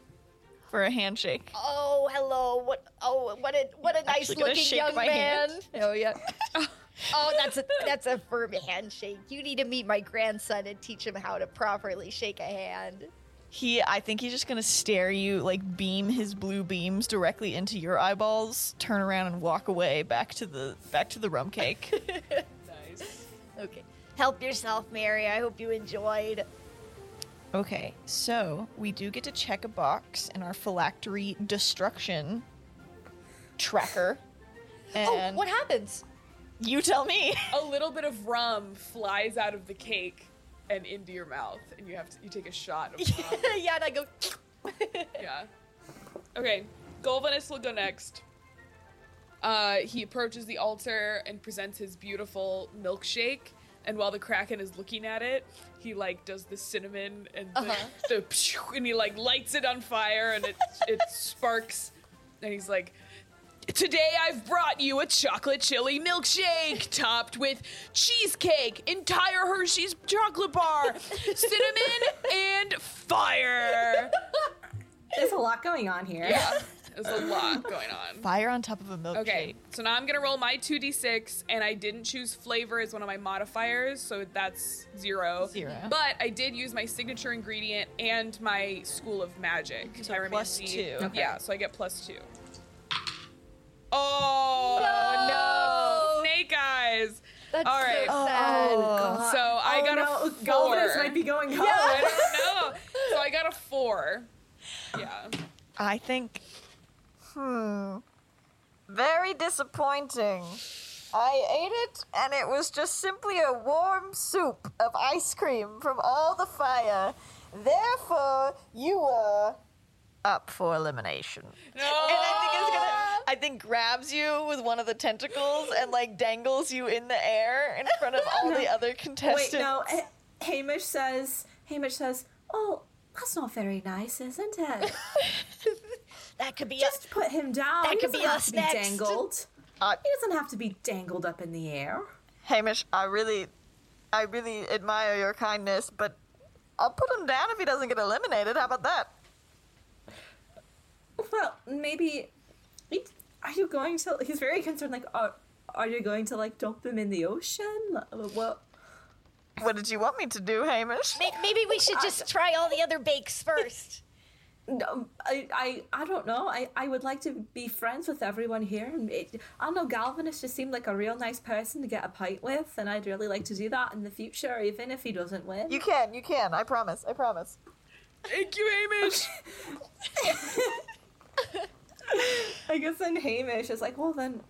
S1: for a handshake.
S2: Oh, hello. What? Oh, what a what a nice
S1: actually gonna
S2: looking
S1: shake
S2: young
S1: my
S2: man.
S1: hand.
S2: Oh yeah. oh, that's a that's a firm handshake. You need to meet my grandson and teach him how to properly shake a hand.
S1: He, I think he's just going to stare you, like beam his blue beams directly into your eyeballs, turn around and walk away back to the back to the rum cake.
S4: nice.
S2: Okay. Help yourself, Mary. I hope you enjoyed.
S1: Okay, so we do get to check a box in our phylactery destruction tracker.
S2: Oh,
S1: And
S2: what happens?
S1: you tell me.
S4: A little bit of rum flies out of the cake and into your mouth, and you have to you take a shot of rum.
S2: yeah, and I go.
S4: yeah. Okay. Golvanus will go next. Uh, he approaches the altar and presents his beautiful milkshake. And while the kraken is looking at it, he like does the cinnamon and the, the pshh, and he like lights it on fire and it it sparks. And he's like, Today I've brought you a chocolate chili milkshake topped with cheesecake, entire Hershey's chocolate bar, cinnamon, and fire.
S3: There's a lot going on here.
S4: Yeah, there's a lot going on.
S1: Fire on top of a milkshake.
S4: Okay, so now I'm gonna roll my 2d6, and I didn't choose flavor as one of my modifiers, so that's zero.
S1: Zero.
S4: But I did use my signature ingredient and my school of magic. pyromancy.
S1: plus two. Okay.
S4: Yeah, so I get plus two. Oh no! Snake eyes.
S2: That's
S4: All right.
S2: so sad.
S4: So I
S3: Oh,
S4: got
S3: no,
S4: a four.
S3: Galvanus might be going home.
S4: I don't know. So I got a four. Yeah.
S1: I think. Hmm. Very disappointing. I ate it, and it was just simply a warm soup of ice cream from all the fire. Therefore, you were up for elimination. And
S4: No.
S1: I think it's gonna. I think grabs you with one of the tentacles and like dangles you in the air in front of all the other
S3: Wait,
S1: contestants.
S3: no. Ha- Hamish says. Hamish says. Oh, that's not very nice, isn't it?
S2: That could be
S3: Just put him down. That he
S2: could
S3: doesn't
S2: be
S3: have
S2: us
S3: to be
S2: next.
S3: dangled.
S1: Uh,
S3: He doesn't have to be dangled up in the air.
S1: Hamish, I really, I really admire your kindness, but I'll put him down if he doesn't get eliminated. How about that?
S3: Well, maybe. Are you going to? He's very concerned. Like, are are you going to like dump him in the ocean? What?
S1: What did you want me to do, Hamish?
S2: a. Maybe we should just try all the other bakes first.
S3: No, I, I, I don't know. I, I would like to be friends with everyone here. And It, I don't know, Galvanus just seemed like a real nice person to get a pint with, and I'd really like to do that in the future, even if he doesn't win.
S1: You can, you can. I promise. I promise.
S4: Thank you, Hamish.
S3: I guess then Hamish is like, well, then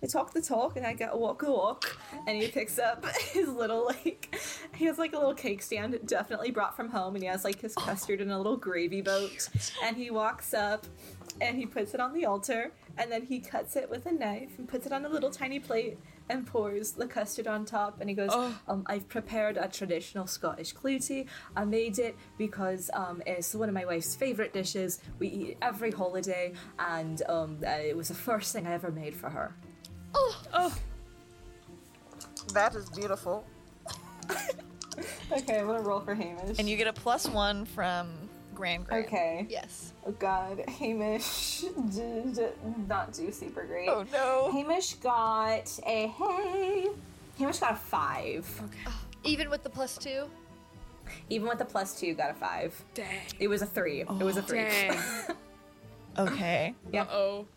S3: they talk the talk, and I get a walk a walk. And he picks up his little, like, he has like a little cake stand, definitely brought from home, and he has like his custard in a little gravy boat. And he walks up and he puts it on the altar, and then he cuts it with a knife and puts it on a little tiny plate and pours the custard on top. And he goes, um, I've prepared a traditional Scottish clouty. I made it because um, it's one of my wife's favourite dishes. We eat it every holiday, and um, uh, it was the first thing I ever made for her.
S1: That is beautiful.
S3: Okay, I'm gonna roll for Hamish.
S1: And you get a plus one from Grand Grand.
S3: okay.
S2: Yes.
S3: Oh god, Hamish did not do super great.
S1: Oh no.
S3: Hamish got a hey. Hamish got a five.
S2: Even with the plus two?
S3: Even with the plus two, got a five.
S4: Dang.
S3: It was a three. it was a three.
S4: Dang.
S1: Okay.
S4: Oh.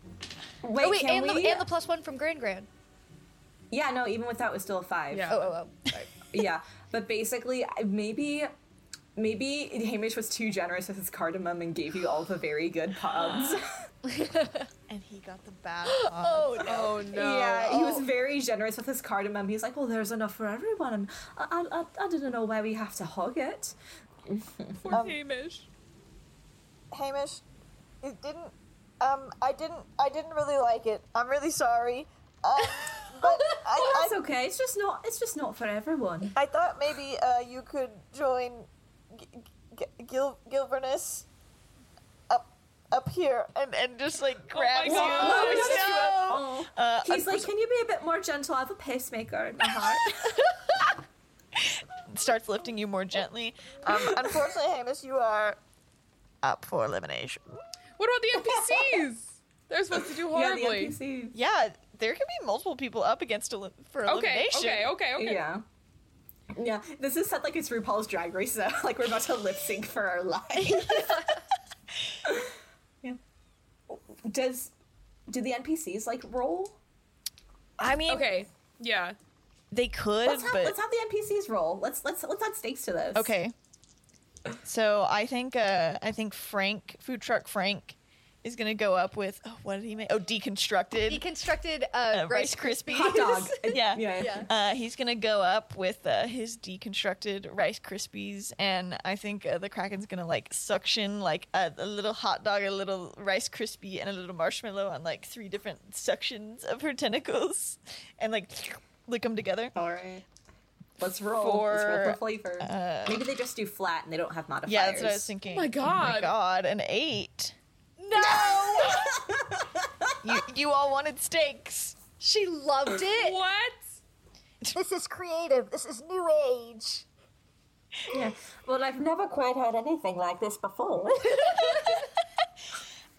S3: Wait,
S2: oh, wait,
S3: can
S2: and the,
S3: we?
S2: and the plus one from Grand Grand.
S3: yeah, no. Even with that, it was still a five.
S4: Yeah.
S2: Oh, oh, oh.
S3: yeah. But basically, I- maybe. Maybe Hamish was too generous with his cardamom and gave you all the very good pods.
S1: And he got the bad.
S2: Oh, no.
S4: Oh no.
S3: Yeah, he was very generous with his cardamom. He's like, "Well, there's enough for everyone." And I, I, I, I didn't know why we have to hog it.
S4: Poor
S3: Um,
S4: Hamish.
S1: Hamish, it didn't. Um, I didn't. I didn't really like it. I'm really sorry. Um, but I,
S3: That's okay. It's just not. It's just not for everyone.
S1: I thought maybe uh, you could join G- G- Gil- Gilverness up up here and, and just like grabs you.
S4: Oh
S1: and
S4: God.
S1: pushes you up.
S3: Oh.
S1: Uh,
S3: He's like, "Can you be a bit more gentle? I have a pacemaker in my heart."
S1: un- starts lifting you more gently. Um, unfortunately, Hamish, you are up for elimination.
S4: What about the NPCs? They're supposed to do horribly.
S3: Yeah, the NPC.
S1: Yeah, there can be multiple people up against eli- for
S4: okay,
S1: elimination.
S4: okay, okay, okay.
S3: Yeah. Yeah, this is set like it's RuPaul's Drag Race, though. Like we're about to lip sync for our lives. yeah. Does do the NPCs like roll?
S1: I mean,
S4: Okay. Yeah.
S1: they could,
S3: Let's have, let's have the NPCs roll. Let's let's let's add stakes to this.
S1: Okay. So I think uh I think Frank, food truck Frank, is gonna go up with oh, what did he make? Oh, deconstructed
S2: Deconstructed uh,
S1: uh, Rice
S2: Rice
S1: Krispies.
S3: Hot dog.
S1: yeah.
S3: Yeah.
S2: Yeah.
S1: Uh, he's gonna go up with uh, his deconstructed Rice Krispies, and I think uh, the Kraken's gonna like suction like a, a little hot dog, a little Rice Krispie, and a little marshmallow on like three different suctions of her tentacles, and like lick them together.
S3: All right. Let's roll. Let's roll
S1: For,
S3: for flavor.
S1: uh,
S3: Maybe they just do flat and they don't have modifiers.
S1: Yeah, that's what I was thinking.
S4: my
S1: Oh my
S4: God.
S1: god, an eight.
S2: No,
S1: You you all wanted steaks.
S2: she loved it.
S4: What?
S2: This is creative. This is new age.
S5: Yeah. Well, I've never quite heard anything like this before.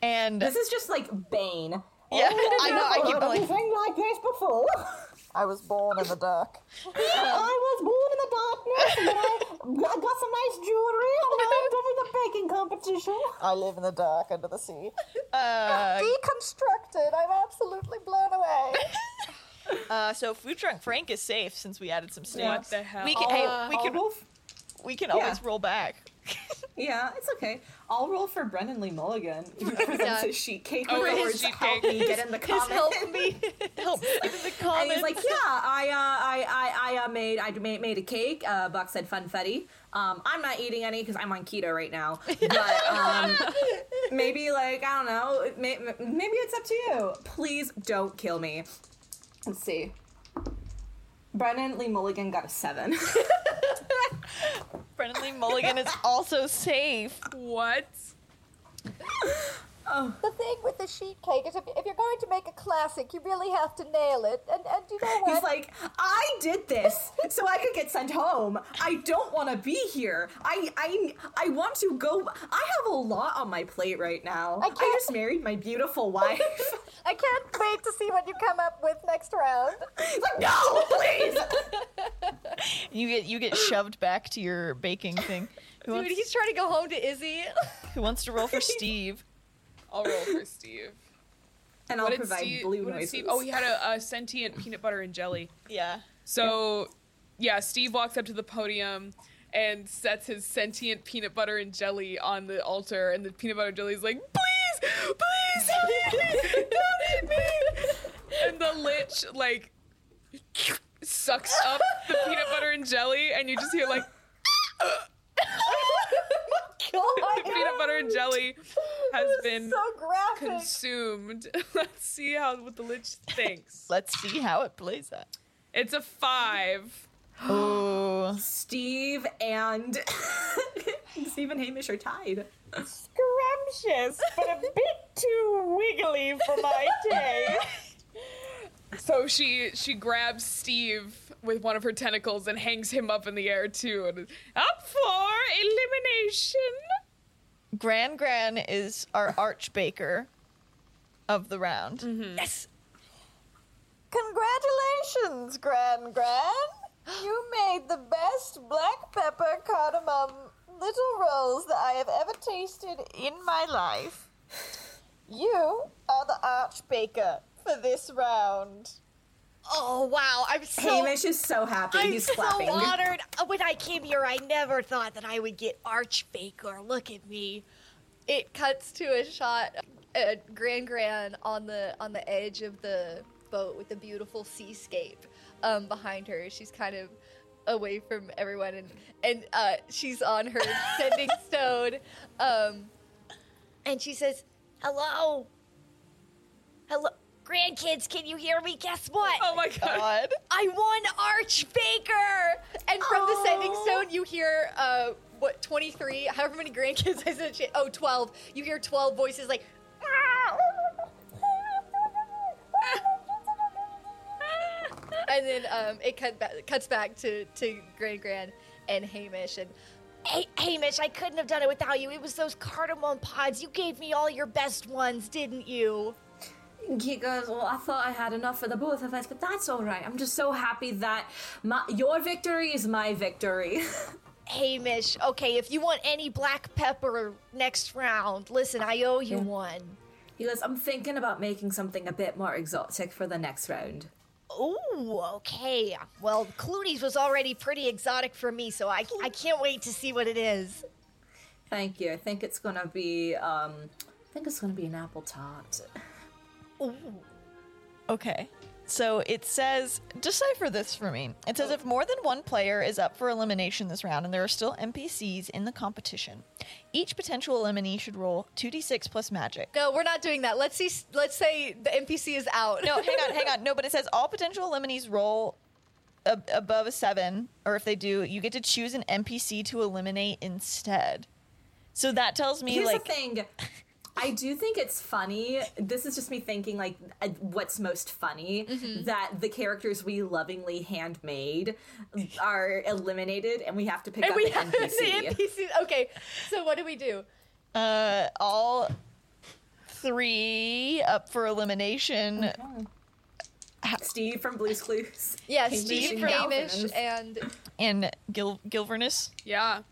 S1: And
S3: This is just like
S5: Bane.
S1: yeah, I know I keep
S5: Oh, heard
S1: like
S5: anything like this before.
S1: I was born in the dark.
S5: I was born in the darkness, and then I, I got some nice jewelry, and now I'm doing the baking competition.
S1: I live in the dark under the sea. Uh,
S5: Deconstructed. I'm absolutely blown away.
S1: uh, so food drunk Frank is safe since we added some steaks.
S4: What the hell? Uh,
S1: We can, hey, we can,
S3: roll.
S1: we can always roll back.
S3: yeah, it's okay. I'll roll for Brennan Lee Mulligan. Represents his sheet cake
S4: Oh,
S3: awards.
S4: his sheet
S3: help
S4: cake.
S3: me get in the comments.
S1: help me, help me in the
S3: And
S1: comments.
S3: he's like, yeah, I, uh, I, I, I uh, made, I made, made a cake. Uh, Buck said funfetti. Um, I'm not eating any because I'm on keto right now. But um, maybe like I don't know. May, maybe it's up to you. Please don't kill me. Let's see. Brennan Lee Mulligan got a seven.
S1: Brennan Lee Mulligan is also safe.
S4: What?
S2: The thing with the sheet cake is if, if you're going to make a classic, you really have to nail it. And and you know
S3: He's like, I did this so I could get sent home. I don't want to be here. I, I, I want to go. I have a lot on my plate right now. I,
S2: can't-
S3: just married my beautiful wife.
S2: I can't wait to see what you come up with next round.
S3: He's like, no, please.
S1: You get you get shoved back to your baking thing. Who
S2: Dude,
S1: wants,
S2: he's trying to go home to Izzy.
S1: who wants to roll for Steve?
S4: I'll roll for Steve.
S3: And I'll
S4: What did
S3: provide
S4: Steve?
S3: blue
S4: what did
S3: noises.
S4: Steve? Oh, he had a, a sentient peanut butter and jelly.
S1: Yeah.
S4: So, yeah, Steve walks up to the podium and sets his sentient peanut butter and jelly on the altar, and the peanut butter and jelly is like, "Please, please, don't eat me, don't eat me!" And the lich like sucks up the peanut butter and jelly, and you just hear like
S2: Oh
S4: the peanut butter and jelly has been
S2: graphic.
S4: consumed. Let's see how what the lich thinks.
S1: Let's see how it plays out.
S4: It's a five.
S1: Oh.
S3: Steve and Steve and Hamish are tied.
S6: scrumptious, but a bit too wiggly for my taste.
S4: So she she grabs Steve with one of her tentacles and hangs him up in the air too. And is, up for elimination.
S1: Gran Gran is our archbaker of the round. Yes.
S6: Congratulations, Gran Gran! You made the best black pepper cardamom little rolls that I have ever tasted in my life. You are the archbaker for this round.
S2: Oh wow, I'm so
S3: Hamish is so happy.
S2: I'm
S3: He's
S2: so
S3: clapping.
S2: honored. Uh, When I came here, I never thought that I would get Archbaker. Look at me. It cuts to a shot at Gran Gran on the on the edge of the boat with the beautiful seascape um, behind her. She's kind of away from everyone, and and uh, she's on her sending stone, um, and she says, "Hello, hello." Grandkids, can you hear me? Guess what?
S4: Oh my
S6: Uh,
S4: god.
S1: God.
S2: I won Archbaker! And from the sending stone, you hear, uh, what, 23, however many grandkids I said, shit, oh, 12. You hear 12 voices like, and then um, it cut ba- cuts back to, to Grand Grand and Hamish. And
S7: Hey, Hamish, I couldn't have done it without you. It was those cardamom pods. You gave me all your best ones, didn't you?
S3: He goes, Well, I thought I had enough for the both of us, but that's all right. I'm just so happy that my, your victory is my victory.
S7: Hamish, okay, if you want any black pepper next round, listen, I owe you one.
S3: he goes, I'm thinking about making something a bit more exotic for the next round.
S7: Ooh, okay. Well, Clooney's was already pretty exotic for me, so I, I can't wait to see what it is.
S3: Thank you. I think it's gonna be um,
S5: think it's gonna be an apple tart.
S1: Okay. So it says, decipher this for me. It says if more than one player is up for elimination this round and there are still NPCs in the competition, each potential eliminee should roll 2d6 plus magic.
S2: No, we're not doing that. Let's see. Let's say the NPC is out.
S1: No, hang on, hang on. No, but it says all potential eliminees roll ab- above a seven, or if they do, you get to choose an NPC to eliminate instead. So that tells me,
S3: Here's
S1: like,
S3: the thing. I do think it's funny. This is just me thinking, like, uh, what's most funny that the characters we lovingly handmade are eliminated, and we have to pick up
S2: we
S3: an
S2: have
S3: NPC.
S2: the NPC. Okay, so what do we do?
S1: uh, all three up for elimination.
S3: Steve from Blue's Clues.
S2: Yeah,
S3: Hamish
S2: Steve
S3: and
S2: from
S3: Galvanus.
S2: Amish and
S1: And Gil- Gilverness,
S4: Yeah.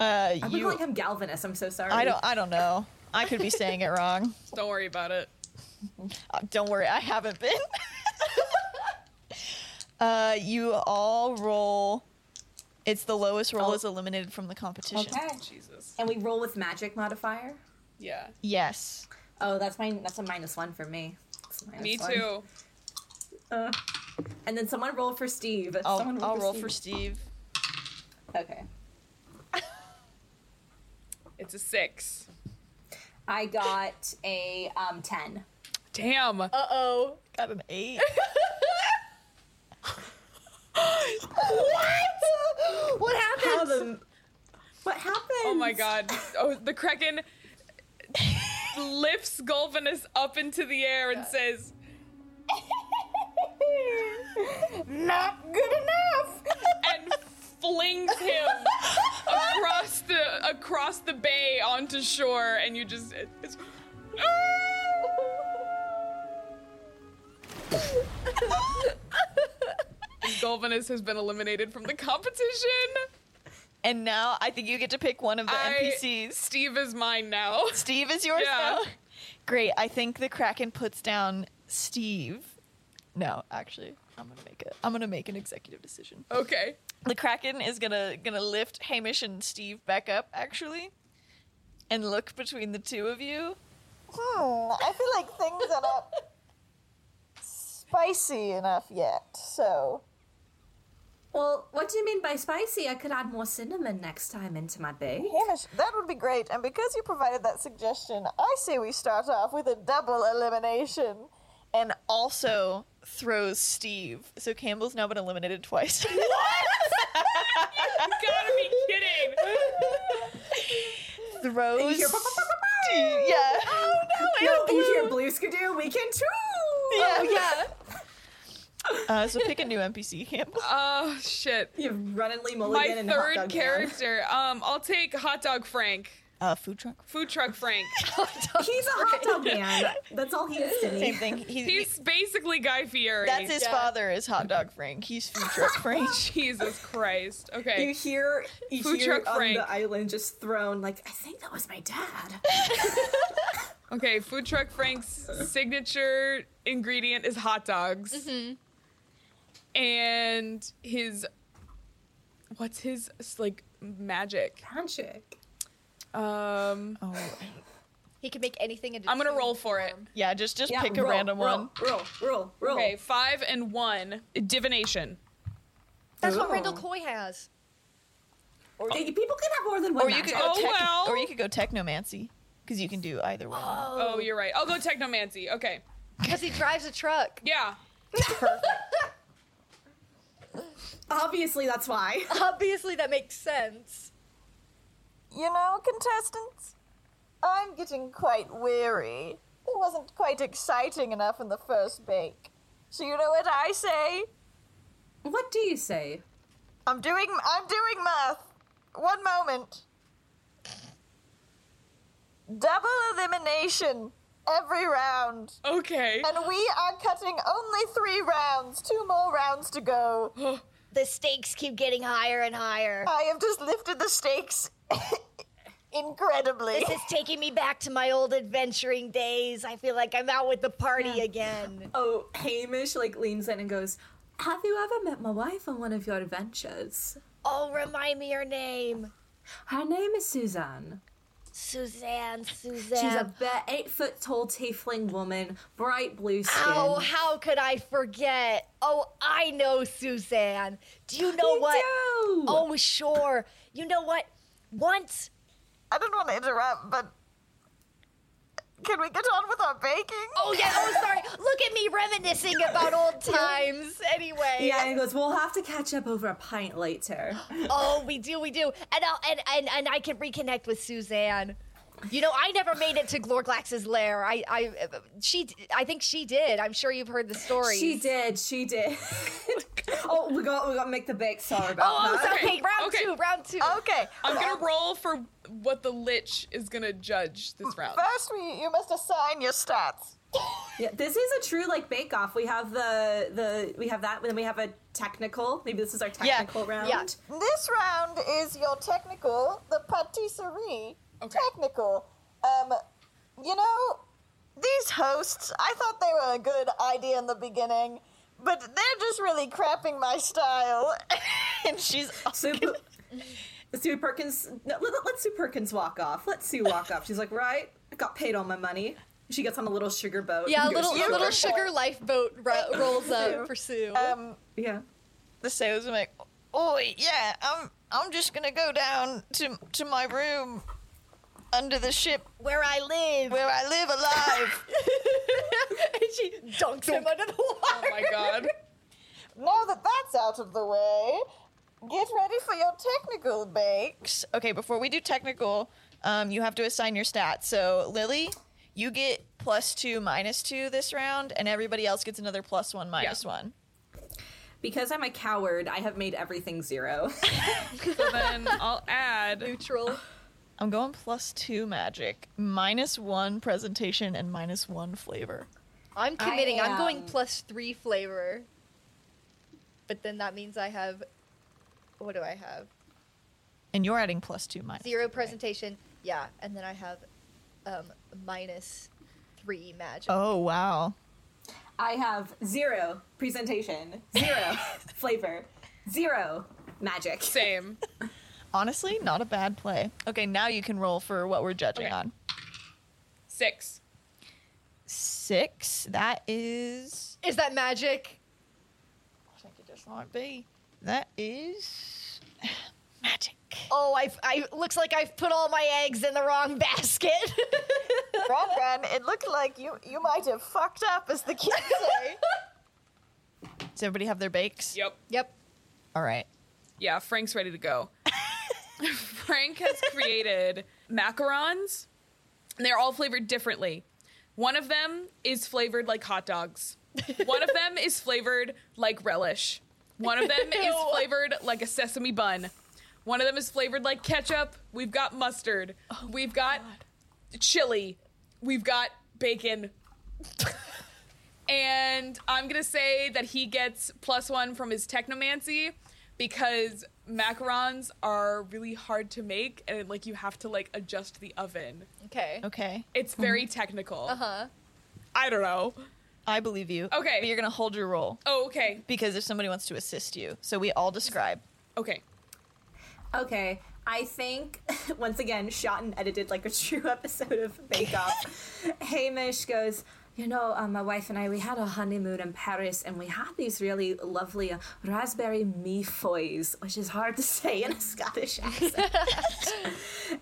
S1: uh,
S3: I'm
S1: you.
S3: calling him Galvanus. I'm so sorry.
S1: I don't. I don't know. I could be saying it wrong.
S4: Don't worry about it.
S1: Uh, don't worry, I haven't been. uh, you all roll. It's the lowest roll is eliminated from the competition.
S3: Okay.
S4: Jesus.
S3: And we roll with magic modifier.
S4: Yeah.
S1: Yes.
S3: Oh, that's mine. That's a minus one for me. It's a minus
S4: Me
S3: one.
S4: too.
S3: Uh, and then someone roll for Steve.
S1: I'll,
S3: someone
S1: I'll roll for Steve.
S3: Okay.
S4: It's a six.
S3: I got a um, ten.
S4: Damn.
S2: uh oh.
S1: Got an eight.
S2: What? what happened?
S3: How Oh, the? What happened?
S4: oh my god. Oh, the Kraken lifts Golvanus up into the air and says,
S6: Not good enough.
S4: and flings him across the across the bay onto shore, and you just it- it's, And Golvanus has been eliminated from the competition.
S1: and now I think you get to pick one of the
S4: I-
S1: NPCs.
S4: Steve is mine now.
S1: Steve is yours
S4: Yeah.
S1: now. Great. I think the Kraken puts down Steve. No, actually, I'm gonna make it. I'm gonna make an executive decision.
S4: Okay.
S1: The Kraken is gonna gonna lift Hamish and Steve back up actually, and look between the two of you.
S6: Hmm, I feel like things are not spicy enough yet, so.
S3: Well, what do you mean by spicy? I could add more cinnamon next time into my bake.
S6: Hamish, that would be great. And because you provided that suggestion, I say we start off with a double elimination.
S1: and also throws Steve. So Campbell's now been eliminated twice.
S4: You gotta be kidding.
S1: throws
S3: hear-
S1: Steve. Yeah. Oh no,
S3: No, you hear Blue Skidoo, we can too!
S7: Oh,
S1: yeah. Uh, so pick a new NPC, Campbell.
S4: Oh shit.
S3: You run and Lee Mulligan
S4: My
S3: and Hot
S4: third
S3: Dog
S4: character. Um, I'll take hot dog Frank.
S1: Uh, food truck.
S4: Food truck Frank.
S3: Man. He's a hot dog man. That's all he is to me.
S1: Same thing. He,
S4: He's basically Guy Fieri.
S1: that's his father is hot dog Frank. He's food truck Frank.
S4: Jesus Christ.
S3: You
S4: Okay.
S3: hear, you
S4: Food
S3: hear
S4: truck
S3: on
S4: Frank.
S3: the island just thrown, like, I think that was my dad.
S4: Okay. Food truck Frank's signature ingredient is hot dogs. And his, what's his like magic?
S3: Magic.
S4: Um,
S1: Oh,
S2: He can make anything into.
S4: I'm gonna
S2: two.
S4: roll for it.
S1: yeah. Just just
S3: Yeah,
S1: pick a
S3: roll,
S1: random
S3: roll,
S1: one.
S3: Roll, roll, roll.
S4: Okay, five and one. Divination.
S2: That's what
S3: Ooh.
S2: Randall Coy has.
S3: Or- People can have more than one
S1: Or you could
S3: magic.
S1: go
S4: Oh,
S1: tech-
S4: well.
S1: or you could go technomancy because you can do either one.
S4: Oh. you're right. I'll go technomancy. Okay.
S2: Because he drives a truck.
S4: Yeah.
S3: Obviously, that's why.
S2: Obviously, that makes sense.
S6: You know, contestants, I'm getting quite weary. It wasn't quite exciting enough in the first bake. So you know what I say?
S3: What do you say?
S6: I'm doing I'm doing math. One moment. Double elimination every round.
S4: Okay.
S1: Oh,
S6: And we are cutting only three rounds. Two more rounds to go.
S7: The stakes keep getting higher and higher.
S2: Oh.
S6: I have just lifted the stakes incredibly.
S7: This is taking me back to my old adventuring days. I feel like I'm out with the party again.
S3: Oh, Hamish like leans in and goes, "Have you ever met my wife on one of your adventures?
S7: Oh, remind me your name.
S3: Her name is Suzanne."
S2: Suzanne, Suzanne.
S3: She's a bare eight foot tall tiefling woman, bright blue skin.
S2: Oh, how could I forget? Oh, I know Suzanne. Do you know
S3: You
S2: what?
S3: do!
S2: Oh, sure. You know what? Once
S1: I don't want to interrupt, but can we get on with our baking?
S2: Oh yeah, oh sorry. Look at me reminiscing about old times. Anyway.
S3: Yeah, and he goes, We'll have to catch up over a pint later.
S2: Oh, we do, we do. And I'll and, and and I can reconnect with Suzanne. You know, I never made it to Glorglax's lair. I I she I think she did. I'm sure you've heard the story.
S3: She did, she did. oh, we got we gotta make the big sorry about
S2: Oh,
S3: that.
S2: so- okay,
S4: Okay,
S2: round
S4: okay.
S2: two, round two.
S1: Okay.
S4: I'm gonna roll for what the lich is gonna judge this round.
S1: First, we, you must assign your stats.
S3: Yeah, this is a true like bake off. We have the the we have that, and then we have a technical. Maybe this is our technical round.
S2: yeah.
S1: This round is your technical, the patisserie
S4: Okay.
S1: technical. Um, you know, these hosts, I thought they were a good idea in the beginning, but they're just really crapping my style. and she's
S3: So
S1: gonna-
S3: let's do Perkins. No, let, us do Perkins walk off. Let's see walk off. She's like, right, I got paid all my money. She gets on a little sugar boat.
S8: Yeah, a
S3: and goes
S8: little
S3: to
S8: a little
S3: work.
S8: sugar lifeboat ro- rolls up for Sue.
S1: um,
S3: Yeah.
S5: The salesman like, oh yeah, I'm I'm just gonna go down to to my room under the ship
S2: Where I live.
S5: where I live alive.
S8: and she dunks him under the
S4: Oh
S8: water.
S4: my god.
S1: now that that's out of the way, get ready for your technical bake.
S5: S- okay, before we do technical, um, you have to assign your stats. So Lily, you get plus two, minus two this round, and everybody else gets another plus one, minus one.
S3: Because I'm a coward, I have made everything zero.
S4: So then I'll add.
S8: Neutral.
S5: I'm going plus two magic, minus one presentation, and minus one flavor.
S8: I'm committing. I'm going
S3: am-
S8: plus three flavor. But then that means I have. What do I have?
S5: And you're adding plus two, minus
S8: Zero
S5: two, right?
S8: presentation. Yeah, and then I have um, minus three magic.
S5: Oh wow.
S3: I have zero presentation, zero flavor, zero magic.
S4: Same.
S5: Honestly, not a bad play. Okay, now you can roll for what we're judging
S4: Okay.
S5: on.
S4: Six.
S5: Six. That is.
S8: Is that magic?
S5: I think it just might be. That is magic.
S2: Oh, I've I looks like I've put all my eggs in the wrong basket.
S1: Gran Gran, it looked like you, you might have fucked up, as the kids say.
S5: Does everybody have their bakes?
S4: Yep.
S8: Yep.
S5: All right.
S4: Yeah, Frank's ready to go. Frank has created macarons. and They're all flavored differently. One of them is flavored like hot dogs. One of them is flavored like relish. One of them is flavored like a sesame bun. One of them is flavored like ketchup. We've got mustard. We've got chili. We've got bacon. and I'm gonna say that he gets plus one from his technomancy because macarons are really hard to make and like you have to like adjust the oven.
S8: Okay.
S5: Okay.
S4: It's very technical.
S8: Uh huh.
S4: I don't know.
S5: I believe you.
S4: Okay.
S5: But you're gonna hold your roll
S4: Oh, okay.
S5: because if somebody wants to assist you, so we all describe.
S4: Okay.
S3: Okay, I think once again shot and edited like a true episode of Bake Off. Hamish goes, you know, uh, my wife and I we had a honeymoon in Paris, and we had these really lovely uh, raspberry mifois, which is hard to say in a Scottish accent.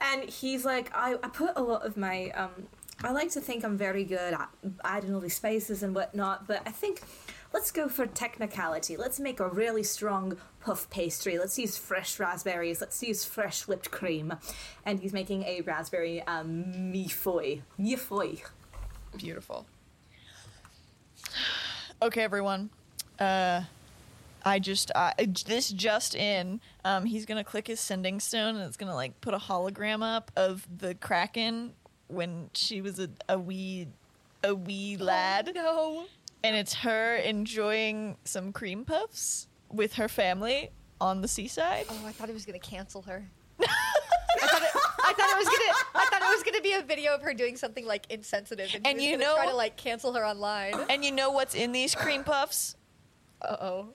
S3: and he's like, I, I put a lot of my um, I like to think I'm very good at adding all these spaces and whatnot, but I think let's go for technicality. Let's make a really strong puff pastry. Let's use fresh raspberries. Let's use fresh whipped cream. And he's making a raspberry um, mifoy. Mifoy.
S4: Beautiful.
S5: Okay, everyone. Uh, I just I, uh, this just in. Um, he's gonna click his sending stone and it's gonna like put a hologram up of the Kraken when she was a, a wee a wee lad.
S8: No.
S5: and it's her enjoying some cream puffs with her family on the seaside.
S8: Oh, I thought it was gonna cancel her. I thought it was gonna. I thought it was gonna be a video of her doing something like insensitive, and, he
S5: And
S8: was
S5: you
S8: gonna
S5: know-
S8: try to like cancel her online.
S5: And you know what's in these cream puffs?
S8: Uh oh.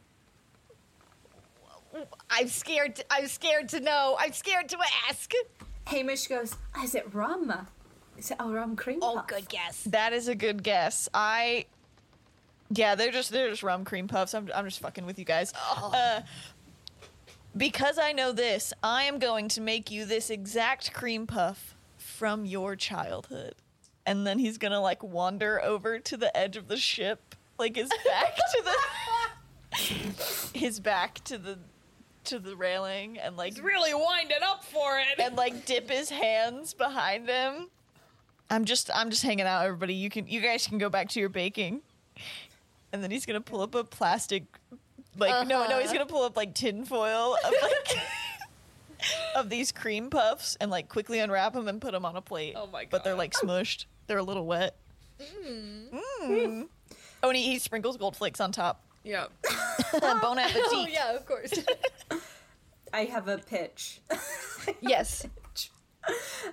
S2: I'm scared. To, I'm scared to know. I'm scared to ask.
S3: Hamish goes, "Is it rum?" Is it oh rum cream?
S2: Oh,
S3: puff?"
S2: good guess.
S5: That is a good guess. I. Yeah, they're just they're just rum cream puffs. I'm I'm just fucking with you guys. Uh, because I know this, I am going to make you this exact cream puff from your childhood. And then he's gonna like wander over to the edge of the ship, like his back to the his back to the to the railing, and like
S4: Really wind it up for it.
S5: and like dip his hands behind him. I'm just I'm just hanging out, everybody. You can you guys can go back to your baking. And then he's gonna pull up a plastic like no no he's gonna pull up like tin foil of like of these cream puffs and like quickly unwrap them and put them on a plate.
S4: Oh my
S5: But they're
S4: God.
S5: like smushed. They're a little wet. Mm. Oh, and he, he sprinkles gold flakes on top.
S4: Yeah.
S5: bon appetit.
S2: Oh yeah, of course.
S3: I have a pitch.
S9: Yes.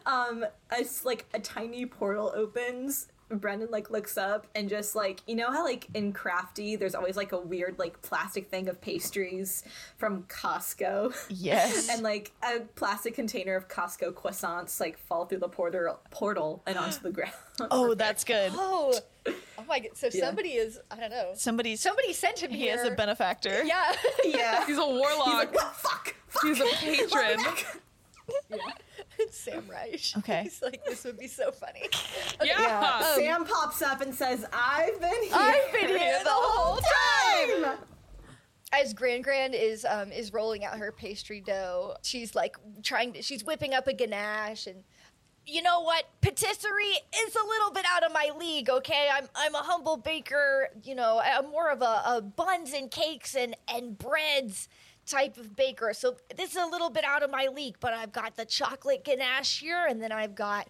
S3: um, it's like a tiny portal opens. Brendan like looks up and just like you know how like in Crafty there's always like a weird like plastic thing of pastries from Costco.
S5: Yes.
S3: and like a plastic container of Costco croissants like fall through the portal portal and onto the ground.
S5: oh, that's good.
S2: oh, oh my god. So somebody is. I don't know.
S5: Somebody
S2: Somebody sent him
S5: he
S2: here.
S5: is a benefactor.
S2: Yeah.
S3: yeah.
S4: He's a warlock.
S3: what fuck? Fuck.
S4: He's a patron.
S2: Sam Reich.
S5: Okay.
S2: He's like, this would be so funny.
S4: Yeah.
S3: Sam pops up and says, "I've been here."
S2: here the whole
S3: time.
S2: As Gran Gran is um is rolling out her pastry dough, she's like trying to she's whipping up a ganache and you know what? Patisserie is a little bit out of my league, okay? I'm I'm a humble baker, you know, I'm more of a, a buns and cakes and, and breads type of baker. So this is a little bit out of my league, but I've got the chocolate ganache here and then I've got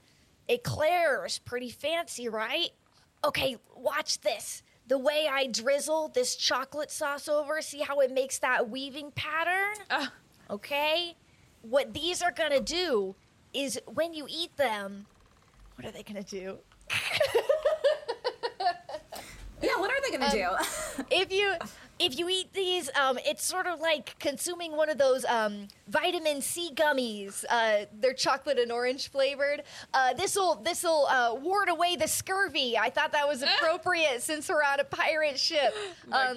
S2: eclairs, pretty fancy, right? Okay, watch this. The way I drizzle this chocolate sauce over, see how it makes that weaving pattern?
S4: Ah.
S2: Okay? What these are gonna do is when you eat them, what are they gonna do?
S3: Yeah, what are they gonna do?
S2: If you if you eat these, um, it's sort of like consuming one of those um, vitamin C gummies. Uh, they're chocolate and orange flavored. Uh, this'll this'll uh, ward away the scurvy. I thought that was appropriate since we're on a pirate ship. Um,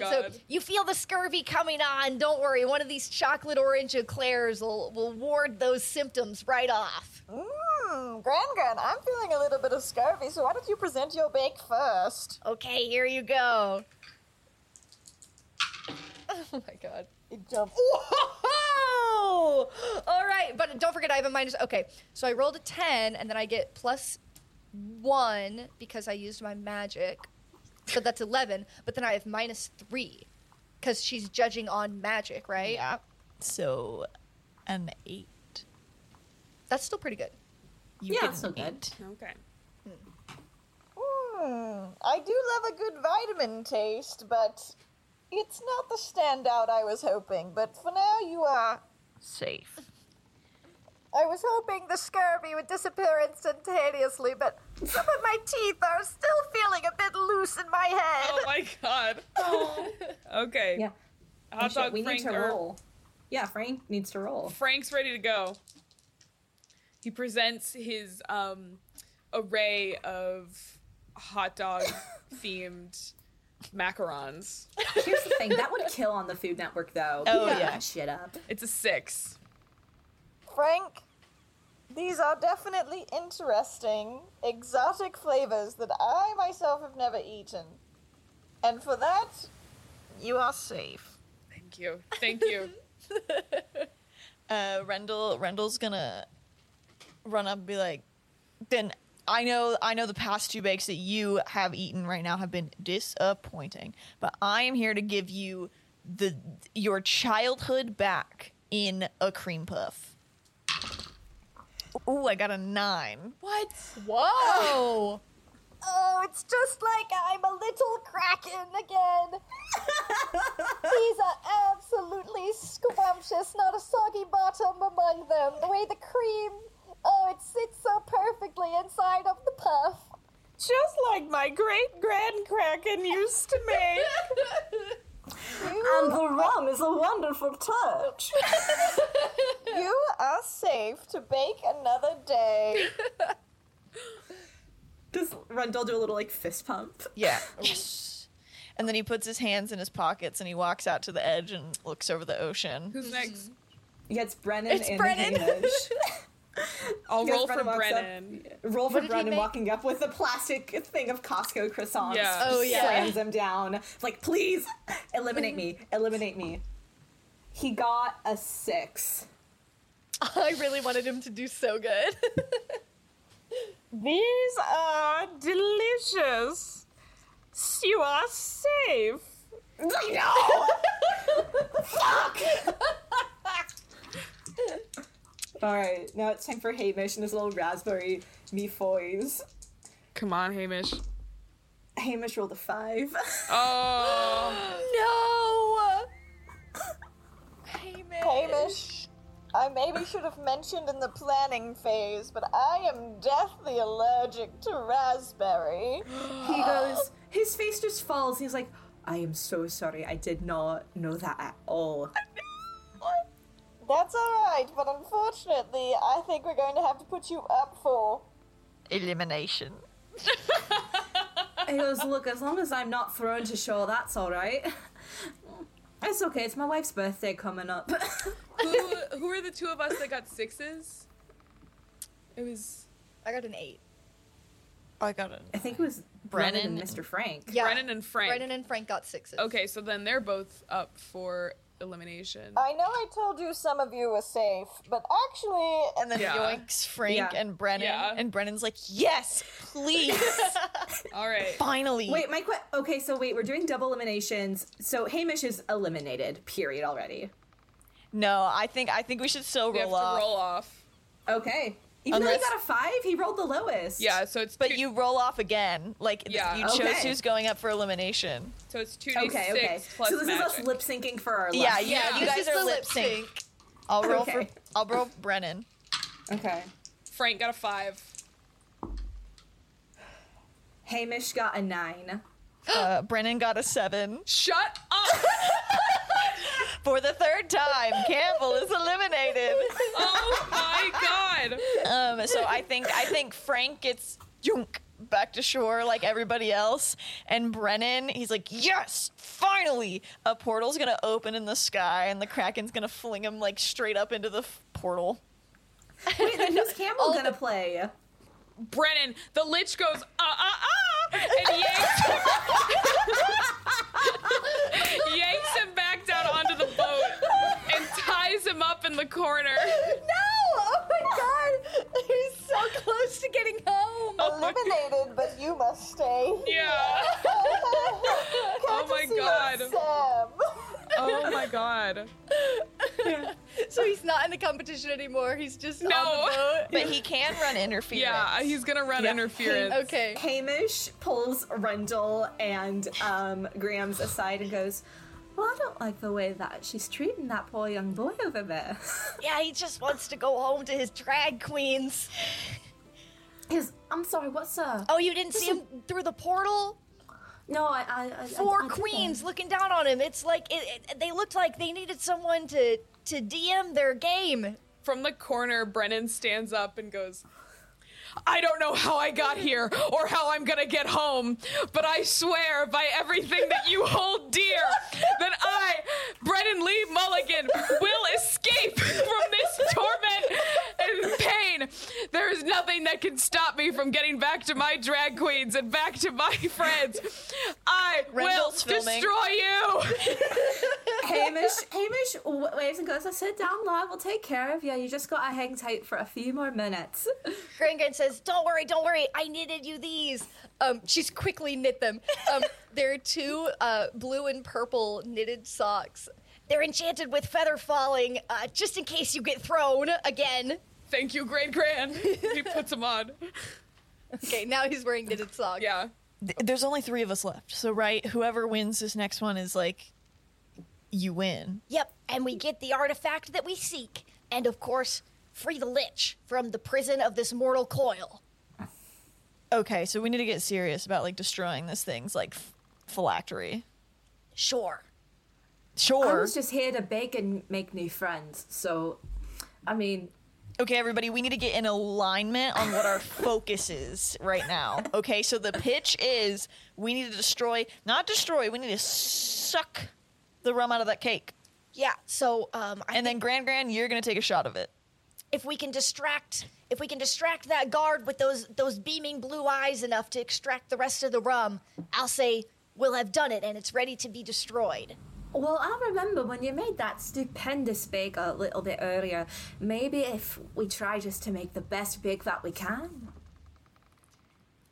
S4: my
S2: So
S4: God.
S2: you feel the scurvy coming on. Don't worry. One of these chocolate orange eclairs will will ward those symptoms right off.
S1: Mmm, Gran Gran, I'm feeling a little bit of scurvy, so why don't you present your bake first?
S2: Okay, here you go. Oh my god.
S1: It jumped.
S2: Whoa! All right, but don't forget I have a minus. Okay, so I rolled a 10, and then I get plus one because I used my magic. So that's 11, but then I have minus three because she's judging on magic, right?
S5: Yeah. So, an eight.
S2: That's still pretty good.
S5: You
S3: Yeah,
S5: get
S3: that's
S5: an
S3: not bad.
S5: eight.
S4: Okay.
S1: Mmm, I do love a good vitamin taste, but it's not the standout I was hoping. But for now, you are.
S5: Safe.
S1: I was hoping the scurvy would disappear instantaneously, but some of my teeth are still feeling a bit loose in my head.
S4: Oh my god. Oh. okay.
S3: Yeah.
S4: Hot
S3: Shit,
S4: dog
S3: we
S4: Frank
S3: need to
S4: or-
S3: roll. Yeah, Frank needs to roll.
S4: Frank's ready to go. He presents his um, array of hot dog themed macarons.
S3: Here's the thing that would kill on the Food Network though.
S5: Oh,
S3: Pick
S5: yeah.
S3: that shit up.
S4: It's a six.
S1: Frank, these are definitely interesting, exotic flavors that I myself have never eaten. And for that,
S5: You are safe.
S4: Thank you. Thank you.
S5: Uh, Rendell. Rendell's gonna run up and be like, "Then I know. I know the past two bakes that you have eaten right now have been disappointing, but I am here to give you the your childhood back in a cream puff." Ooh, I got a nine.
S4: what?
S2: Whoa!
S1: oh, it's just like I'm a little kraken again. these are absolutely scrumptious, not a soggy bottom among them. The way the cream, oh, it sits so perfectly inside of the puff.
S10: Just like my great grand kraken used to make.
S1: You
S5: Um,
S11: And the rum is a wonderful touch.
S1: You are safe to bake another day.
S3: Does Rundle do a little like fist pump?
S5: Yeah. Yes. And then he puts his hands in his pockets and he walks out to the edge and looks over the ocean.
S4: Who's next?
S3: Yeah, it's Brennan it's and Brennan.
S4: I'll
S3: Yes,
S4: roll
S3: Brennan
S4: for
S3: walks up.
S4: Brennan.
S3: Roll for
S2: did he
S3: Brennan
S2: make?
S3: walking up with the plastic thing of Costco croissants.
S4: Yeah.
S3: Just
S4: Oh,
S5: yeah.
S3: Slams him down. Like, please eliminate me. Eliminate me. He got a six.
S2: I really wanted him to do so good.
S12: These are delicious. You are safe.
S3: No! Fuck! Alright, now it's time for Hamish and his little raspberry me foys.
S4: Come on, Hamish.
S3: Hamish rolled a five.
S4: Oh,
S5: No.
S1: Hamish, I maybe should have mentioned in the planning phase, but I am deathly allergic to raspberry.
S3: he goes, his face just falls. He's like, I am so sorry. I did not know that at all.
S1: That's alright, but unfortunately, I think we're going to have to put you up for.
S5: Elimination.
S3: He goes, Look, as long as I'm not thrown to shore, that's all right. It's okay. It's my wife's birthday coming up.
S4: who who are the two of us that got sixes? It was
S13: I got an eight.
S5: I got it.
S3: I think it was Brennan, and Mr. Frank.
S13: Yeah.
S4: Brennan and Frank.
S13: Brennan and Frank got sixes.
S4: okay, so then they're both up for elimination.
S1: I know I told you some of you were safe, but actually,
S5: And then
S4: Yeah.
S5: yoinks Frank
S3: Yeah.
S5: and Brennan.
S4: Yeah.
S5: And Brennan's like, yes, please.
S4: All right.
S5: Finally.
S3: Wait, my que- okay. So wait, we're doing double eliminations. So Hamish is eliminated. Period. Already.
S5: No, I think I think we should still
S4: We have
S5: roll
S4: to
S5: off.
S4: roll off.
S3: Okay. Even though
S5: Unless-
S3: he got a five, he rolled the lowest.
S4: Yeah, so it's
S5: But
S4: two,
S5: you roll off again. Like th-
S4: Yeah.
S5: you chose
S3: Okay.
S5: who's going up for elimination.
S4: so it's two d
S3: Okay.
S4: six
S3: Okay.
S4: plus
S3: So this is us
S4: magic.
S3: lip syncing for our.
S5: Yeah,
S3: left.
S5: you,
S4: Yeah.
S5: you
S4: This
S5: guys
S13: is
S5: are
S13: the
S5: lip
S13: lip
S5: sync. I'll roll
S3: Okay.
S5: for I'll roll Brennan.
S3: Okay.
S4: Frank got a five.
S3: Hamish got a nine.
S5: Uh, Brennan got a seven
S4: Shut up!
S5: for the third time. Campbell is eliminated.
S4: oh my god!
S5: Um, so I think I think Frank gets yunk back to shore like everybody else, and Brennan he's like, yes, finally, a portal's gonna open in the sky, and the Kraken's gonna fling him like straight up into the f- portal.
S3: Wait, then who's Campbell gonna play?
S4: Brennan, the lich goes ah ah ah, and yanks, yanks him back down onto the boat and ties him up in the corner.
S13: Oh my god! He's so close to getting home.
S4: Oh my-
S1: eliminated, but you must stay.
S4: yeah. Oh my
S1: Courtesy of
S4: god.
S1: Sam.
S4: Oh my god.
S13: So he's not in the competition anymore. He's just on the
S4: Oh. No.
S5: But he can run interference.
S4: Yeah, he's gonna run interference.
S13: boat. Okay.
S3: Hamish pulls Rendell and um, Graham's aside and goes, "Well, I don't like the way that she's treating that poor young boy over there."
S2: yeah, he just wants to go home to his drag queens.
S3: He goes, "I'm sorry, what's up?"
S2: Oh, you didn't see him through the portal?
S3: No, I, I, I I- I
S2: Four
S3: didn't."
S2: queens looking down on him. It's like it, it, they looked like they needed someone to to DM their game.
S4: From the corner, Brennan stands up and goes, I don't know how I got here or how I'm gonna get home, but I swear by everything that you hold dear that I, Brennan Lee Mulligan, will escape from this torment and pain. There is nothing that can stop me from getting back to my drag queens and back to my friends. I
S5: Randall's
S4: will
S5: filming.
S4: destroy you.
S3: Hamish, Hamish w- waves and goes, "I sit down, love. We'll take care of you. You just gotta hang tight for a few more minutes."
S2: Gringan says, "Don't worry, don't worry. I knitted you these."
S13: Um, she's quickly knit them. Um, there are two uh, blue and purple knitted socks.
S2: They're enchanted with feather falling, uh, just in case you get thrown again.
S4: Thank you, Grand Grand. He puts him on.
S13: Okay, now he's wearing knitted socks.
S4: Yeah.
S5: Th- There's only three of us left. So right, whoever wins this next one is like, you win.
S2: Yep, and we get the artifact that we seek, and of course, free the lich from the prison of this mortal coil.
S5: Okay, so we need to get serious about like destroying this thing's like f- phylactery.
S2: Sure.
S5: Sure.
S3: I was just here to bake and make new friends. So, I mean,
S5: Okay, everybody, we need to get in alignment on what our focus is right now. Okay, so the pitch is we need to destroy, not destroy, we need to suck the rum out of that cake.
S2: Yeah. So um, I
S5: And
S2: think
S5: then, Grand Grand, you're going to take a shot of it.
S2: if we can distract if we can distract that guard with those those beaming blue eyes enough to extract the rest of the rum, I'll say we'll have done it and it's ready to be destroyed.
S3: Well, I remember when you made that stupendous bake a little bit earlier. Maybe if we try just to make the best bake that we can.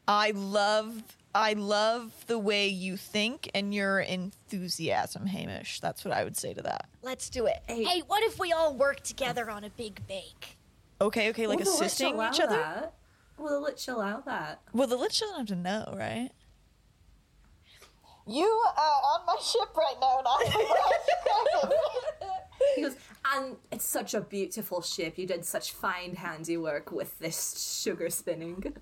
S5: I love. I love the way you think and your enthusiasm, Hamish. That's what I would say to that.
S2: Let's do it. Hey, what if we all work together on a big bake?
S5: Okay, okay, like
S3: Will the Lich
S5: assisting
S3: allow
S5: each other.
S3: That? Will the Lich allow that?
S5: Well, the Lich doesn't have to know, right?
S1: You are on my ship right now, and I'm
S3: He goes, and it's such a beautiful ship. You did such fine handiwork with this sugar spinning.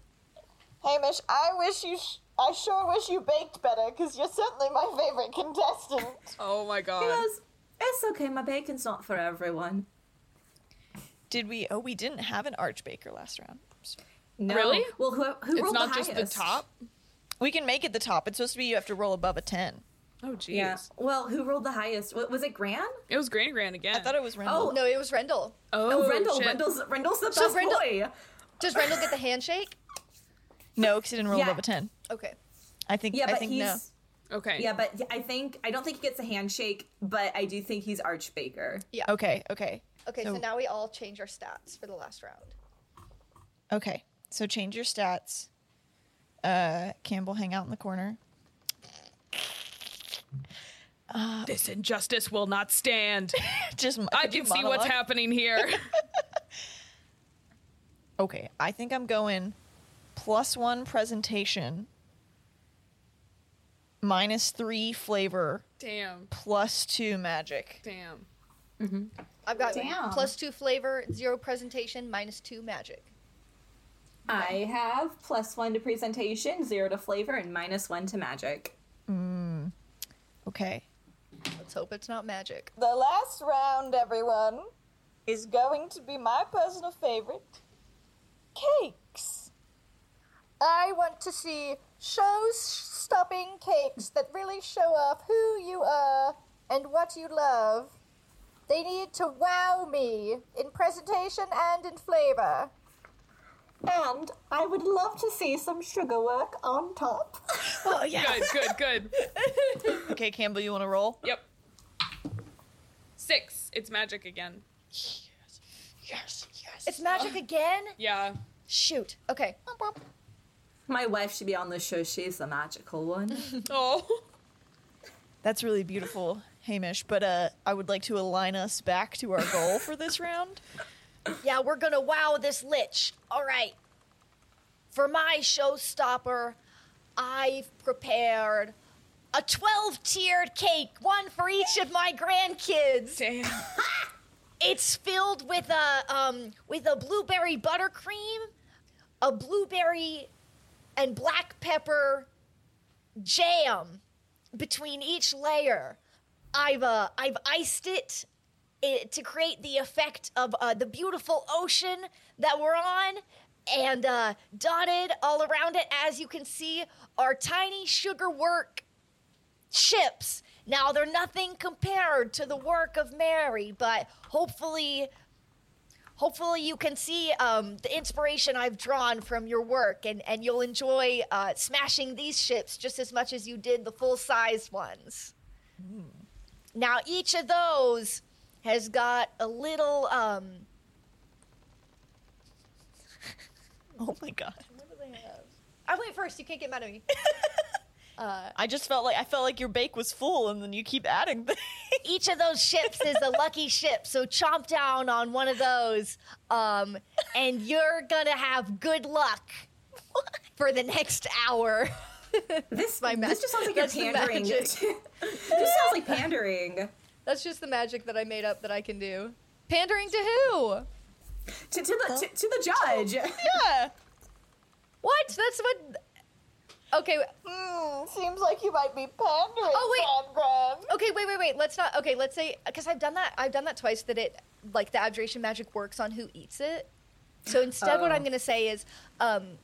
S1: Hamish. I wish you. Sh- I sure wish you baked better, because you're certainly my favorite contestant.
S4: Oh my
S3: He
S4: god.
S3: goes, it's okay, my bacon's not for everyone.
S5: Did we? Oh, we didn't have an archbaker last round. So-
S3: No.
S4: Really?
S3: Well, who, who
S4: It's
S3: rolled
S4: not
S3: the
S4: just the
S3: highest?
S4: top.
S5: We can make it the top. It's supposed to be you have to roll above a ten.
S4: Oh jeez.
S3: Yeah. Well, who rolled the highest? Wa- Was it Gran?
S4: It was Granny Gran again.
S5: I thought it was
S3: Oh.
S5: Rendell.
S14: No, it was Rendell.
S4: Oh,
S3: Rendell.
S4: shit.
S3: Rendell's, Rendell's the best
S14: Rendell-
S3: boy.
S14: Does Rendell get the handshake?
S5: No, because it didn't roll
S3: Yeah.
S5: above a ten.
S14: Okay.
S5: I think.
S3: Yeah,
S5: I
S3: but
S5: think
S3: he's.
S5: no.
S4: Okay.
S3: Yeah, but I think I don't think he gets a handshake, but I do think he's Archbaker.
S5: Okay. Okay.
S14: Okay, so
S5: So-
S14: now we all change our stats for the last round.
S5: Okay. So change your stats. Uh, Campbell, hang out in the corner.
S4: This injustice will not stand.
S5: Just
S4: I can see what's
S5: happening.
S4: happening here.
S5: Okay, I think I'm going plus one presentation, minus three flavor,
S4: Damn.
S5: plus two magic.
S4: Damn.
S14: I've got
S6: Damn.
S14: plus two flavor, zero presentation, minus two magic.
S3: I have plus one to presentation, zero to flavor, and minus one to magic.
S5: Okay.
S14: Let's hope it's not magic.
S1: The last round, everyone, is going to be my personal favorite cakes. I want to see show stopping cakes that really show off who you are and what you love. They need to wow me in presentation and in flavor.
S6: And I would love to see some sugar work on top.
S3: Oh,
S4: Good, good, good.
S5: Okay, Campbell, you want to roll?
S4: Yep. Six. It's magic again.
S14: It's magic again?
S4: Yeah.
S14: Shoot. Okay.
S3: My wife should be on the show. She's the magical one.
S4: Oh.
S5: That's really beautiful, Hamish. But uh, I would like to align us back to our goal for this round.
S2: Yeah, we're gonna wow this lich. All right. For my showstopper, I've prepared a 12 tiered cake, one for each of my grandkids.
S4: Damn.
S2: It's filled with a um, with a blueberry buttercream, a blueberry and black pepper jam between each layer. I've uh, I've iced it, i- to create the effect of uh, the beautiful ocean that we're on. And uh, dotted all around it, as you can see, are tiny sugar work ships. Now, they're nothing compared to the work of Mary, but hopefully, hopefully you can see um, the inspiration I've drawn from your work, and, and you'll enjoy uh, smashing these ships just as much as you did the full sized ones. Now, each of those has got a little. Um,
S5: Oh my god!
S14: I went first. You can't get mad at me.
S5: I just felt like I felt like your bake was full, and then you keep adding things.
S2: each of those ships is a lucky ship, so chomp down on one of those, um, and you're gonna have good luck for the next hour.
S3: This
S14: my mag-
S3: this just sounds like you're
S14: that's the
S3: pandering.
S14: magic.
S3: this sounds like pandering
S14: That's just the magic that I made up that I can do. Pandering to who?
S3: to, to the to, to the judge.
S5: yeah.
S14: What? That's what. Okay.
S1: Hmm, seems like you might be pandering,
S14: Oh, wait.
S1: Grand Grand.
S14: Okay. Wait. Wait. Wait. Let's not. Okay. Let's say because I've done that. I've done that twice. That it
S2: like the abjuration magic works on who eats it. So instead,
S5: Oh.
S2: what I'm gonna say is, um,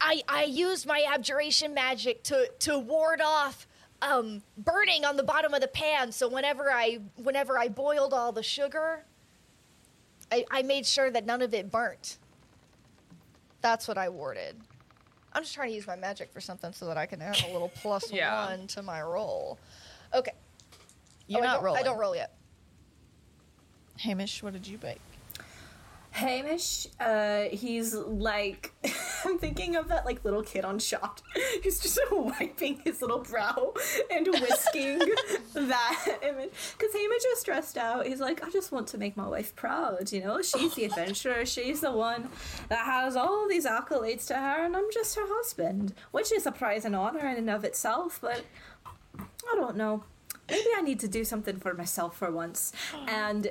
S15: I, I used my abjuration magic to, to ward off um, burning on the bottom of the pan. So whenever I whenever I boiled all the sugar, I, I made sure that none of it burnt.
S2: that's what I warded. I'm just trying to use my magic for something so that I can have a little plus
S4: Yeah.
S2: one to my roll. Okay.
S5: You're
S2: Oh, I
S5: not
S2: don't-
S5: rolling.
S2: I don't roll yet.
S5: Hamish, what did you bake?
S6: Hamish, uh, he's like, I'm thinking of that like little kid on Chopped who's just wiping his little brow and whisking that image. Because Hamish is stressed out. He's like, I just want to make my wife proud, you know? She's the adventurer. She's the one that has all these accolades to her, and I'm just her husband, which is a prize and honor in and of itself, but I don't know. Maybe I need to do something for myself for once. And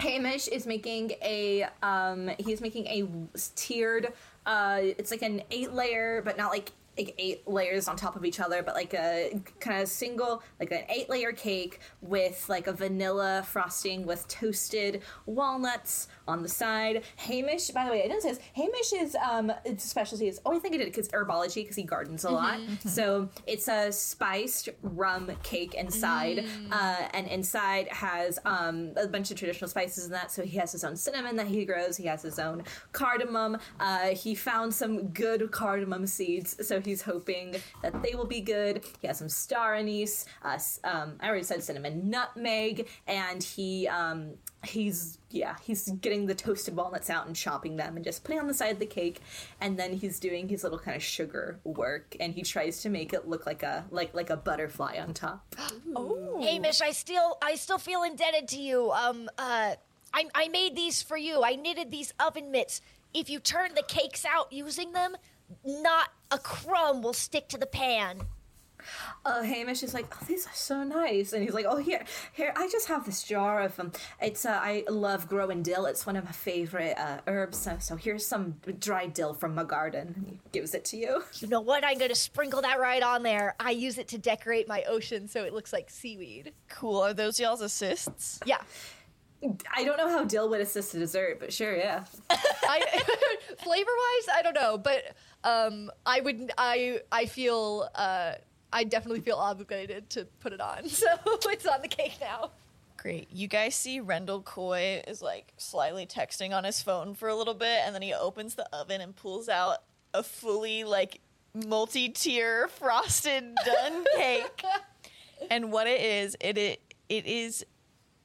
S6: Hamish is making a um he's making a tiered uh it's like an eight layer but not like like eight layers on top of each other but like a kind of single like an eight layer cake with like a vanilla frosting with toasted walnuts on the side hamish by the way i didn't say this hamish's um specialty is oh i think i did because herbology because he gardens a lot so it's a spiced rum cake inside uh, and inside has um, a bunch of traditional spices in that so he has his own cinnamon that he grows he has his own cardamom uh, he found some good cardamom seeds so he's hoping that they will be good he has some star anise uh, s- um, i already said cinnamon nutmeg and he um, he's yeah he's getting the toasted walnuts out and chopping them and just putting on the side of the cake and then he's doing his little kind of sugar work and he tries to make it look like a like like a butterfly on top
S15: Hamish, I still I still feel indebted to you. Um uh I I made these for you. I knitted these oven mitts. If you turn the cakes out using them, not a crumb will stick to the pan.
S6: oh hamish is like oh these are so nice and he's like oh here here i just have this jar of um it's uh, i love growing dill it's one of my favorite uh, herbs so, so here's some dried dill from my garden and he gives it to you
S15: You know what? I'm gonna sprinkle that right on there.
S2: I use it to decorate my ocean so it looks like seaweed.
S5: Cool. Are those y'all's assists?
S2: Yeah.
S6: i don't know how dill would assist a dessert but sure yeah
S2: I, flavor wise, I don't know, but um, I would I I feel uh, I definitely feel obligated to put it on. So it's on the cake now.
S5: Great. You guys see Rendell Coy is like slyly texting on his phone for a little bit, and then he opens the oven and pulls out a fully like multi tier frosted done cake. and what it is, it, it it is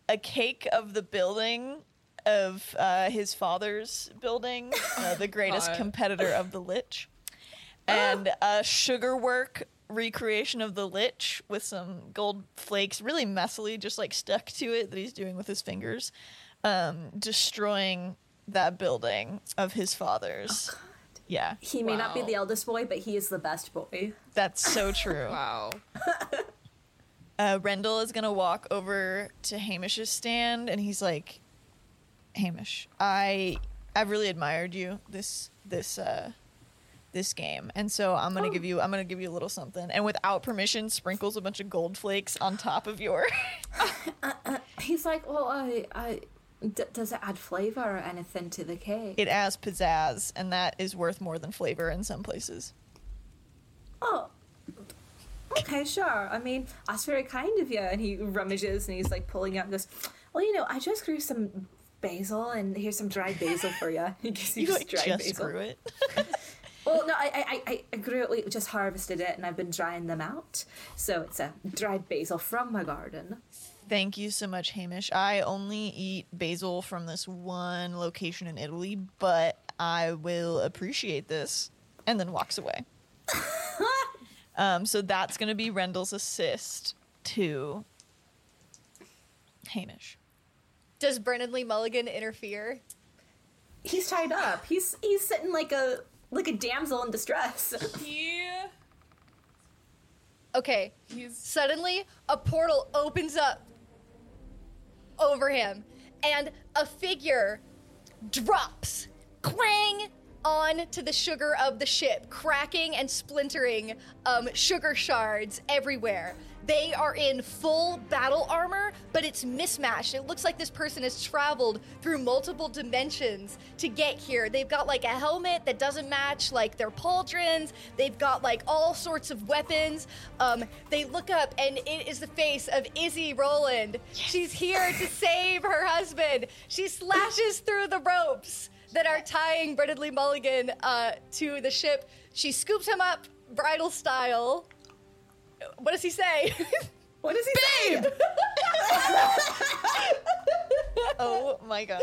S5: a cake of the building of uh, his father's building, uh, the greatest
S4: God.
S5: competitor of the Lich, and a sugar work recreation of the Lich with some gold flakes, really messily, just like stuck to it that he's doing with his fingers, um, destroying that building of his father's. yeah,
S6: he may not be
S4: Wow.
S6: the eldest boy but he is the best boy
S5: that's so true.
S4: Wow.
S5: uh, Rendell is gonna walk over to Hamish's stand, and he's like, "Hamish, I I've really admired you this this uh this game, and so I'm gonna give you I'm gonna give you a little something." And without permission, sprinkles a bunch of gold flakes on top of your.
S16: He's like, well, I, I, d- does it add flavor or anything to the cake?
S5: it adds pizzazz, and that is worth more than flavor in some places.
S6: oh okay sure i mean that's very kind of you and he rummages and he's like pulling out and goes well you know i just grew some basil and here's some dried basil for you he gives you,
S5: You
S6: just
S5: like
S6: dried
S5: just
S6: basil
S5: screw it.
S6: well no I, I- I i grew it we just harvested it and i've been drying them out so it's a dried basil from my garden
S5: Thank you so much, Hamish. I only eat basil from this one location in Italy, but I will appreciate this. And then walks away. um, so that's going to be Rendell's assist to Hamish.
S2: Does Brennan Lee Mulligan interfere?
S6: he's tied up he's he's sitting like a like a damsel in distress
S4: He
S2: Okay.
S4: he's
S2: Suddenly, a portal opens up over him, and a figure drops, clang,
S17: on to the sugar of the ship, cracking and splintering um, sugar shards everywhere. They are in full battle armor, but it's mismatched. It looks like this person has traveled through multiple dimensions to get here. They've got like a helmet that doesn't match like their pauldrons. They've got like all sorts of weapons. Um, they look up and it is the face of Izzy Roland. She's here to save her husband. She slashes through the ropes that are tying Brendan Mulligan uh, to the ship. She scoops him up, bridal style. What does he say?
S18: What does he Babe!
S5: Oh my god.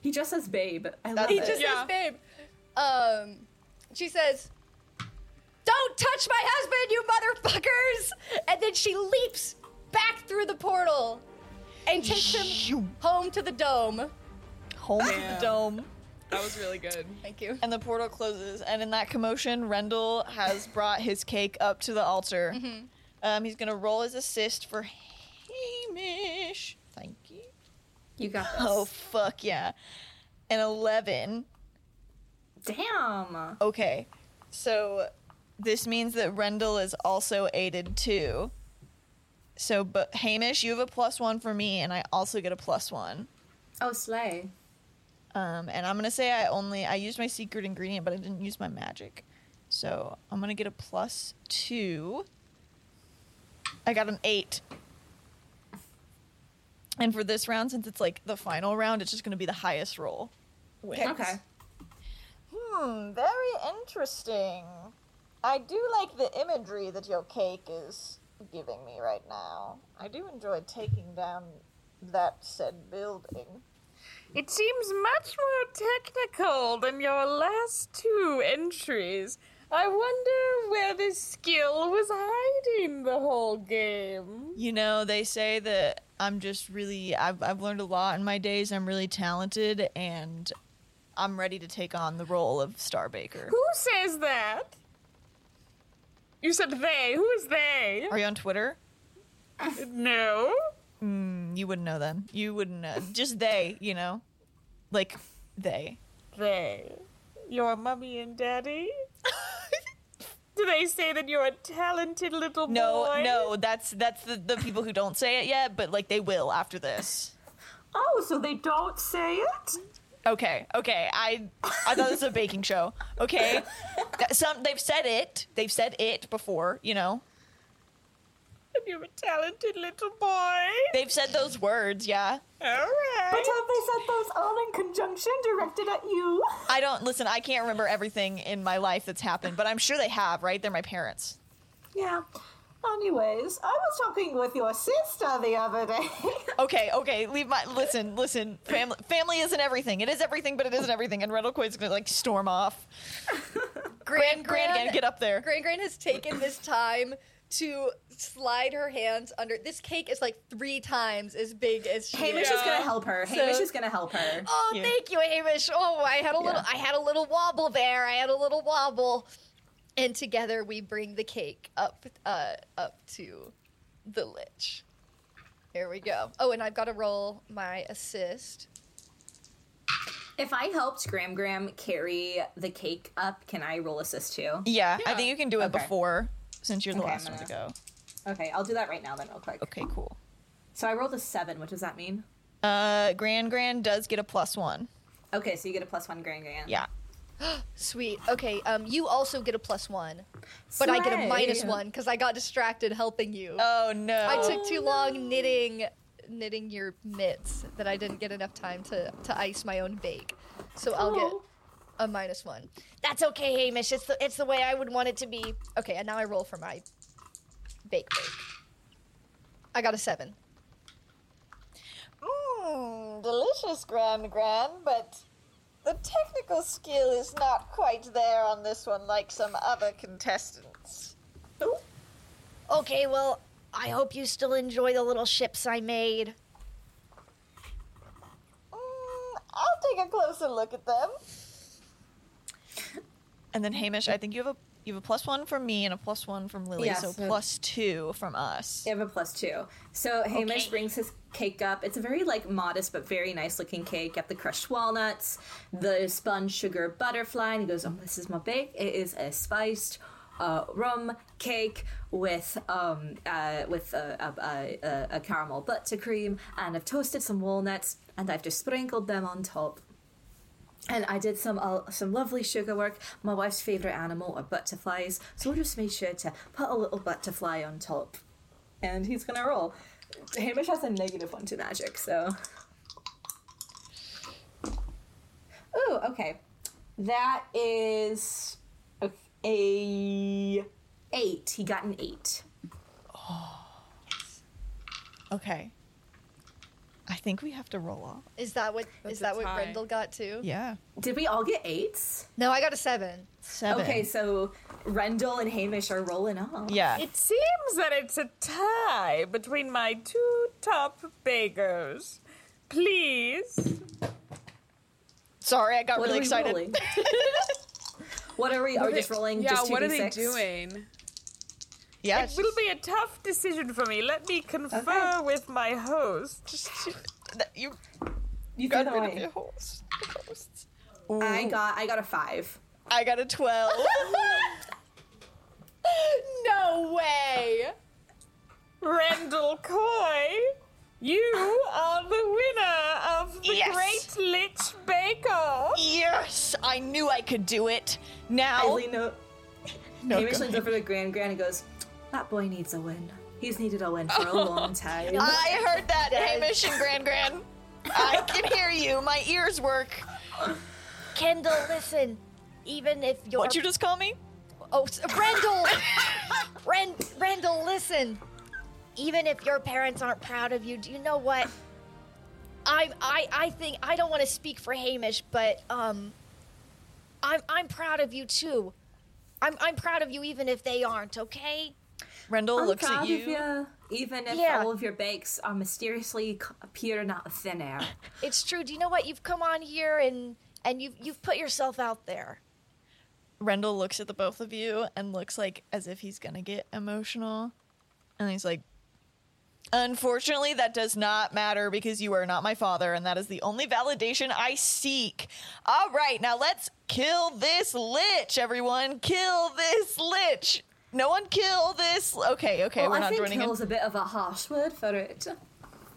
S18: He just says babe. I love
S5: That's
S17: he
S5: it.
S17: just
S19: Yeah.
S17: says, "Babe." Um, she says, "Don't touch my husband, you motherfuckers!" And then she leaps back through the portal and takes him home to the dome.
S5: Home to the dome.
S19: That was really good.
S17: Thank you.
S5: And the portal closes, and in that commotion, Rendell has brought his cake up to the altar.
S17: Mm-hmm.
S5: Um, he's gonna roll his assist for Hamish. Thank you.
S3: You got this.
S5: Oh fuck yeah. An eleven.
S3: Damn.
S5: Okay. So this means that Rendell is also aided too. So but Hamish, you have a plus one for me, and I also get a plus one.
S3: Oh, slay.
S5: Um, and I'm gonna say I only I used my secret ingredient, but I didn't use my magic. So I'm gonna get a plus two. I got an eight. And for this round, since it's like the final round, it's just gonna be the highest roll.
S3: Okay.
S1: Hmm, very interesting. I do like the imagery that your cake is giving me right now. I do enjoy taking down that said building.
S4: It seems much more technical than your last two entries. I wonder where this skill was hiding the whole game.
S5: You know, they say that I'm just really I've I've learned a lot in my days. I'm really talented, and I'm ready to take on the role of Star Baker.
S4: Who says that? You said they. Who is they?
S5: Are you on Twitter? Mm,
S4: No.
S5: You wouldn't know them. You wouldn't know. Just they, you know? Like, they.
S4: They. Your mummy and daddy? Do they say that you're a talented little
S5: No,
S4: boy?
S5: no, that's that's the, the people who don't say it yet, but like they will after this.
S3: Oh, so they don't say it?
S5: Okay, okay. I I thought this was a baking show. Okay. That- Some they've said it. They've said it before, you know.
S4: That you're a talented little boy?
S5: They've said those words, yeah.
S4: All right.
S3: But have they said those all in conjunction directed at you?
S5: I don't listen, I can't remember everything in my life that's happened, but I'm sure they have, right? They're my parents.
S3: Yeah. Anyways, I was talking with your sister the other day.
S5: Okay, okay, leave my listen, listen. Family family isn't everything. It is everything, but it isn't everything. And Rendell Quaid's gonna like storm off.
S17: Grand,
S5: Grand again, get up there.
S17: Grand Grand has taken this time to slide her hands under. This cake is like three times as big as she
S18: Hamish
S17: is.
S18: is gonna help her. Hamish is gonna help her.
S17: Oh,
S5: Yeah.
S17: thank you, Hamish. Oh, I had a little, I had a little wobble there. I had a little wobble, and together we bring the cake up, uh, up to the lich. There we go. Oh, and I've got to roll my assist.
S3: if I helped Gram Gram carry the cake up, can I roll assist too?
S5: Yeah, I think you can do it
S3: Okay.
S5: before since you're the
S3: Okay,
S5: last
S3: I'm
S5: one to go.
S3: Okay, I'll do that right now then, real quick.
S5: Okay, cool.
S3: So I rolled a seven. What does that mean?
S5: Uh, Grand Grand does get a plus one.
S3: Okay, so you get a plus one Gram Gram.
S5: Yeah.
S17: Sweet. Okay. Um, you also get a plus one, but I get a minus
S3: Slay.
S17: one because I got distracted helping you.
S5: Oh no.
S17: I took too long knitting knitting your mitts that I didn't get enough time to to ice my own bake. So I'll get
S5: Oh.
S17: a minus one.
S2: That's okay, Hamish. It's the it's the way I would want it to be.
S17: Okay, and now I roll for my bake bake. I got a seven.
S1: Mmm, delicious, Grand Grand, but the technical skill is not quite there on this one like some other contestants.
S2: Okay, well, I hope you still enjoy the little ships I made.
S1: Mm, I'll take a closer look at them.
S5: and then Hamish, I think you have a you have a plus one from me and a plus one from Lily,
S3: Yeah,
S5: so
S3: so-
S5: plus two from us.
S3: You have a plus two. So Hamish brings his
S6: cake up. It's a very like modest but very nice looking cake. Got the crushed walnuts, the spun sugar butterfly, and he goes, "Oh, this is my bake." It is a spiced uh, rum cake with um uh, with a, a, a, a caramel buttercream, and I've toasted some walnuts, and I've just sprinkled them on top. And I did some uh, some lovely sugar work. My wife's favorite animal are butterflies, so I just made sure to put a little butterfly on top. And he's gonna roll. Hamish has a negative one to magic, so. Ooh, okay. That is a, a eight. He got an eight.
S5: Okay. I think we have to roll off.
S17: Is that what is that what Brindle got too?
S5: Yeah.
S6: Did we all get eights?
S17: No, I got a seven.
S5: Seven.
S6: Okay, so Rendell and Hamish are rolling off.
S5: Yeah.
S20: It seems that it's a tie between my two top bagos. Please.
S5: Sorry, I got
S6: What
S5: really
S6: are we
S5: excited.
S6: rolling? what are we? Are we just rolling?
S4: Yeah,
S6: just
S4: what are they
S6: 2d6?
S4: doing?
S5: Yeah.
S20: It will be a tough decision for me. Let me confer
S6: Okay.
S20: with my host.
S5: that you
S6: You
S5: got
S6: threw them
S5: rid of
S6: away.
S5: your host. hosts.
S6: I got. I got a five.
S5: I got a twelve.
S17: No way.
S20: Randall Coy, you are the winner of the
S5: Yes.
S20: Great Lich Baker.
S5: yes, I knew I could do it. Now,
S6: I lean o-
S5: No,
S6: Hamish
S5: go
S6: leans over to Gran Gran and goes, "That boy needs a win. He's needed a win for a long time."
S5: I heard that Hamish and Gran Gran. I can hear you. My ears work.
S2: Kendall, listen. Even if you're
S5: What you just call me?
S2: oh s- Randall, Ren, Randall, listen. Even if your parents aren't proud of you, do you know what? I I I think I don't want to speak for Hamish, but um, I'm I'm proud of you too. I'm I'm proud of you even if they aren't. Okay.
S5: Rendell
S6: I'm
S5: looks
S6: proud
S5: at
S6: of
S5: you.
S6: ya, even if
S2: Yeah.
S6: all of your bakes are mysteriously c- appearing out of thin air.
S2: It's true. Do you know what? You've come on here and and you've you've put yourself out there.
S5: Rendell looks at the both of you and looks like as if he's gonna get emotional. And he's like, Unfortunately, that does not matter because you are not my father, and that is the only validation I seek. All right, now let's kill this lich, everyone. Kill this lich. No one kill this. Okay, okay,
S6: well,
S5: we're
S6: I
S5: not
S6: think
S5: joining in.
S6: hell's a bit of a harsh word for it.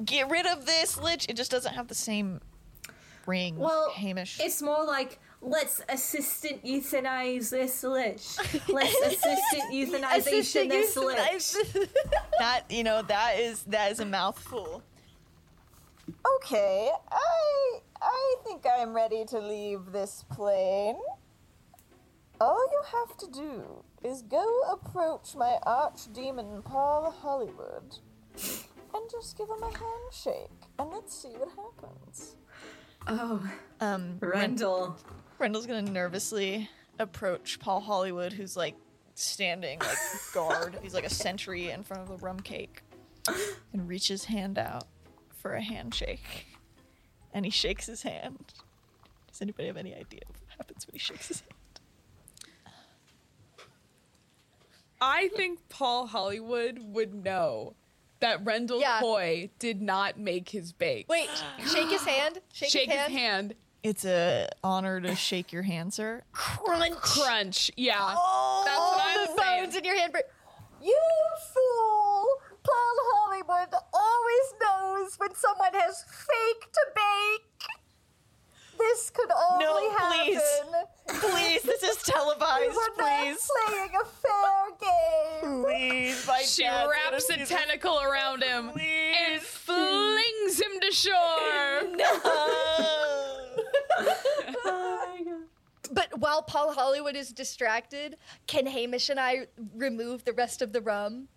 S5: Get rid of this lich. It just doesn't have the same ring.
S6: Well,
S5: Hamish.
S6: It's more like let's assistant euthanize this lich. Let's assistant euthanization this lich.
S5: that you know that is that is a mouthful.
S21: Okay, I I think I'm ready to leave this plane. All you have to do is go approach my archdemon Paul Hollywood and just give him a handshake and let's see what happens.
S6: Oh,
S5: Um,
S6: Rendell.
S5: Brendel's gonna nervously approach Paul Hollywood, who's like standing like guard. He's like a sentry in front of the rum cake, and reach his hand out for a handshake. And he shakes his hand. Does anybody have any idea of what happens when he shakes his hand?
S4: I think Paul Hollywood would know that Rendell
S17: Yeah.
S4: Coy did not make his bake.
S17: Wait, shake his hand. Shake,
S4: Shake
S17: his hand.
S5: It's a honor to shake your hand, sir.
S4: Crunch. Yeah. That's
S17: The
S4: what I'm
S17: bones
S4: saying.
S17: in your hand.
S21: You fool! Paul Hollywood always knows when someone has fake to bake. This could only happen.
S5: please. Please, this is televised.
S21: We're
S5: Please,
S21: not playing a fair game.
S5: please, my
S4: She
S5: dad
S4: wraps a
S5: didn't do
S4: tentacle around him and
S5: Please.
S4: flings him to shore.
S5: this. No.
S17: But while Paul Hollywood is distracted, can Hamish and I remove the rest of the rum?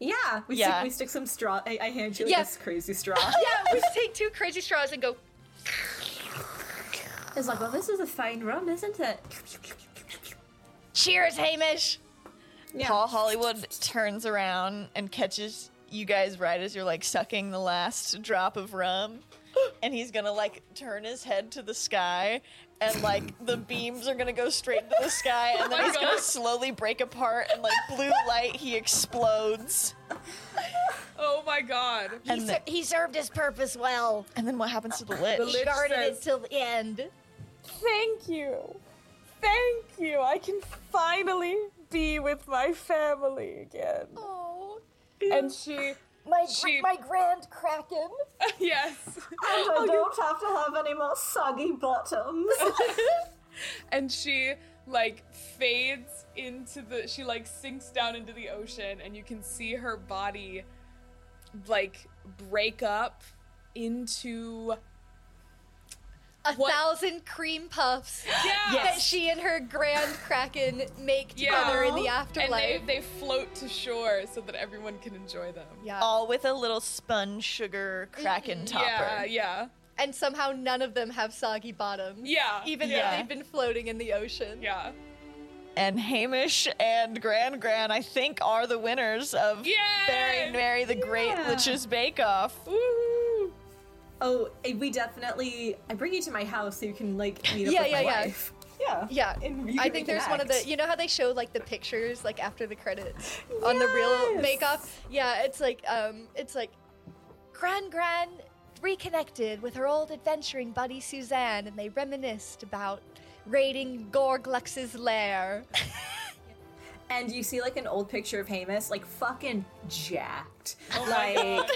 S6: Yeah, we
S5: Yeah.
S6: stick we stick some straw. I, I hand you
S17: Yeah.
S6: this crazy straw.
S17: Yeah, we take two crazy straws and go.
S6: It's like, well, this is a fine rum, isn't it?
S17: Cheers, Hamish.
S6: Yeah.
S5: Paul Hollywood turns around and catches you guys right as you're like sucking the last drop of rum. And he's gonna like turn his head to the sky and like the beams are gonna go straight to the sky and
S4: Oh
S5: then
S4: my
S5: he's gonna
S4: God.
S5: slowly break apart and like blue light he explodes.
S4: Oh my god.
S2: He,
S5: And
S2: ser- he served his purpose well.
S5: And then what happens to the lich?
S4: The lich-
S2: He guarded
S4: says-
S2: it till the end.
S22: Thank you. Thank you. I can finally be with my family again.
S2: Oh,
S22: And she,
S2: my, gr-
S4: She-
S2: my grand kraken.
S4: yes.
S3: I Oh, don't have to have any more soggy bottoms.
S4: and she like fades into the she like sinks down into the ocean and you can see her body like break up into
S17: A
S4: What-
S17: thousand cream puffs
S4: yeah
S17: that she and her grand kraken make
S4: Yeah.
S17: together in
S4: and
S17: the
S4: they,
S17: afterlife.
S4: they float to shore so that everyone can enjoy them
S17: yeah.
S5: All with a little spun sugar kraken
S4: yeah
S5: topper.
S4: yeah
S17: and somehow none of them have soggy bottoms.
S4: yeah
S17: Even
S5: Yeah.
S17: though they've been floating in the ocean.
S4: yeah
S5: And Hamish and Grand Gran, I think, are the winners of
S4: Yay!
S5: Barry and Mary the Great Lich's Bake Off.
S4: Woo!
S3: oh, eh, we definitely. I bring you to my house so you can like meet up
S17: Yeah,
S3: with
S17: yeah,
S3: my
S17: yeah.
S3: wife. Yeah.
S17: Yeah.
S3: And you
S17: I
S3: can
S17: think there's one of the
S3: reconnect.
S17: you know how they show like the pictures like after the credits on the real
S3: Yes.
S17: makeup? Yeah, it's like um it's like
S2: Gran Gran reconnected with her old adventuring buddy Suzanne, and they reminisced about
S17: raiding Gorglux's lair.
S3: And you see like an old picture of Hamus, like fucking jacked.
S4: my
S3: like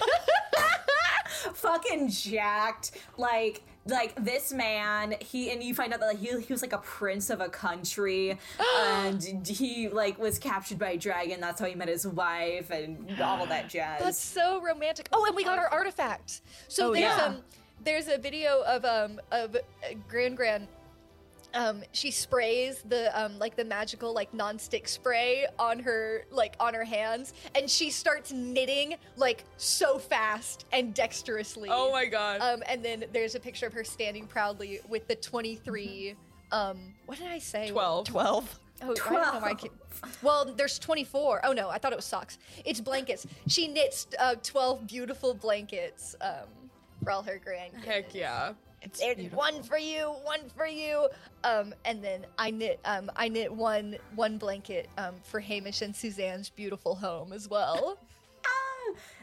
S3: fucking jacked. Like like this man, he and you find out that like, he he was like a prince of a country and he like was captured by a dragon, that's how he met his wife and all that jazz.
S17: That's so romantic. Oh, and we got our artifact. So
S5: Oh,
S17: there's
S5: yeah.
S17: um there's a video of um of uh, Gran Gran. Um, she sprays the um like the magical like nonstick spray on her like on her hands, and she starts knitting like so fast and dexterously.
S4: oh my god
S17: Um, and then there's a picture of her standing proudly with the 23. Um, what did I say?
S4: 12
S5: 12.
S17: Oh, I don't know why I can't. Well, there's 24. Oh no, I thought it was socks. It's blankets. She knits uh, 12 beautiful blankets um, for all her grandkids.
S4: heck yeah
S5: It's
S17: There's
S5: beautiful.
S17: one for you, one for you, um, and then I knit um, I knit one one blanket um, for Hamish and Suzanne's beautiful home as well.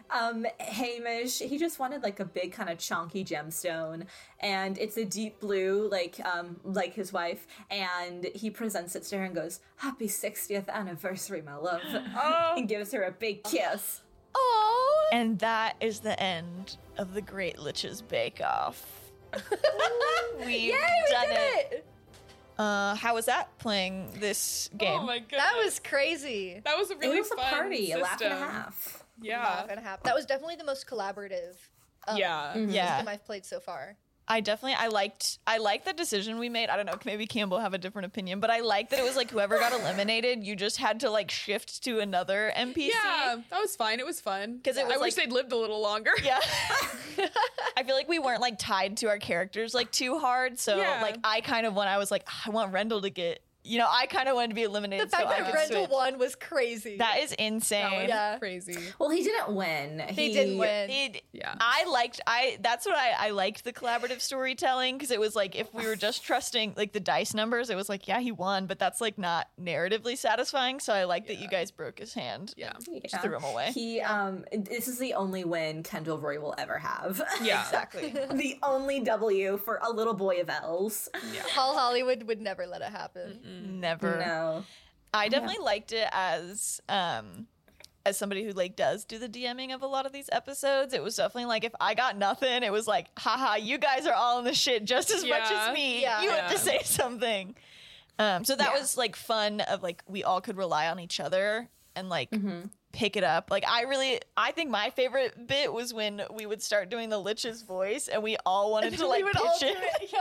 S3: um Hamish, he just wanted like a big kind of chunky gemstone and it's a deep blue like um like his wife and he presents it to her and goes, "Happy 60th anniversary, my love." and gives her a big kiss.
S17: Oh,
S5: And that is the end of the Great Lich's Bake Off. We've done it. Uh, how was that playing this game?
S4: oh my god
S17: that was crazy.
S4: that was a really
S3: it was a
S4: fun
S3: party, a laugh and a
S4: system.
S3: half.
S4: yeah
S17: Laugh and a half. That was definitely the most collaborative
S4: yeah
S3: Mm-hmm.
S5: yeah,
S17: system I've played so far.
S5: I definitely I liked I liked the decision we made. I don't know, maybe Campbell will have a different opinion, but I liked that it was like whoever got eliminated, you just had to like shift to another NPC.
S4: Yeah, that was fine. It was fun.
S5: 'Cause it was
S4: I wish
S5: like-
S4: they'd lived a little longer.
S5: Yeah. I feel like we weren't like tied to our characters like too hard. So
S4: Yeah.
S5: like I kind of when I was like, "Ah, I want Rendell to get you know, I kind of wanted to be eliminated.
S17: The fact
S5: so I
S17: that
S5: could
S17: Rendell
S5: switch.
S17: won was crazy.
S5: That is insane.
S17: Yeah.
S4: Crazy.
S3: Well, he didn't win.
S17: he didn't win.
S5: It,
S4: Yeah.
S5: I liked I that's what I I liked the collaborative storytelling because it was like if we were just trusting like the dice numbers it was like yeah he won but that's like not narratively satisfying so I like that you guys broke his hand
S4: Yeah.
S5: just threw him away
S3: He um this is the only win Kendall Roy will ever have.
S4: Yeah.
S5: exactly
S3: the only W for a little boy of L's.
S17: Paul Hollywood would never let it happen.
S5: never
S3: No.
S5: I definitely liked it as um as somebody who like does do the DMing of a lot of these episodes, it was definitely like if I got nothing, it was like, haha, you guys are all in the shit just as much
S4: Yeah.
S5: as me.
S17: Yeah.
S5: You have to
S4: Yeah.
S5: say something. Um so that was like fun of like we all could rely on each other and like pick it up. Like I really I think my favorite bit was when we would start doing the Lich's voice and we all wanted to like pitch it.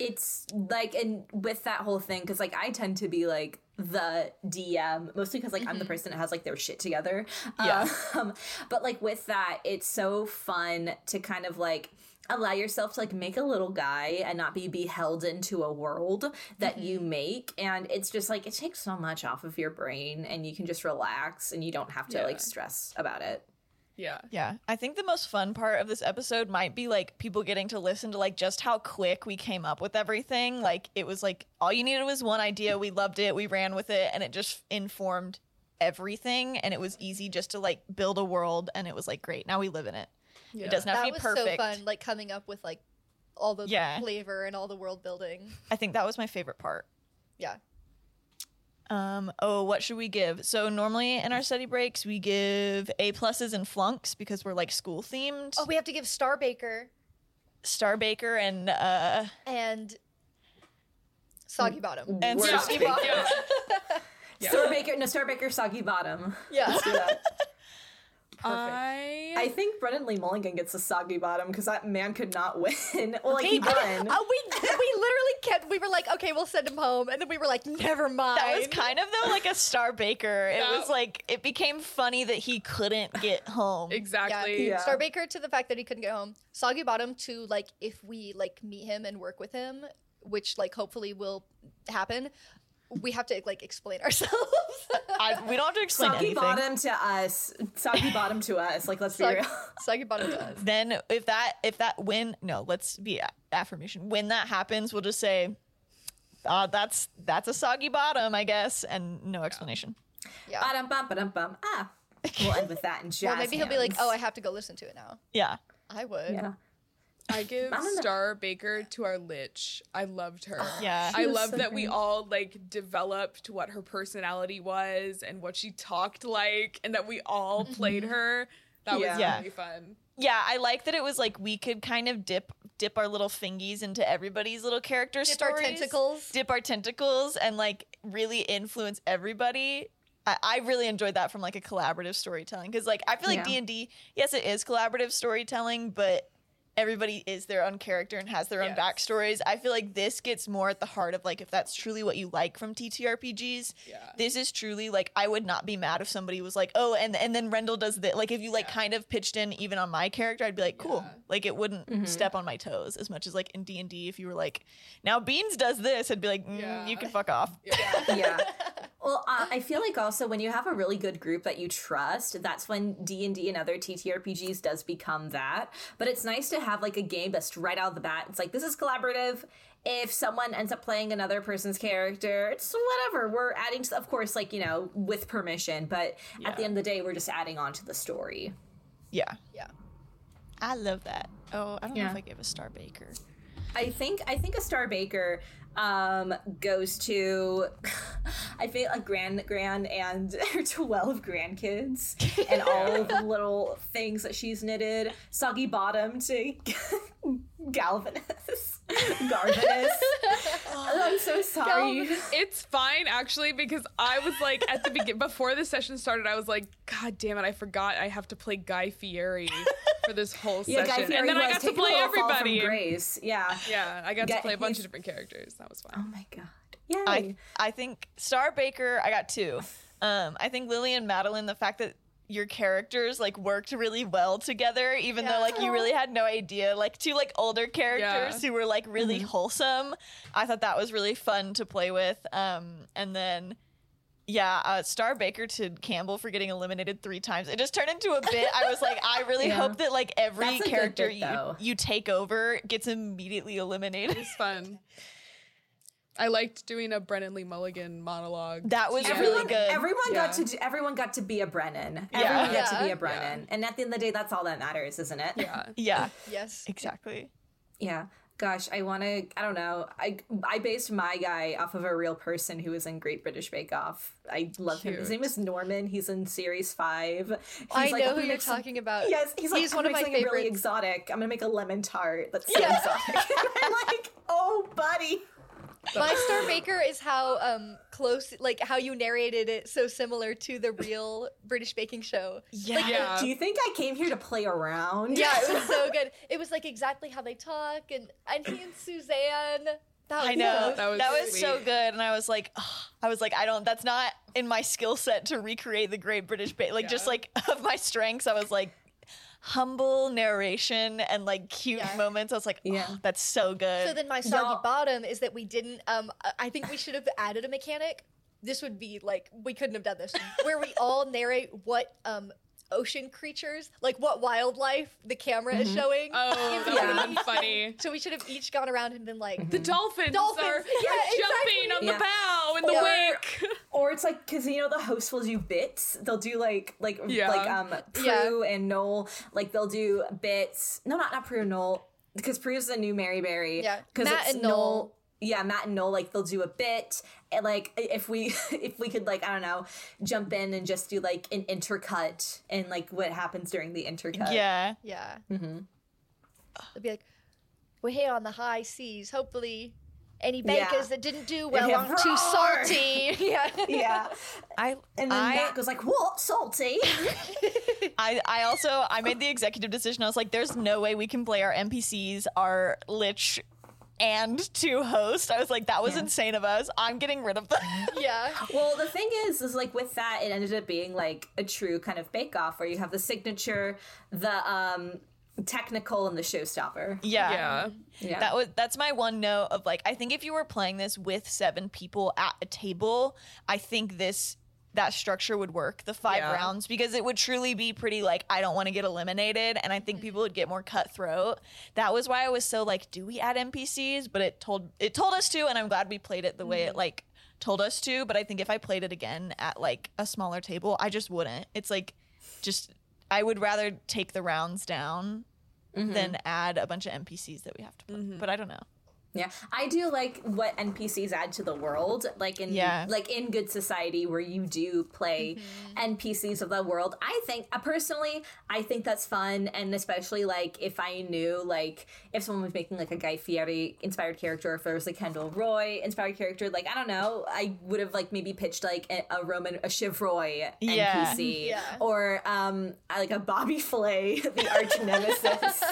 S3: it's like and with that whole thing because like i tend to be like the dm mostly because like i'm the person that has like their shit together
S5: Yeah.
S3: um, but like with that it's so fun to kind of like allow yourself to like make a little guy and not be beheld into a world that you make and it's just like it takes so much off of your brain and you can just relax and you don't have to
S4: Yeah.
S3: like stress about it
S4: Yeah.
S5: Yeah. I think the most fun part of this episode might be like people getting to listen to like just how quick we came up with everything. Like it was like all you needed was one idea. We loved it. We ran with it and it just informed everything and it was easy just to like build a world and it was like great now we live in it it doesn't have
S17: that
S5: to be
S17: was
S5: perfect
S17: so fun, like coming up with like all the
S5: Yeah.
S17: flavor and all the world building.
S5: i think that was my favorite part
S17: Yeah.
S5: Um, oh, what should we give? So normally in our study breaks we give A pluses and flunks because we're like school themed.
S17: Oh, we have to give Starbaker
S5: Star Baker and uh
S17: and Soggy Bottom.
S5: and
S3: Worst
S5: Soggy
S3: thing.
S5: Bottom.
S3: Star Baker, no, Star Baker, Soggy Bottom.
S17: Yeah.
S3: Let's do that.
S4: I,
S3: I think Brennan Lee Mulligan gets a soggy bottom because that man could not win. Well, like, he won.
S17: Oh, we we literally kept. We were like, okay, we'll send him home, and then we were like, never mind.
S5: That was kind of though like a Star Baker. It was like it became funny that he couldn't get home.
S4: exactly.
S3: Yeah.
S17: Starbaker to the fact that he couldn't get home. Soggy Bottom to like if we like meet him and work with him, which like hopefully will happen. We have to like explain ourselves.
S5: I, we don't have to explain
S3: soggy
S5: anything.
S3: bottom to us. Soggy bottom to us. Like, let's be
S17: Sog-
S3: real.
S17: Soggy Bottom does.
S5: Then if that if that when no, let's be a- affirmation. When that happens, we'll just say uh, that's that's a soggy bottom, I guess, and no explanation.
S17: Yeah.
S3: Bottom, bum, bottom, bum. Ah. We'll end with that in jazz.
S17: Or maybe he'll be like,
S3: hands.
S17: oh, I have to go listen to it now.
S5: Yeah.
S17: I would.
S3: Yeah.
S4: I give
S3: don't know.
S4: Star Baker to our Lich. I loved her.
S5: Yeah.
S4: I
S3: Oh, was
S4: love
S3: so
S4: that we
S3: great.
S4: all like developed what her personality was and what she talked like, and that we all played her. That was
S3: Mm-hmm. Yeah.
S4: really fun.
S5: Yeah, I like that it was like we could kind of dip dip our little fingies into everybody's little character
S17: Dip
S5: stories.
S17: our tentacles.
S5: Dip our tentacles and like really influence everybody. I, I really enjoyed that from like a collaborative storytelling because like I feel like D and D, yes, it is collaborative storytelling, but everybody is their own character and has their own
S4: Yes.
S5: backstories. I feel like this gets more at the heart of like if that's truly what you like from TTRPGs.
S4: Yeah.
S5: This is truly like I would not be mad if somebody was like, "Oh, and and then Rendell does that." Like if you like kind of pitched in even on my character, I'd be like, "Cool." Like it wouldn't step on my toes as much as like in D&D if you were like, "Now Beans does this." I'd be like, mm,
S4: Yeah.
S5: "You can fuck off."
S3: yeah. Well, uh, I feel like also when you have a really good group that you trust, that's when D and D and other TTRPGs does become that. But it's nice to have like a game that's right out of the bat. It's like this is collaborative. If someone ends up playing another person's character, it's whatever. We're adding to, of course, like you know, with permission. But at the end of the day, we're just adding on to the story.
S5: Yeah.
S17: Yeah.
S5: I love that. Oh, I don't know
S3: Yeah.
S5: if I gave a Star Baker.
S3: I think I think a Star Baker um, goes to I think a grand grand and her twelve grandkids and all of the little things that she's knitted. Soggy bottom to Galvanus. Garvanus. oh, I'm so sorry.
S4: It's fine actually because I was like at the begin before the session started, I was like, God damn it, I forgot I have to play Guy Fieri for this whole
S3: Yeah,
S4: session.
S3: Guy Fieri
S4: and then I
S3: was
S4: got to
S3: taking a
S4: play
S3: little fall from
S4: everybody.
S3: grace. Yeah.
S4: Yeah, I got
S3: Guy-
S4: to play a bunch
S3: he's-
S4: of different characters. That was fun.
S3: Oh my god. Yay.
S5: I I think Star Baker, I got two. Um, I think Lily and Madeline, the fact that your characters like worked really well together, even though like you really had no idea, like two like older characters
S4: Yeah.
S5: who were like really
S3: Mm-hmm.
S5: wholesome. I thought that was really fun to play with. Um, and then yeah, uh, Star Baker to Campbell for getting eliminated three times. It just turned into a bit. I was like, I really hope that like every
S3: That's a good
S5: character
S3: bit,
S5: you
S3: though.
S5: you take over gets immediately eliminated.
S4: It was fun. I liked doing a Brennan Lee Mulligan monologue.
S5: That was
S4: Everyone-
S5: really good.
S3: Everyone got
S4: Yeah.
S3: to everyone got to be a Brennan. Everyone got to be a Brennan. And at the end of the day, that's all that matters, isn't it?
S4: yeah.
S5: yeah,
S17: Yes.
S5: exactly.
S3: Yeah. Gosh, I want to. I don't know. I I based my guy off of a real person who was in Great British Bake Off. I love him. His
S4: Cute.
S3: name is Norman. He's in series five. He's
S17: I
S3: like,
S17: know
S3: "I'm
S17: who
S3: gonna
S17: you're
S3: make some-
S17: talking about.
S3: Yes, he's, like,
S17: one of my
S3: something really
S17: favorites.
S3: exotic. I'm gonna make a lemon tart that's so exotic. And I'm like, oh, buddy.
S17: my Star Baker is how um close, like how you narrated it, so similar to the real British baking show.
S5: Yeah.
S4: Yeah.
S3: Do you think I came here to play around?
S17: Yeah, it was so good. It was like exactly how they talk, and and he and Suzanne. That was
S5: I know
S17: so-
S5: that
S4: Oh, That
S5: was,
S4: was
S5: so
S4: sweet.
S5: good, and I was like, ugh. I was like, I don't. That's not in my skill set to recreate the Great British Bake. Like just
S4: Yeah.
S5: like of my strengths, I was like humble narration and like cute moments. I was like, yeah,
S3: Yeah.
S5: that's so good.
S17: So then my soggy bottom is that we didn't. Um, I- I think we should have added a mechanic. This would be like we couldn't have done this, where we all narrate what um ocean creatures, like what wildlife the camera
S5: Mm-hmm.
S17: is showing.
S4: Oh, that would have been funny.
S17: So we should have each gone around and been like,
S5: Mm-hmm.
S4: The dolphins,
S17: Dolphins,
S4: are,
S17: yeah,
S4: are jumping on the
S3: Yeah.
S4: bow in the
S3: Or-
S4: wake.
S3: Or it's like because you know the hosts will do bits. They'll do like like
S4: Yeah.
S3: like um Prue and Noel. Like they'll do bits. No, not not Prue and Noel because Prue's the new Mary Berry.
S17: Yeah.
S3: because
S17: Matt and Noel.
S3: Yeah, Matt and Noel like they'll do a bit. And like if we if we could like I don't know jump in and just do like an intercut and like what happens during the intercut.
S5: Yeah.
S17: yeah. Mm-hmm. They'd be like, we're here on the high seas. Hopefully, any
S3: Yeah.
S17: bakers that didn't do well
S3: Yeah,
S17: aren't too
S3: roar.
S17: salty. yeah.
S3: yeah.
S5: I
S3: And then
S5: I,
S3: Matt goes like, "What salty?"
S5: I, I also I made the executive decision. I was like, there's no way we can play our NPCs, our lich, and two hosts. I was like, that was insane of us. I'm getting rid of them.
S17: Yeah.
S3: Well, the thing is, is like with that, it ended up being like a true kind of bake off where you have the signature, the um technical, and the showstopper.
S5: yeah.
S4: Yeah.
S3: Yeah.
S5: That was that's my one note of like I think if you were playing this with seven people at a table, I think this that structure would work the five
S4: Yeah.
S5: rounds because it would truly be pretty like I don't want to get eliminated and I think people would get more cutthroat. That was why I was so like do we add NPCs but it told it told us to and I'm glad we played it the way it like told us to but I think if I played it again at like a smaller table I just wouldn't. It's like just I would rather take the rounds down than
S3: Mm-hmm.
S5: add a bunch of NPCs that we have to play. But I don't know.
S3: yeah. I do like what NPCs add to the world. Like in
S5: Yeah.
S3: like in Good Society, where you do play NPCs of the world. I think uh, personally, I think that's fun, and especially like if I knew like if someone was making like a Guy Fieri inspired character, if there was a Kendall Roy inspired character, like I don't know, I would have like maybe pitched like a, a Roman a Chivroy
S5: Yeah.
S3: NPC or um I- like a Bobby Flay, the arch nemesis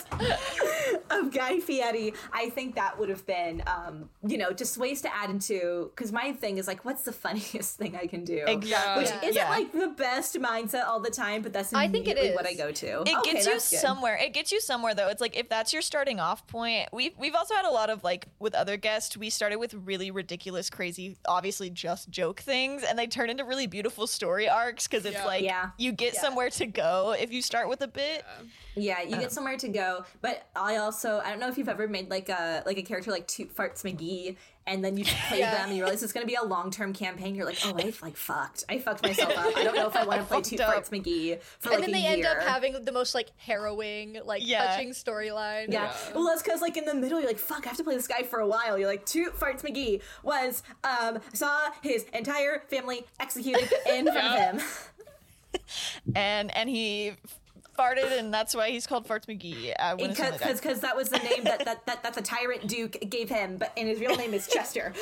S3: of Guy Fieri. I think that would have been um you know just ways to add into because my thing is like what's the funniest thing I can do
S5: Exactly.
S3: which
S17: Yeah.
S3: isn't
S5: Yeah.
S3: like the best mindset all the time, but that's
S17: I think it
S3: immediately what I
S17: is.
S3: go to. Oh,
S5: It
S3: Okay,
S5: gets you
S3: that's good.
S5: somewhere. It gets you somewhere though. It's like if that's your starting off point. We've we've also had a lot of like with other guests, we started with really ridiculous, crazy, obviously just joke things, and they turn into really beautiful story arcs because it's
S4: Yeah.
S5: like
S3: Yeah.
S5: you get somewhere to go if you start with a bit.
S3: Yeah, you
S17: Uh.
S3: get somewhere to go. But I also I don't know if you've ever made like a like a character like Toot Farts McGee, and then you play them and you realize it's gonna be a long term campaign. You're like, oh, I like fucked. I fucked myself up. I don't know if I want to play Toot
S5: up.
S3: Farts McGee for
S17: And
S3: like
S17: then
S3: a
S17: they end up
S3: year.
S17: having the most like harrowing, like
S5: Yeah.
S17: touching storyline.
S3: Yeah. Well, that's because like in the middle, you're like, "Fuck, I have to play this guy for a while." You're like, "Toot Farts McGee was um saw his entire family executed in front of him."
S5: And and he farted, and that's why he's called Farts McGee. uh, I wouldn't assume that-
S3: because because that was the name that, that that that the tyrant duke gave him, but and his real name is Chester.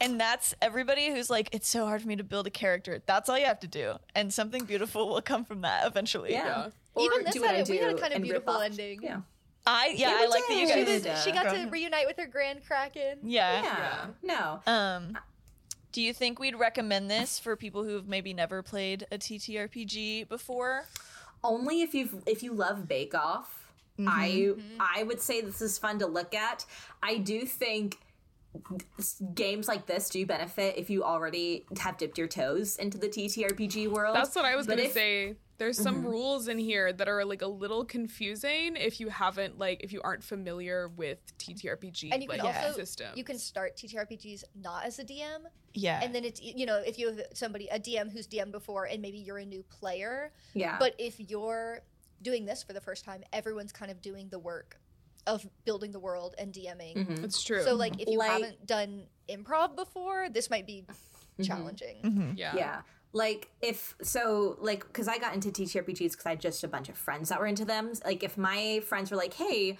S5: And that's everybody who's like, it's so hard for me to build a character. That's all you have to do, and something beautiful will come from that eventually.
S3: Yeah.
S17: Even
S3: Or
S17: this
S3: do what
S17: had
S3: I
S17: a- we had a
S3: do
S17: kind of
S3: and rip
S17: beautiful
S3: off.
S17: ending.
S3: Yeah.
S5: I yeah, I
S3: we
S5: like that you
S3: did.
S5: guys.
S17: She, was, she got
S5: Go
S17: to
S5: ahead.
S17: reunite with her grand kraken.
S5: yeah.
S3: Yeah. No.
S5: Um, do you think we'd recommend this for people who've maybe never played a TTRPG before?
S3: Only if you if you love Bake Off.
S4: Mm-hmm.
S3: I I would say this is fun to look at. I do think s- games like this do benefit if you already have dipped your toes into the TTRPG world.
S17: Oh,
S4: That's what I was
S3: But
S4: gonna
S3: if-
S4: say. There's some
S17: Mm-hmm.
S4: rules in here that are like a little confusing if you haven't like if you aren't familiar with TTRPG
S17: And you can
S4: like
S17: also
S4: system.
S17: you can start TTRPGs not as a DM,
S5: Yeah.
S17: and then it's you know if you have somebody a DM who's DM before, and maybe you're a new player.
S3: Yeah.
S17: But if you're doing this for the first time, everyone's kind of doing the work of building the world and DMing.
S4: it's true.
S17: So like if you
S3: Like-
S17: haven't done improv before, this might be challenging.
S5: Mm-hmm.
S4: yeah.
S3: yeah like if so like because i got into ttrpgs because i had just a bunch of friends that were into them like if my friends were like hey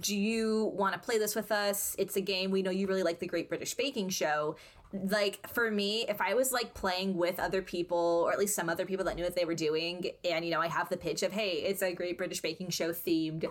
S3: do you want to play this with us it's a game we know you really like the great british baking show like for me if i was like playing with other people or at least some other people that knew what they were doing and you know i have the pitch of hey it's a great british baking show themed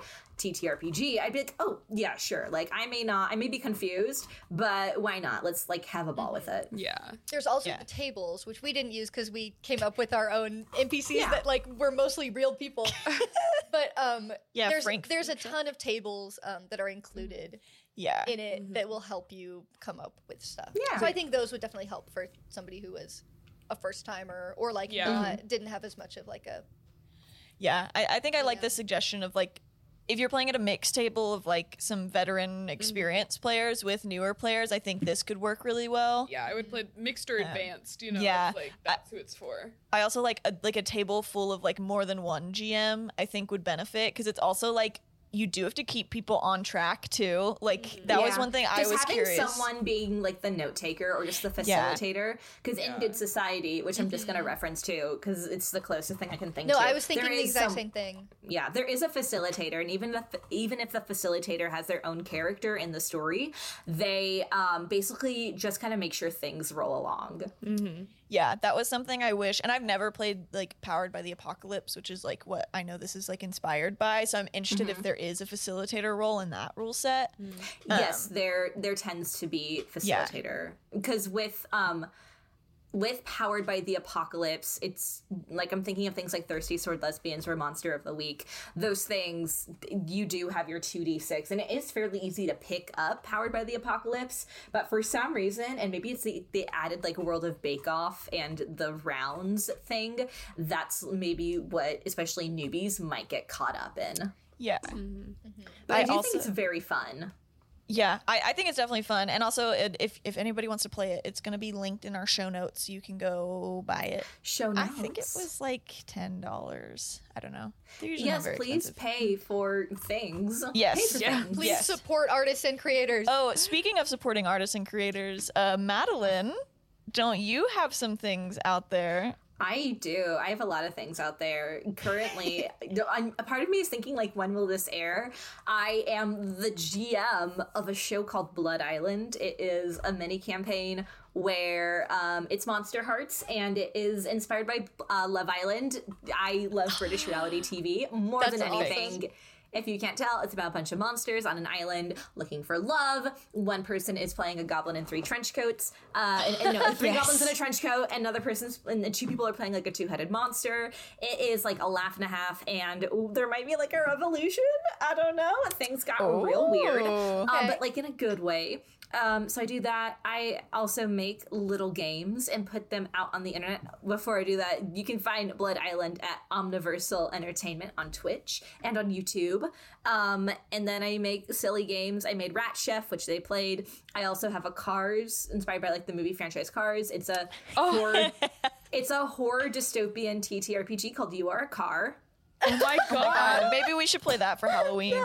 S3: ttrpg i'd be like oh yeah sure like i may not i may be confused but why not let's like have a ball with it
S4: Yeah.
S17: There's also
S5: Yeah.
S17: the tables, which we didn't use because we came up with our own NPCs that like were mostly real people. but um,
S5: Yeah,
S17: there's
S5: Frank
S17: there's a ton of tables um, that are included
S5: yeah.
S17: in it that will help you come up with stuff. Yeah. So I think those would definitely help for somebody who was a first timer or like
S4: Yeah.
S6: Mm-hmm.
S17: not, didn't have as much of like a
S5: Yeah, I, I think I like the suggestion of like if you're playing at a mix table of like some veteran experienced players with newer players, I think this could work really well.
S4: Yeah, I would play mixed or advanced. You know,
S5: yeah.
S4: it's like that's who it's for.
S5: I also like a, like a table full of like more than one GM. I think would benefit because it's also like you do have to keep people on track too. Like that was
S6: Yeah.
S5: one thing I
S6: Mm-hmm. Just
S5: was
S6: having
S5: curious.
S6: someone being like the note taker or just the
S5: Yeah.
S6: facilitator, because in Good Society, which I'm just going to
S4: Mm-hmm.
S6: reference to, because it's the closest thing I can think.
S17: No,
S6: to,
S17: I was thinking
S6: there
S17: the
S6: is
S17: exact
S6: some-
S17: same thing.
S6: Yeah, there is a facilitator, and even the even if the facilitator has their own character in the story, they um, basically just kind of make sure things roll along.
S5: yeah, that was something I wish. And I've never played like Powered by the Apocalypse, which is like what I know this is like inspired by. So I'm interested
S6: Mm-hmm.
S5: if there is a facilitator role in that rule set.
S6: Mm. yes there there tends to be facilitator because with um with powered by the apocalypse it's like i'm thinking of things like thirsty sword lesbians or monster of the week those things you do have your 2d6 and it is fairly easy to pick up powered by the apocalypse but for some reason and maybe it's the, the added like world of bake off and the rounds thing that's maybe what especially newbies might get caught up in
S5: Yeah.
S6: Mm-hmm. but i,
S5: I
S6: do
S5: also-
S6: think it's very fun
S5: Yeah, I, I think it's definitely fun. And also, it, if, if anybody wants to play it, it's going to be linked in our show notes. You can go buy it.
S6: show
S5: I
S6: notes.
S5: think it was like $10. I don't know. They're usually not
S6: Yes,
S5: very
S6: please
S5: expensive.
S6: pay for things.
S5: Yes.
S6: Pay for
S4: Yeah,
S6: things.
S17: Please
S5: Yes.
S17: support artists and creators.
S5: Oh, speaking of supporting artists and creators, uh, Madeline, don't you have some things out there?
S6: I do. I have a lot of things out there currently. I'm- a part of me is thinking, like, when will this air? I am the GM of a show called Blood Island. It is a mini campaign where um, it's Monster Hearts and it is inspired by uh, Love Island. I love British reality TV more than anything. If you can't tell, it's about a bunch of monsters on an island looking for love. One person is playing a goblin in three trench coats, uh, and, and no, three goblins in a trench coat. and Another person's and the two people are playing like a two-headed monster. It is like a laugh and a half, and ooh, there might be like a revolution. I don't know. Things got real weird, um, but like in a good way. Um, so I do that. I also make little games and put them out on the internet. Before I do that, you can find Blood Island at Omniversal Entertainment on Twitch and on YouTube. Um, and then I make silly games. I made Rat Chef, which they played. I also have a Cars, inspired by like the movie franchise Cars. It's a
S17: Oh.
S6: horror, it's a horror dystopian TTRPG called You Are a Car.
S4: Oh my god.
S5: Uh, maybe we should play that for Halloween.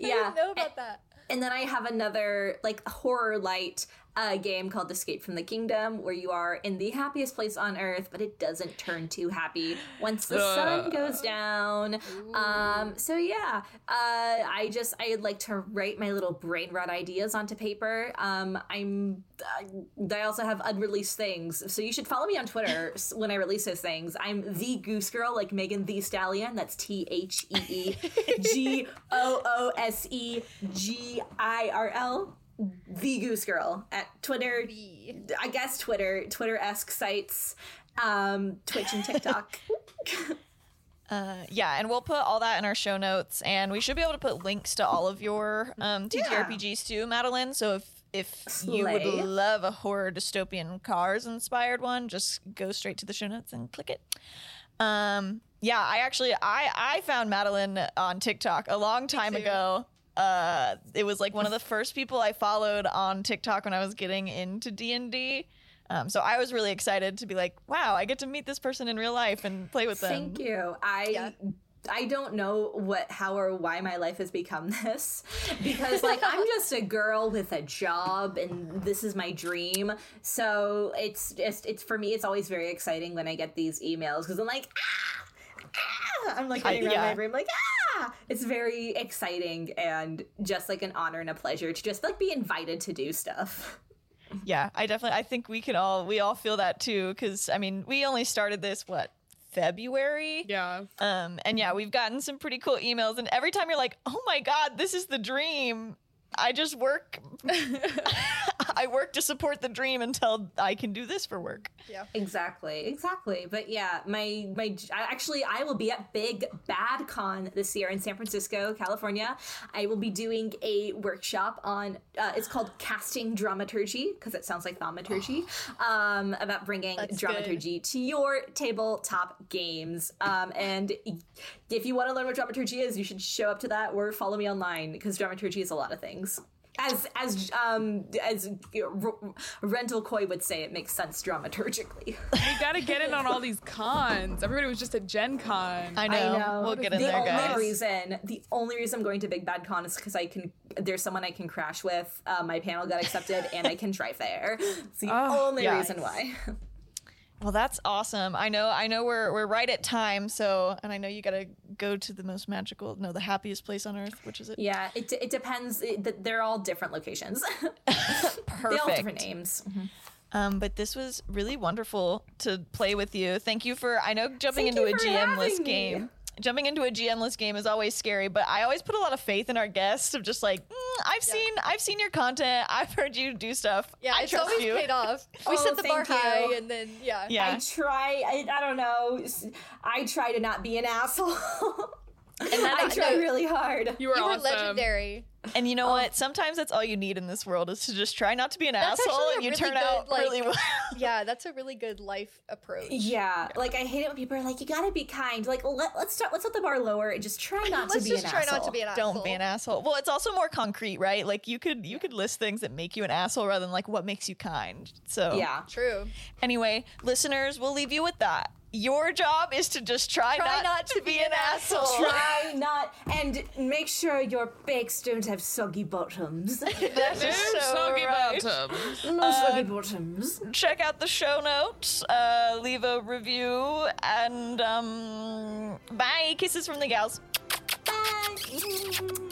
S6: Yeah,
S17: know about that.
S6: And then I have another like horror light uh, game called Escape from the Kingdom, where you are in the happiest place on earth, but it doesn't turn too happy once the sun goes down. Um, so yeah, uh, I just I like to write my little brain rot ideas onto paper. Um, I'm uh, I, I also have unreleased things, so you should follow me on Twitter s- when I release those things. I'm the Goose Girl, like Megan the Stallion. That's T H E E G O O S E G I R L. The Goose Girl at Twitter. I guess Twitter, Twitter esque sites, um, Twitch and TikTok.
S5: Uh, yeah, and we'll put all that in our show notes, and we should be able to put links to all of your um, TTRPGs too, Madeline. So if if you would
S6: Slay.
S5: love a horror dystopian cars inspired one, just go straight to the show notes and click it. Um, yeah, I actually I I found Madeline on TikTok a long time ago. Uh, it was like one of the first people I followed on TikTok when I was getting into D and D. Um, so I was really excited to be like, wow, I get to meet this person in real life and play with them.
S6: Thank you. I I don't know what how or why my life has become this because like I'm just a girl with a job and this is my dream. So it's just it's for me it's always very exciting when I get these emails because I'm like ah, ah! I'm like running around
S5: yeah.
S6: my room like ah it's very exciting and just like an honor and a pleasure to just like be invited to do stuff.
S5: Yeah, I definitely. I think we can all we all feel that too. Because I mean, we only started this what February.
S4: Yeah.
S5: Um, and yeah, we've gotten some pretty cool emails, and every time you're like, "Oh my god, this is the dream." I just work. I work to support the dream until I can do this for work.
S6: Exactly, exactly. But yeah, my my I- actually, I will be at Big Bad Con this year in San Francisco, California. I will be doing a workshop on uh, it's called casting dramaturgy because it sounds like thaumaturgy um, about bringing dramaturgy to your tabletop games. Um, and if you want to learn what dramaturgy is, you should show up to that or follow me online because dramaturgy is a lot of things. As as um as R- Rental Coy would say, it makes sense dramaturgically.
S4: We gotta get in on all these cons. Everybody was just at Gen Con.
S5: I know. We'll get in
S6: the
S5: there,
S6: only
S5: guys.
S6: reason, the only reason I'm going to Big Bad Con is because I can. There's someone I can crash with. Uh, my panel got accepted, and I can drive there. It's the only
S5: Oh, yeah.
S6: reason why.
S5: Well, that's awesome. I know. I know we're we're right at time. So, and I know you gotta go to the most magical, no, the happiest place on earth, which is it?
S6: Yeah, it, it depends. It, th- they're all different locations. they all have different
S5: Perfect.
S6: names.
S17: Mm-hmm.
S5: Um, but this was really wonderful to play with you. Thank you for. I know jumping
S6: Thank
S5: into
S6: you
S5: a
S6: for
S5: GM-less
S6: having me.
S5: game. Jumping into a GM-less game is always scary, but I always put a lot of faith in our guests. Of just like, mm, I've seen, I've seen your content. I've heard you do stuff.
S17: Yeah,
S5: I
S17: it's
S5: trust
S17: always
S5: you.
S17: paid off. We
S6: Oh,
S17: set the bar
S6: thank you.
S17: high, and then yeah.
S5: Yeah.
S6: I try. I, I don't know. s- I try to not be an asshole. I try
S17: no.
S6: really hard.
S4: You were,
S17: You were
S4: awesome.
S17: legendary.
S5: And
S17: Oh.
S5: you know what? Sometimes that's all you need in this world is to just try not to be an
S17: That's
S5: asshole,
S17: actually
S5: and
S17: a
S5: you
S17: really
S5: turn
S17: good,
S5: out
S17: like-
S5: really well.
S17: Yeah, that's a really good life approach.
S6: Yeah, like I hate it when people are like, "You gotta be kind." Like, let, let's start. Let's let the bar lower and just try not
S17: Let's
S6: to be
S17: just
S6: an
S17: try
S6: asshole.
S17: not to be an asshole.
S5: Don't be an asshole. Well, it's also more concrete, right? Like you could you could list things that make you an asshole rather than like what makes you kind. So
S6: Yeah.
S17: True.
S5: Anyway, listeners, we'll leave you with that. Your job is to just try, not, to, be, an asshole.
S6: Try not and make sure your bakes don't have soggy bottoms.
S17: Uh,
S5: That's just
S4: I'm
S5: so
S4: so
S5: right.
S4: about them.
S6: no soggy bottoms.
S5: Check out the show notes, uh, leave a review, and um, bye. Kisses from the gals.
S6: Bye.